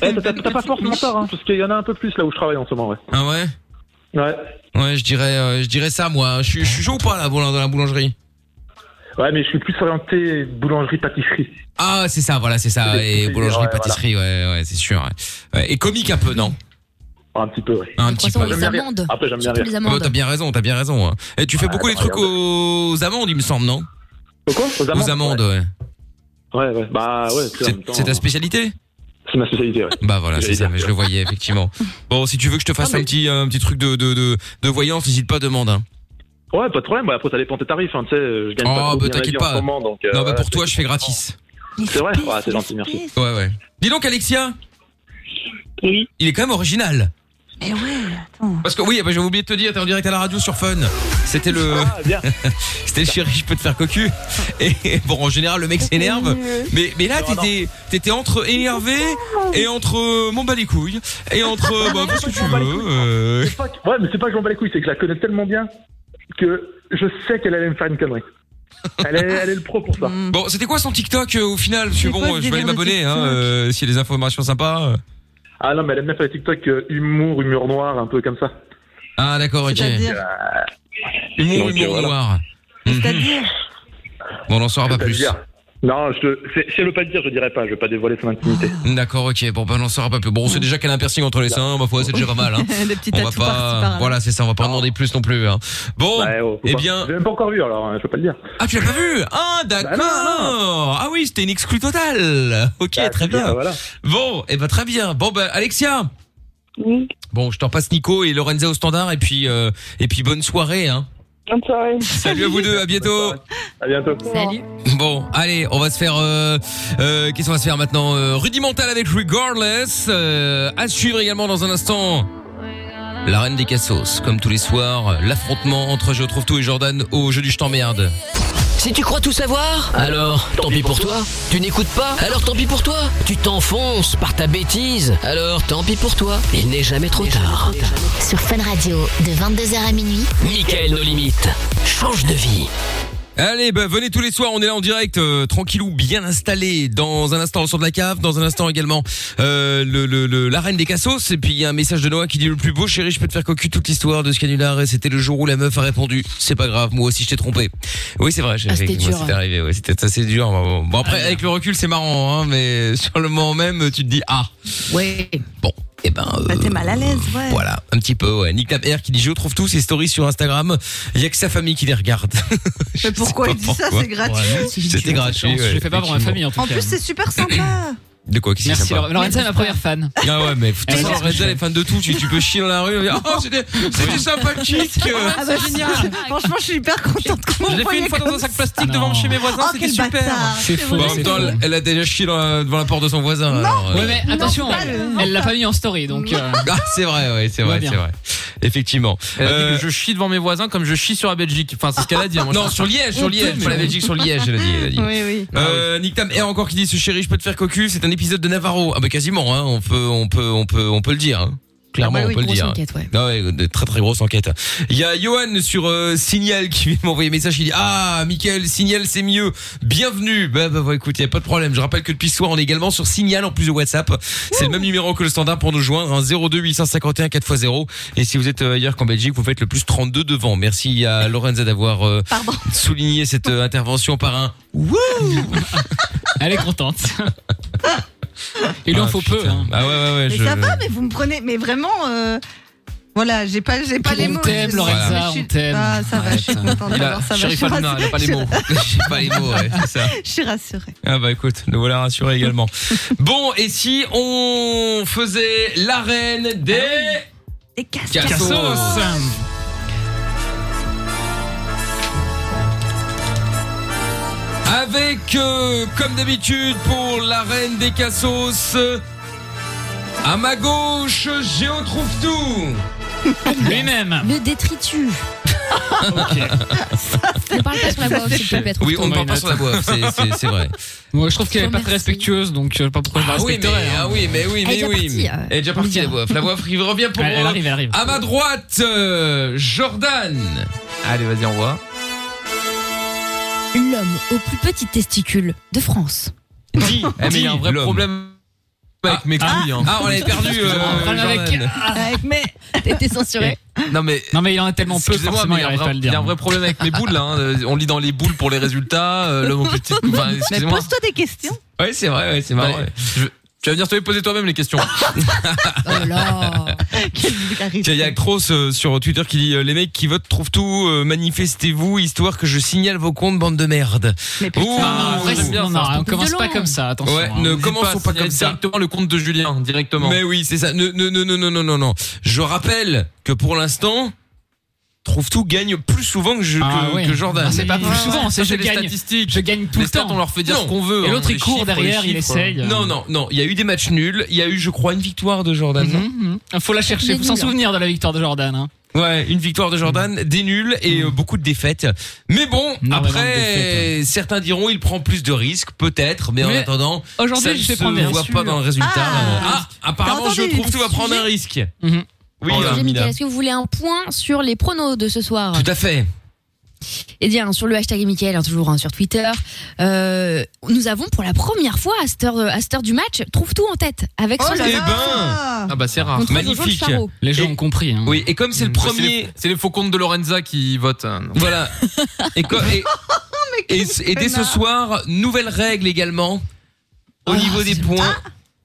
Eh, t'as- t'as t'as pas forcément tort, hein, parce qu'il y en a un peu plus là où je travaille en ce moment, ouais. Ah ouais Ouais. Ouais, je dirais, euh, je dirais ça, moi. Je suis je suis chaud ou pas, là, dans la boulangerie Ouais, mais je suis plus orienté boulangerie-pâtisserie. Ah, c'est ça, voilà, c'est ça. Et petits, boulangerie, ouais, pâtisserie, ouais, ouais, c'est sûr. ouais. Ouais, Et comique un peu, non Un petit peu, ouais. Un petit peu. J'aime bien rire. Après, j'aime bien rire. Ah bah, t'as bien raison, t'as bien raison. hein. Et tu fais beaucoup les trucs aux amandes, il me semble, non Au quoi Aux amandes Aux amandes, ouais. Ouais, ouais. Bah, ouais. tu vois, en C'est- même temps, C'est ta spécialité C'est ma spécialité, ouais. Bah voilà, c'est J'allais ça, dire. Ah, mais je le [laughs] voyais effectivement. Bon, si tu veux que je te fasse un petit euh, un petit truc de de de, de voyance, n'hésite pas, demande. Hein. Ouais, pas de problème. Bah, après, ça dépend de tes tarifs, hein, tu sais. Je gagne pas Oh, trop bah bien la vie t'inquiète en pas. ce moment, donc. euh, non, bah voilà, pour toi, je fais gratis. C'est vrai Ouais, c'est gentil, merci. Ouais, ouais. Dis donc, Alexia. Oui. Il est quand même original. Eh ouais, Parce que oui, bah, j'avais oublié de te dire, t'es en direct à la radio sur Fun. C'était le, Ah, [laughs] c'était le chéri, je peux te [laughs] faire cocu. Et bon, en général, le mec s'énerve. Mais mais là, t'étais t'étais entre énervé et entre euh, mon bas les couilles et entre euh, bah qu'est-ce que tu veux. euh, C'est pas que- Ouais, mais c'est pas que j'en bats les couilles, c'est que je la connais tellement bien que je sais qu'elle allait me faire une [laughs] connerie. Elle est, elle est le pro pour ça. Bon, c'était quoi son TikTok euh, au final Parce que C'est quoi bon, ce je vais aller délire de m'abonner hein, TikTok euh, s'il y a des informations sympas. euh. Ah non, mais elle aime bien faire les TikTok euh, humour, humour noir, un peu comme ça. Ah d'accord, ok. Euh, C'est-à-dire Humour, Donc, humour voilà. noir. C'est-à-dire [laughs] Bon, on n'en saura pas Je vais plus. pas le dire. Non, je te- c'est- si elle veut pas le dire, je dirais pas, je vais pas dévoiler son intimité. D'accord, ok. Bon, bah, on n'en saura pas plus. Bon, on sait déjà qu'elle a un piercing entre les seins. Bah, faut- c'est déjà pas mal. Hein. [laughs] Des petits on va tatous par-ci, par-là. pas. Voilà, c'est ça. On va pas en demander plus non plus. Hein. Bon, eh Bah, pas- bien. J'ai même pas encore vu alors, hein, je peux pas le dire. Ah, tu l'as pas vu Ah, d'accord. ah oui, c'était une exclue totale. Ok, très Bah, bien. Bon, eh ben très bien. Bon, bah, Alexia. Bon, je t'en passe Nico et Lorenza au standard et puis euh, et puis bonne soirée. Hein. Bonne soirée. Salut à vous deux, à bientôt. À bientôt. Salut. Bon, allez, on va se faire. Euh, euh, Qu'est-ce qu'on va se faire maintenant euh, Rudimental avec Regardless. euh, à suivre également dans un instant. La reine des cassos, comme tous les soirs, l'affrontement entre Je trouve tout et Jordan au jeu du je t'emmerde. Si tu crois tout savoir, alors tant pis pour toi. Tu n'écoutes pas, alors tant pis pour toi. Tu t'enfonces par ta bêtise, alors tant pis pour toi. Il n'est jamais trop tard. Sur Fun Radio, de 22h à minuit. Michael nos limites. Change de vie. Allez, bah, venez tous les soirs, on est là en direct, euh, tranquillou, bien installé. Dans un instant, le son de la cave, dans un instant également euh, le, le, le- la reine des cassos. Et puis il y a un message de Noah qui dit le plus beau chéri, je peux te faire cocu toute l'histoire de ce canular. Et c'était le jour où la meuf a répondu, c'est pas grave, moi aussi je t'ai trompé. Oui, c'est vrai, j'ai- Ah, c'était effectivement, dur. Ah, c'était arrivé, ouais, c'était assez dur. Bon, bon, après, avec le recul, c'est marrant, hein, mais [laughs] sur le moment même, tu te dis ah. Ouais. Bon, eh et ben. Bah, euh, t'es mal à l'aise, ouais. Voilà, un petit peu, ouais. Nick Tab R qui dit je trouve tous ses stories sur Instagram. Il y a que sa famille qui les regarde. [laughs] Je sais pourquoi pas il dit ça, pourquoi. c'est gratuit. Ouais, non, c'est C'était une gratuit. chance, je ouais, l'ai fait pas pour ma famille, effectivement. En plus, c'est super sympa. De quoi qu'est-ce qui Merci, est sympa Lor- Lorenza est ma première fan. Ah ouais, mais de toute Elle façon, est Lorenza, elle est fan de tout. Tu, tu peux chier dans la rue. Oh, c'était, c'était sympathique. Ah bah, génial. Franchement, je suis hyper contente qu'on Je l'ai me fait une voyait fois dans comme un ça. sac plastique Ah devant chez mes voisins. Oh, c'était quel super. bâtard. C'est Bah, en vrai. même temps, elle, elle a déjà chié dans la- devant la porte de son voisin. alors, euh, Ouais, mais attention, pas elle- le- elle l'a pas mis en story, donc. euh, Ah, c'est vrai, ouais, c'est Tout va vrai, bien. c'est vrai. Effectivement. Elle a dit Euh, que je chie devant mes voisins comme je chie sur la Belgique. Enfin, c'est ce qu'elle a dit. hein, moi, non, je- sur Liège, sur Honteux, Liège, mais pas la bon. Belgique, sur Liège, elle a dit. Elle a dit. oui. Euh, Nick Tam R encore qui dit ce chéri, je peux te faire cocu, c'est un épisode de Navarro. Ah bah quasiment, hein, on peut, on peut, on peut, on peut le dire. hein. Clairement, Ah bah oui, on peut le grosse dire. enquête, ouais. Ah ouais, de très très grosse enquête. Il y a Johan sur euh, Signal qui vient de m'envoyer un message. Il dit ah, Michael, Signal c'est mieux. Bienvenue. Bah bah, bah, écoute, il y a pas de problème. Je rappelle que depuis ce soir on est également sur Signal en plus de WhatsApp. C'est le même numéro que le standard pour nous joindre, hein, 02 851 4x0. Et si vous êtes euh, ailleurs qu'en Belgique, vous faites le plus 32 devant. Merci à Lorenza d'avoir euh, souligné cette euh, intervention par un Elle est contente. Il lui en Ah, faut peu. putain. hein. Ah ouais, ouais, ouais. Mais je- ça va, mais vous me prenez, mais vraiment, euh, Voilà, j'ai pas, j'ai pas les mots. je- je suis- Ah, ça va, je suis contente Il a- d'avoir ça. va, Sheriff je suis Aluna, elle a pas les mots. rassurée. [laughs] J'ai pas les mots, ouais, c'est ça. Je suis rassurée. Ah bah écoute, nous voilà rassurés [laughs] également. bon, et si on faisait l'arène des... Ah Des Cassos. Avec, euh, comme d'habitude, pour l'arène des Cassos, à ma gauche, Géo trouve tout. Lui-même. Le détritus. [laughs] On parle pas sur la voix off, s'il te plaît. Oui, on ne parle pas sur la voix, c'est- c'est- c'est vrai. Moi, je trouve qu'elle est pas très respectueuse, donc je sais pas pourquoi je la Ah oui, mais, hein. respecterais. hein. ah oui, mais oui, mais oui. Elle est déjà partie, euh, la voix off. La voix off, il revient pour Elle- elle euh, arrive, elle arrive. À ma droite, euh, Jordan. Allez, vas-y, on voit. L'homme aux plus petits testicules de France. Dis, mais il y a un vrai problème avec mes couilles. hein. ah, on l'avait perdu, euh, Excusez-moi, Jordan. mais [laughs] t'étais censuré. Non mais non mais il en a tellement peu Excusez-moi, forcément mais y il a un arrive vrai- pas à le dire. Il y a un vrai problème avec mes boules là. hein. Euh, On lit dans les boules pour les résultats. euh, [laughs] L'homme au petit. Enfin, Mais excusez-moi. pose-toi des questions. Oui, c'est vrai, ouais, c'est marrant. ouais. Je- Tu vas venir te les poser toi-même les [laughs] questions. Oh Tiens, Il y a Cross euh, sur Twitter qui dit euh, les mecs qui votent trouvent tout euh, manifestez-vous histoire que je signale vos comptes bande de merde. putain, non, reste- non, non, on hein. commence pas comme ça, attention, Ouais, hein. ne N'hésite pas à commençons pas, signaler comme ça. Directement le compte de Julien directement. Mais oui, c'est ça. Ne ne ne non non non non non. Je rappelle que pour l'instant Trouve tout gagne plus souvent que, je, Ah que, ouais. que Jordan. Ah, c'est pas plus Ouais, souvent, ouais. c'est Ça, je les gagne. statistiques. Je gagne tout Les le stats, temps. on leur fait dire Non. ce qu'on veut. Et hein, l'autre, il les court chiffres, derrière, les il chiffres. essaye. Non, non, non. Il y a eu des matchs nuls. Il y a eu, je crois, une victoire de Jordan. non Il Mhm, Ah, Faut la chercher, faut s'en souvenir de la victoire de Jordan. Hein. Ouais, une victoire de Jordan, Mhm. des nuls et euh, beaucoup de défaites. Mais bon, après, certains diront il prend plus de risques, peut-être, mais, en Mais attendant, aujourd'hui, ça je ne vais se prendre des voit risques. pas dans le résultat. Ah. Ah, apparemment, T'as je entendu trouve le tout va prendre un sujet risque. Mhm. Oui, Alors, Amina. Mickaël, est-ce que vous voulez un point sur les pronos de ce soir Tout à fait. Eh bien, sur le hashtag Mickaël, hein, toujours hein, sur Twitter, euh, nous avons pour la première fois à cette heure, à cette heure du match, trouve tout en tête Oh avec son Eh ben. Ah bah c'est rare. Contre Jojo le Magnifique. Charrot. Les gens ont compris. Hein. Oui, et comme c'est le Bah, c'est les- premier. C'est les faux comptes de Lorenza qui votent. [laughs] Voilà. Et, co- et- Oh, et, et dès ce soir, nouvelle règle également. Ah, Au niveau des points,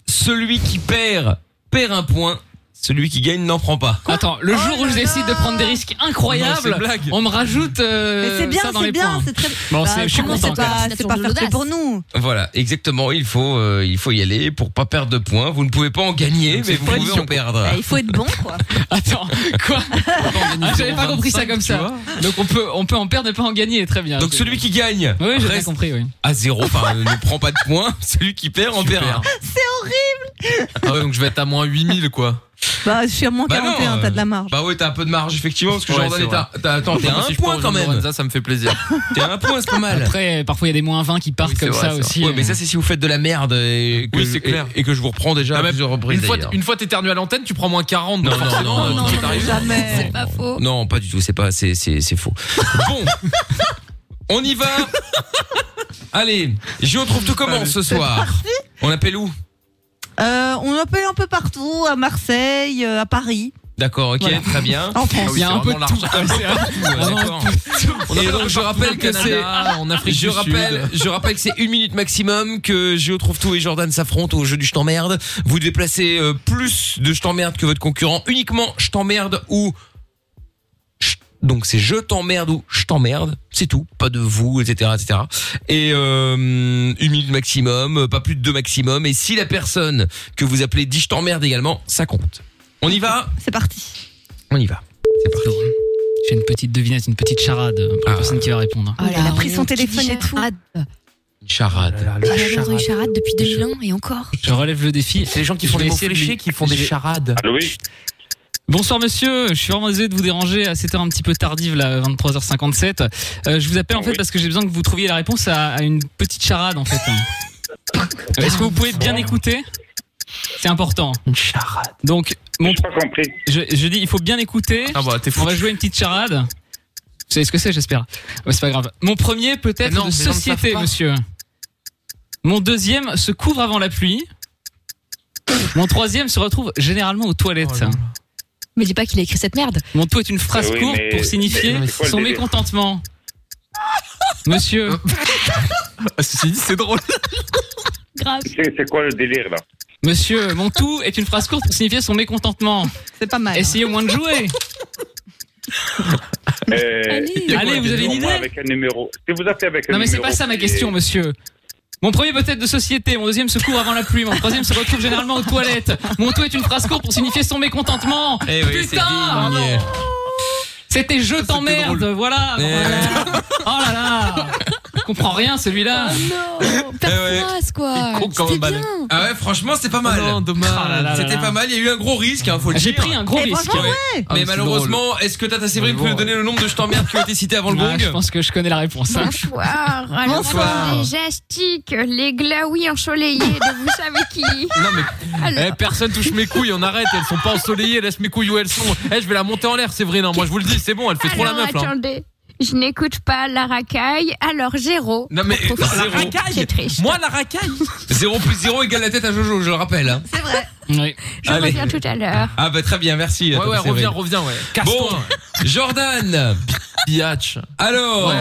celui qui perd, perd un point. Celui qui gagne n'en prend pas. Oh Attends, le jour où je décide de prendre des risques incroyables, Non, c'est blague. on me rajoute euh, Mais c'est bien, ça dans c'est les bien, points. c'est très- Bon, Bah, c'est- je suis comment content. c'est pas- quand même. c'est pas fair play pour nous. Voilà, exactement. Il faut, euh, il faut y aller pour pas perdre de points. Vous ne pouvez pas en gagner, Eh, mais vous pouvez en perdre. Eh, Bah, il faut être bon, [laughs] quoi. Attends, quoi Ah, J'avais pas compris ça comme ça. Donc on peut, on peut en perdre et pas en gagner, très bien. Donc Ok. celui qui gagne Oui, j'ai bien reste compris, oui. à zéro, enfin euh, ne prend pas de points. [laughs] Celui qui perd en perd. un. C'est horrible. Ah ouais, donc je vais être à moins 8000 quoi. Bah, euh, je suis à moins Bah non, 41, t'as de la marge. Bah ouais, t'as un peu de marge effectivement parce que Ouais, Jordan c'est est à- vrai. t'as- Attends, t'es à Moi, un si je prends point quand Jordan même. Lorenza, ça me fait plaisir. [laughs] T'es à un point, c'est pas mal. Après, parfois il y a des moins 20 qui partent C'est comme vrai, ça c'est vrai. aussi. euh. Ouais, mais ça c'est si vous faites de la merde et que, Oui, c'est et- clair. Ah bah, et que je vous reprends déjà à plusieurs reprises. Une fois, d'ailleurs. une fois t'éternues à l'antenne, tu prends moins 40. donc Non, non, forcément, non, euh, non, tu non, t'arrives. Jamais. Pas faux. Non, pas du tout, c'est pas c'est c'est [laughs] c'est faux. Bon. On y va. Allez, je retrouve tout comment ce soir. On appelle où Euh, on appelle un peu partout, à Marseille, euh, à Paris. D'accord, ok, Voilà. très bien. Ah En France. Il y a Ah, un peu de tout. On Et est donc, je rappelle que c'est. En Afrique je du rappelle, Sud. je rappelle que c'est une minute maximum que Géo trouve tout et Jordan s'affrontent au jeu du je t'emmerde. Vous devez placer euh, plus de je t'emmerde que votre concurrent. Uniquement je t'emmerde ou je- donc c'est je t'emmerde ou je t'emmerde, c'est tout, pas de vous, etc., etc. Et euh, une minute maximum, euh, pas plus de deux maximum. Et si la personne que vous appelez dit je t'emmerde également, ça compte. On y va C'est parti. On y va. C'est parti. J'ai une petite devinette, une petite charade pour Ah. la personne qui va répondre. il a pris son téléphone et tout. Une charade. Ah, Il avait une charade depuis 2001 et encore. Je relève le défi. C'est les gens qui font des mots essais de lui- fléchés qui font des J'ai- charades. Bonsoir monsieur, je suis vraiment désolé de vous déranger à cette heure un petit peu tardive là, 23h57. Euh, je vous appelle en fait parce que j'ai besoin que vous trouviez la réponse à, à une petite charade en fait. Euh, Est-ce que vous pouvez bien écouter C'est important. Une charade. Donc, mon... pas compris. Je, je dis, il faut bien écouter. Ah bah, On va jouer une petite charade. Vous savez ce que c'est, j'espère. Ouais, c'est pas grave. Mon premier peut Mais non, être de les gens ne savent société, pas. monsieur. Mon deuxième se couvre avant la pluie. Mon troisième se retrouve généralement aux toilettes. Oh Mais dis pas qu'il a écrit cette merde. Mon tout est une phrase Eh oui, courte mais- pour signifier mais c'est quoi le son délire mécontentement. Monsieur. Hein Ah, Ceci dit, c'est drôle. Grave. C'est c'est quoi le délire là Monsieur, mon tout est une phrase courte pour signifier son mécontentement. C'est pas mal. hein. Essayez au moins de jouer. [laughs] Allez, Allez, vous avez une idée Euh, Avec un numéro. Si vous appelez avec un Non mais c'est numéro pas ça ma qui question, est- monsieur. Mon premier peut-être de société, mon deuxième se court avant la pluie, mon troisième se retrouve généralement aux toilettes. Mon tout est une phrase courte pour signifier son mécontentement. Eh oui, c'est Putain digne. C'était je t'emmerde, voilà. Eh. Eh. voilà. Oh là là. Je comprends rien celui-là. Oh Eh Phrase, quoi. C'était bien. Ah ouais, franchement, c'est pas mal. Oh là là C'était là. pas mal. Il y a eu un gros risque, hein, faut le J'ai dire. pris un Eh, gros Mais risque. franchement, ouais. Ah, Mais c'est malheureusement, est-ce que Tata Séverine peut nous donner le nombre de je t'emmerde qui ont été cités avant le Ah, gong je pense que je connais la réponse. hein. Bonsoir. Alors, Bonsoir. Ah, Les gestiques, les glaouis ensoleillés de vous savez [laughs] qui. Non mais Alors. Eh, personne touche mes couilles, on arrête, elles sont pas ensoleillées, laisse mes couilles où elles sont. Eh, je vais la monter en l'air, Séverine, hein, moi je vous le dis, c'est bon, elle fait trop la Alors, meuf là. attendez. Je n'écoute pas la racaille, alors Géro. Non, mais- pour profiter, La racaille c'est triste. Moi la racaille 0 plus 0 égale la tête à Jojo, je le rappelle. hein. C'est vrai. Oui. Je reviens tout à l'heure. Ah bah très bien, merci. Ouais, Tata ouais, Séverine. reviens, reviens, ouais. Bon, Jordan. Biatch. Alors, Ouais.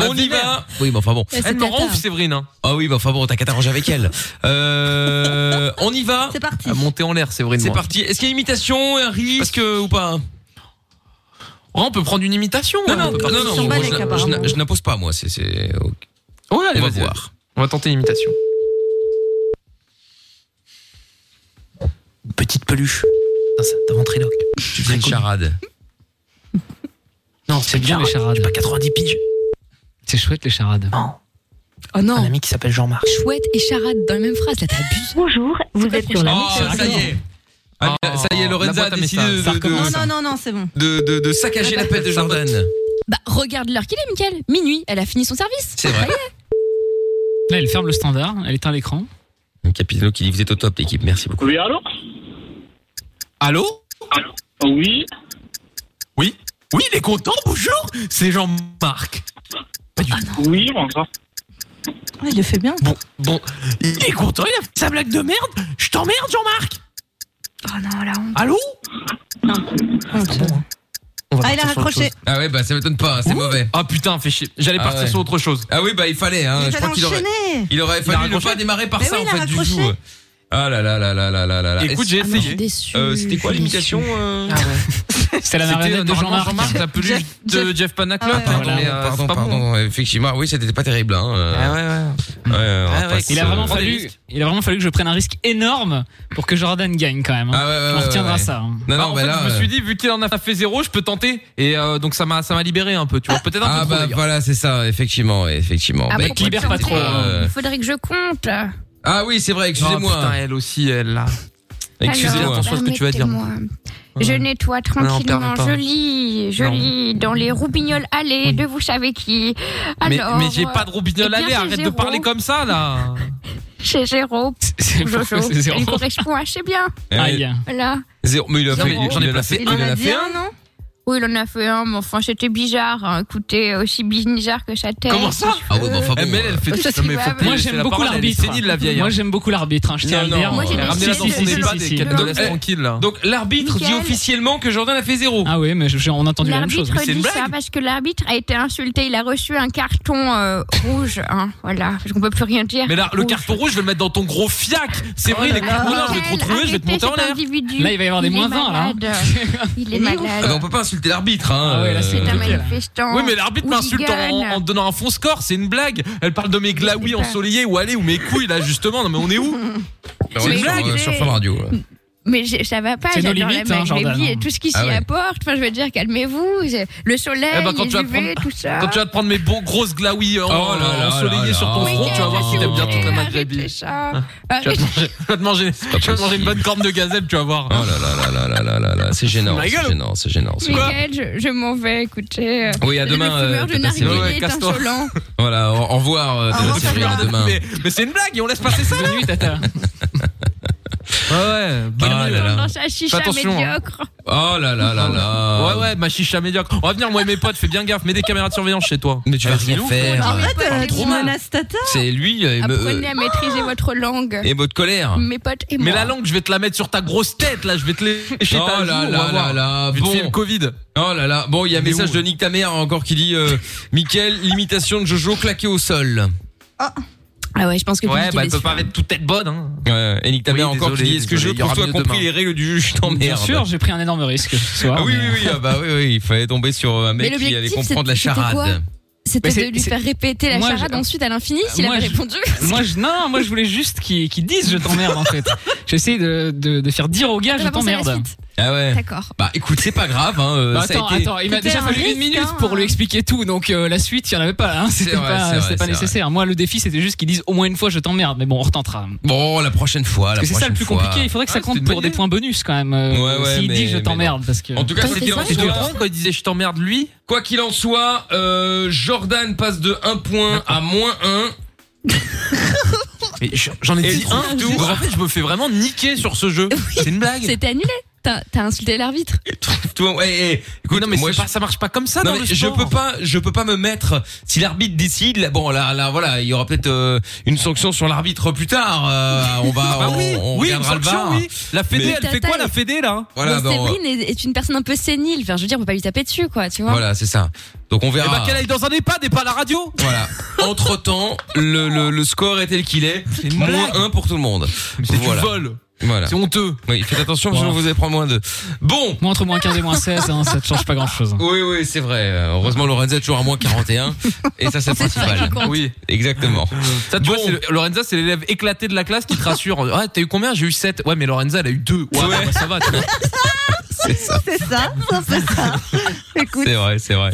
on y va. Oui, mais enfin bon. Elle me ronfle, Séverine. hein. Ah oui, bah enfin bon, t'as qu'à t'arranger avec elle. Euh, on y va. C'est parti. monter en l'air, Séverine. C'est moi. parti. Est-ce qu'il y a imitation, un risque euh, ou pas Oh, on peut prendre une imitation. Non, hein, non, on peut non, pas- non, Ils sont moi, balèques, je- je apparemment. n'a- je n'impose pas, moi. C'est, c'est... ok. Oh là, allez, on va vas-y, voir. On va tenter l'imitation. Petite peluche. Non, ça, t'as ventriloque. Tu fais une charade. Non, c'est bien les charades. Pas 90 piges. C'est chouette les charades. Oh non. Un ami qui s'appelle Jean-Marc. Chouette et charade dans la même phrase, là t'abuses. Bonjour, vous êtes sur Oh, ça y est. Ah, ça y est, la Lorenza a boîte à décidé messages. de, Ça de- recommence, de- Non, non, non, c'est bon. de- de- de saccager la paix de Jordan. Bah, regarde l'heure qu'il est, Mickaël. Minuit, elle a fini son service. C'est vrai. Là, elle ferme le standard, elle éteint l'écran. Capitano qui dit vous êtes au top, l'équipe. Merci beaucoup. Oui, allô Ah, Allô Oui Oui Oui, il est content, bonjour C'est Jean-Marc. Oui, bonjour. Ouais, Ah, il le fait bien. Bon, bon. Il est content, il a fait sa blague de merde Je t'emmerde, Jean-Marc Oh non, la honte. Allô On va Ah, il a partir sur autre raccroché. chose. Ah ouais, bah ça m'étonne pas, c'est mauvais. Ah putain, fait chier. J'allais Ah partir ouais. sur autre chose. Ah oui, bah il fallait, hein. Mais Je crois t'as qu'il aurait, enchaîné. il aurait Il a fallu ne raccroché. pas démarrer par Bah Mais ça, oui, en il a fait, du raccroché. tout. Ah là là là là là là là là. Écoute, Est-ce- j'ai Ah non. essayé. Euh, C'était quoi l'imitation euh [laughs] C'était la C'était, marionnette euh, de normalement, Jean-Marc. Jean-Marc, la peluche Jeff- euh, de Jeff Panaclock. Ah ouais. Pardon, Voilà. mais, euh, Pardon, c'est pas bon. pardon, effectivement, oui, c'était pas terrible. Hein. euh. Ah ouais, ouais. Ouais, on va Ah ouais, pas se- Il a vraiment euh, fallu, il a vraiment fallu que je prenne un risque énorme pour que Jordan gagne quand même. hein. Ah ouais, ouais, On ouais, retiendra ouais. ça. hein. Non, Bah, non, en bah fait, là. je me euh, suis dit, vu qu'il en a pas fait zéro, je peux tenter. Et euh, donc ça m'a, ça m'a libéré un peu, tu vois. Peut-être un Ah peu trop, bah les gars. voilà, c'est ça, effectivement, effectivement. Ah, Bah, bon, écoute, libère pas c'était trop, euh, Il faudrait que je compte. Ah oui, c'est vrai, excusez-moi. Oh, putain, elle aussi, elle là. Excusez-moi. Alors, attention à ce que tu vas dire. permettez-moi. Je nettoie perds tranquillement, pas. je lis, je Non. lis dans les roubignoles allées de vous savez qui. Mais, Alors, mais j'ai pas de eh robignol bien, à l'air, c'est arrête de zéro. parler comme ça là. Chez Géro, C'est pourquoi Jojo, c'est zéro. il correspond assez bien. Eh, Aïe. Voilà. Zéro. Mais il a Non, fait, mais j'en ai il en a placé fait- Il il en en a a dit fait un, un. non Oui, il en a fait un, mais enfin, c'était bizarre. hein. Écoutez, aussi bizarre que sa tête. Comment ça Ah ouais, bah enfin Eh, bon. mais elle, euh, elle fait Ça, tout c'est ça, mais faut grave. plus Moi laisser j'aime la beaucoup parole, elle est l'arbitre. sénile, la vieille. Moi hein. j'aime beaucoup l'arbitre. hein, Je tiens à le Non, dire. non. Moi, j'aime Ramenez-la aussi, dans son si, si, débat si, et si. qu'elle nous laisse Donc, tranquille là. Donc l'arbitre dit Nickel. officiellement que Jordan a fait zéro. Ah oui, mais je- j'ai- on a entendu la même chose. L'arbitre c'est une dit blague. ça parce que l'arbitre a été insulté. Il a reçu un carton euh, rouge. Hein, voilà, on peut plus rien dire. Mais là, le Rouge. carton rouge, je vais le mettre dans ton gros fiac. C'est vrai, il est Ah, con, non, je vais te Michael, retrouver, je vais te arrêtez monter en cet l'air. individu. Là il va y avoir des est moins 20 hein. [laughs] là. malade. Il est Il est où Ah bah, on malade. peut pas insulter l'arbitre, hein. Ah ouais, là, c'est euh, C'est un nickel. manifestant. Euh, Oui, mais l'arbitre m'insulte en, hooligan. en donnant un fond score, c'est une blague. Elle parle de mes glaouis pas. ensoleillés ou allez ou mes couilles là justement. Non mais on est où bah, on est Mais sur, blague. euh, sur Fun Radio. ouais. Mais j'ai- ça va pas, C'est nos j'adore la limites, hein, Jordan, Maghrébie hein. et tout ce qui s'y Ah ouais. apporte. Enfin, je veux dire, calmez-vous. j'ai- Le soleil, Eh ben, quand les tu vas UV, prendre- tout ça. Quand tu vas te prendre mes beaux grosses glaouis en- Oh là là là ensoleillés sur ton là. front, tu vas voir si t'aimes bien toute la Arrêtez Maghrébie. ça. [laughs] Tu vas te [laughs] manger- tu vas te manger, tu vas te manger une bonne corne de gazelle, tu vas voir. Oh là là là là là là là là, c'est gênant, Ma c'est gueule. gênant, c'est gênant. c'est gênant. Miguel, je, je m'en vais, écoutez. euh, Oui, à demain, Le euh, fumeur de Tata Séverine. narguilé Ouais, est casse-toi. insolent. [laughs] Voilà, au, au revoir, euh, Au revoir, Tata Séverine, à Jordan. demain. Mais, mais c'est une blague et on laisse passer ça. Bonne nuit, [laughs] Tata. Ouais, ouais. bonne Ah nuit. là là. Dans sa chicha Attention, hein. médiocre. Oh là là là là. Ouais, ouais, ma chicha médiocre. On va venir, moi et mes potes, fais bien gaffe, mets des caméras de surveillance chez toi. Mais tu vas Ah, c'est rien ouf. En faire. fait, euh, Trop tu mal. menaces Tata. C'est lui hein. et, me- euh, Apprenez à maîtriser votre langue. et votre colère. Mes potes et moi. Mais la langue, je vais te la mettre sur ta grosse tête, là, je vais te lécher Oh ta joue, on là va là là voir. là, Vu que c'est bon. le Covid. Oh là là, bon, il y a un Mais message où de [laughs] hein, Nick ta mère encore qui dit euh, Mickaël, l'imitation de Jojo claqué au sol. Ah ouais, je pense que Ouais, Public, il bah est elle peut super. pas être toute tête bonne. Hein. Ouais, et nique ta Oui, mère encore désolé, qui dit est-ce que je désolé, il y aura pour toi mieux compris demain. les règles du jeu je t'emmerde Bien sûr, j'ai pris un énorme risque ce soir. euh, ah oui oui oui ah bah oui oui il fallait tomber sur un Mais mec qui allait l'objectif, comprendre la c'était- c'était quoi charade C'était Mais c'est- de lui c'est- faire répéter la Moi, charade je- ensuite à l'infini s'il Moi, avait je- répondu. ah bah. [laughs] Moi, je, non, non, moi je voulais juste qu'ils qu'ils disent je t'emmerde en fait. J'essaie de, de, de faire dire au gars je T'as pas pensé à la t'emmerde. ah ouais D'accord. bah écoute c'est pas grave hein euh, Bah, ça a attends, été- attends, il m'a C'était déjà un fallu risque, une minute hein. pour lui expliquer tout, donc euh, la suite, il n'y en avait pas, hein, c'était C'est vrai, c'est pas, vrai, c'était pas c'est nécessaire. Moi, le défi, c'était juste qu'ils disent au moins une fois je t'emmerde, mais bon, on retentera. bon la prochaine fois Ah, la Parce que c'est ça le prochaine plus fois. compliqué, il faudrait que ça Ah, compte c'était une pour bonne des points bonus quand même. euh, Ouais, ouais, S'il mais- dit je mais t'emmerde, parce que. En tout cas, Toi, c'est t'es dur. sûr que- quand il disait je t'emmerde lui Quoi qu'il en soit, euh, Jordan passe de 1 point à moins 1. [laughs] J'en ai Et dit le un trouve-tout. tout. En fait, je me fais vraiment niquer sur ce jeu. C'est une blague. C'était annulé. T'as t'as insulté l'arbitre. [laughs] Toi, ouais, hey, écoute, Non, mais moi, c'est je- pas- ça marche pas comme ça Non, dans mais le je sport. peux pas, je peux pas me mettre. Si l'arbitre décide, là, bon, là, là, voilà, il y aura peut-être euh, une sanction sur l'arbitre plus tard. euh, on va, [laughs] Bah on, oui, on oui, regardera une sanction, le bar. oui. La Fédé, Mais- elle fait quoi, la Fédé là Voilà, Mais bah, on va- Séverine est, est une personne un peu sénile. Enfin, je veux dire, on peut pas lui taper dessus, quoi, tu vois. voilà, c'est ça. Donc on verra. Eh bah, qu'elle aille dans un EHPAD et pas à la radio. Voilà. Entre temps, le, le, le score est tel qu'il est. une Moins blague. 1 pour tout le monde. C'est Voilà. du vol. Voilà. C'est honteux. Oui, faites attention, sinon vous allez prendre moins 2. Bon. Moi, entre moins 15 et moins 16, hein, ça te change pas grand chose. Oui, oui, c'est vrai. Euh, Heureusement, Lorenza est toujours à moins 41. Et ça, c'est le principal. Oui, exactement. Ça, tu vois, c'est le- Lorenza, c'est l'élève éclaté de la classe qui te rassure. Ouais, t'as eu combien J'ai eu 7. Ouais, mais Lorenza, elle a eu 2. Ouais, bah, ça va, tu vois. C'est ça, ça [laughs] c'est ça. Écoute. C'est vrai, c'est vrai.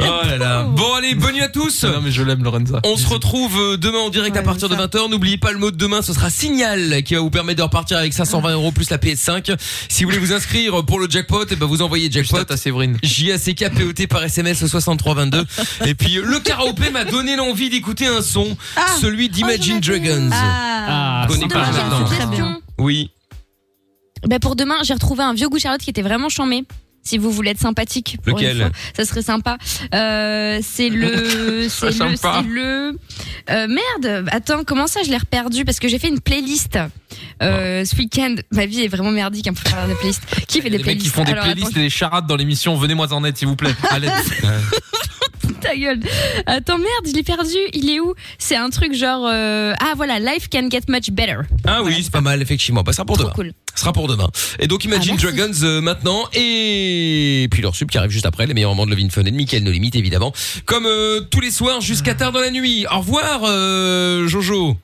Oh là là. Bon, allez, bonne nuit à tous. Non, Ah mais je l'aime, Lorenza. On se retrouve euh, demain en direct à partir de 20h. N'oubliez pas le mot de demain, ce sera Signal qui va vous permettre de repartir avec 520 euros plus la PS5. Si vous voulez vous inscrire pour le jackpot, et ben vous envoyez jackpot à Séverine. J A C K P O T par SMS au 6322. Et puis euh, le karaopé m'a donné l'envie d'écouter un son, celui d'Imagine Dragons. Oh, Ah. Qu'on écoute Demain, j'ai une maintenant. suggestion. Oui. Bah, pour demain, j'ai retrouvé un vieux goût Charlotte qui était vraiment chambé. Si vous voulez être sympathique, pour une Lequel fois, ça serait sympa. Euh, [laughs] c'est le, c'est Ça le, sent pas. c'est le. Euh, merde, attends, comment ça, je l'ai reperdu parce que j'ai fait une playlist euh, ce week-end. Ma vie est vraiment merdique, un peu faire des playlists. Qui fait Ah. Il y a des des, mecs playlists qui font des Alors, attends, playlists et des charades dans l'émission. Venez-moi en aide, s'il vous plaît. À [laughs] l'aide. Ta gueule. Attends, merde, je l'ai perdu. Il est où C'est un truc genre. euh, Ah voilà, life can get much better. Ah oui, c'est pas mal, effectivement. Bah, ça sera pour demain. cool. Ce sera pour demain. Et donc Imagine Dragons euh, maintenant et... puis leur sub qui arrive juste après, les meilleurs moments de Levin Fun et de Mickaël No Limite évidemment. Comme euh, tous les soirs jusqu'à tard dans la nuit. Au revoir euh, Jojo.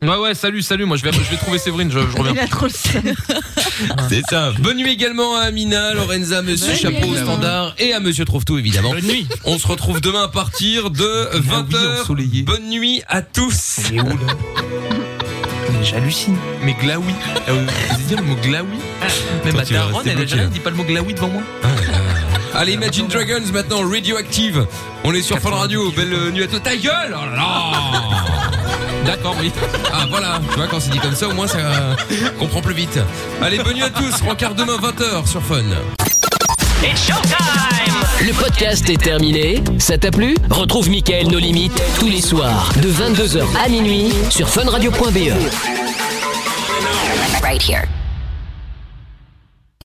Ouais, ouais, salut, salut. Moi, je vais, je vais trouver Séverine. Je, je reviens. Il a trop le seum. [laughs] C'est ça. Bonne nuit également à Amina, Lorenza, Monsieur Chapeau au standard et à Monsieur Trouve-Tout évidemment. Bonne nuit. On se retrouve demain à partir de 20h. Bonne nuit à tous. Mais J'hallucine. Mais glaoui. [laughs] Euh, Vous dire le mot glaoui Même Toi, ma tu vas daronne, rester elle a bloqué, hein. Ah, jamais là. dit pas le mot glaoui devant moi. [laughs] Allez, Imagine Dragons maintenant, Radioactive. On est sur Fun Radio, belle euh, nuit à tous. Ta gueule Oh là [laughs] là D'accord, oui. Ah voilà, tu vois, quand c'est dit comme ça, au moins ça euh, comprend plus vite. Allez, bonne nuit à tous, rencard demain 20h sur Fun. Le podcast est terminé. Ça t'a plu Retrouve Mickaël nos limites tous les soirs E. de 22h à minuit sur funradio.be. Right here.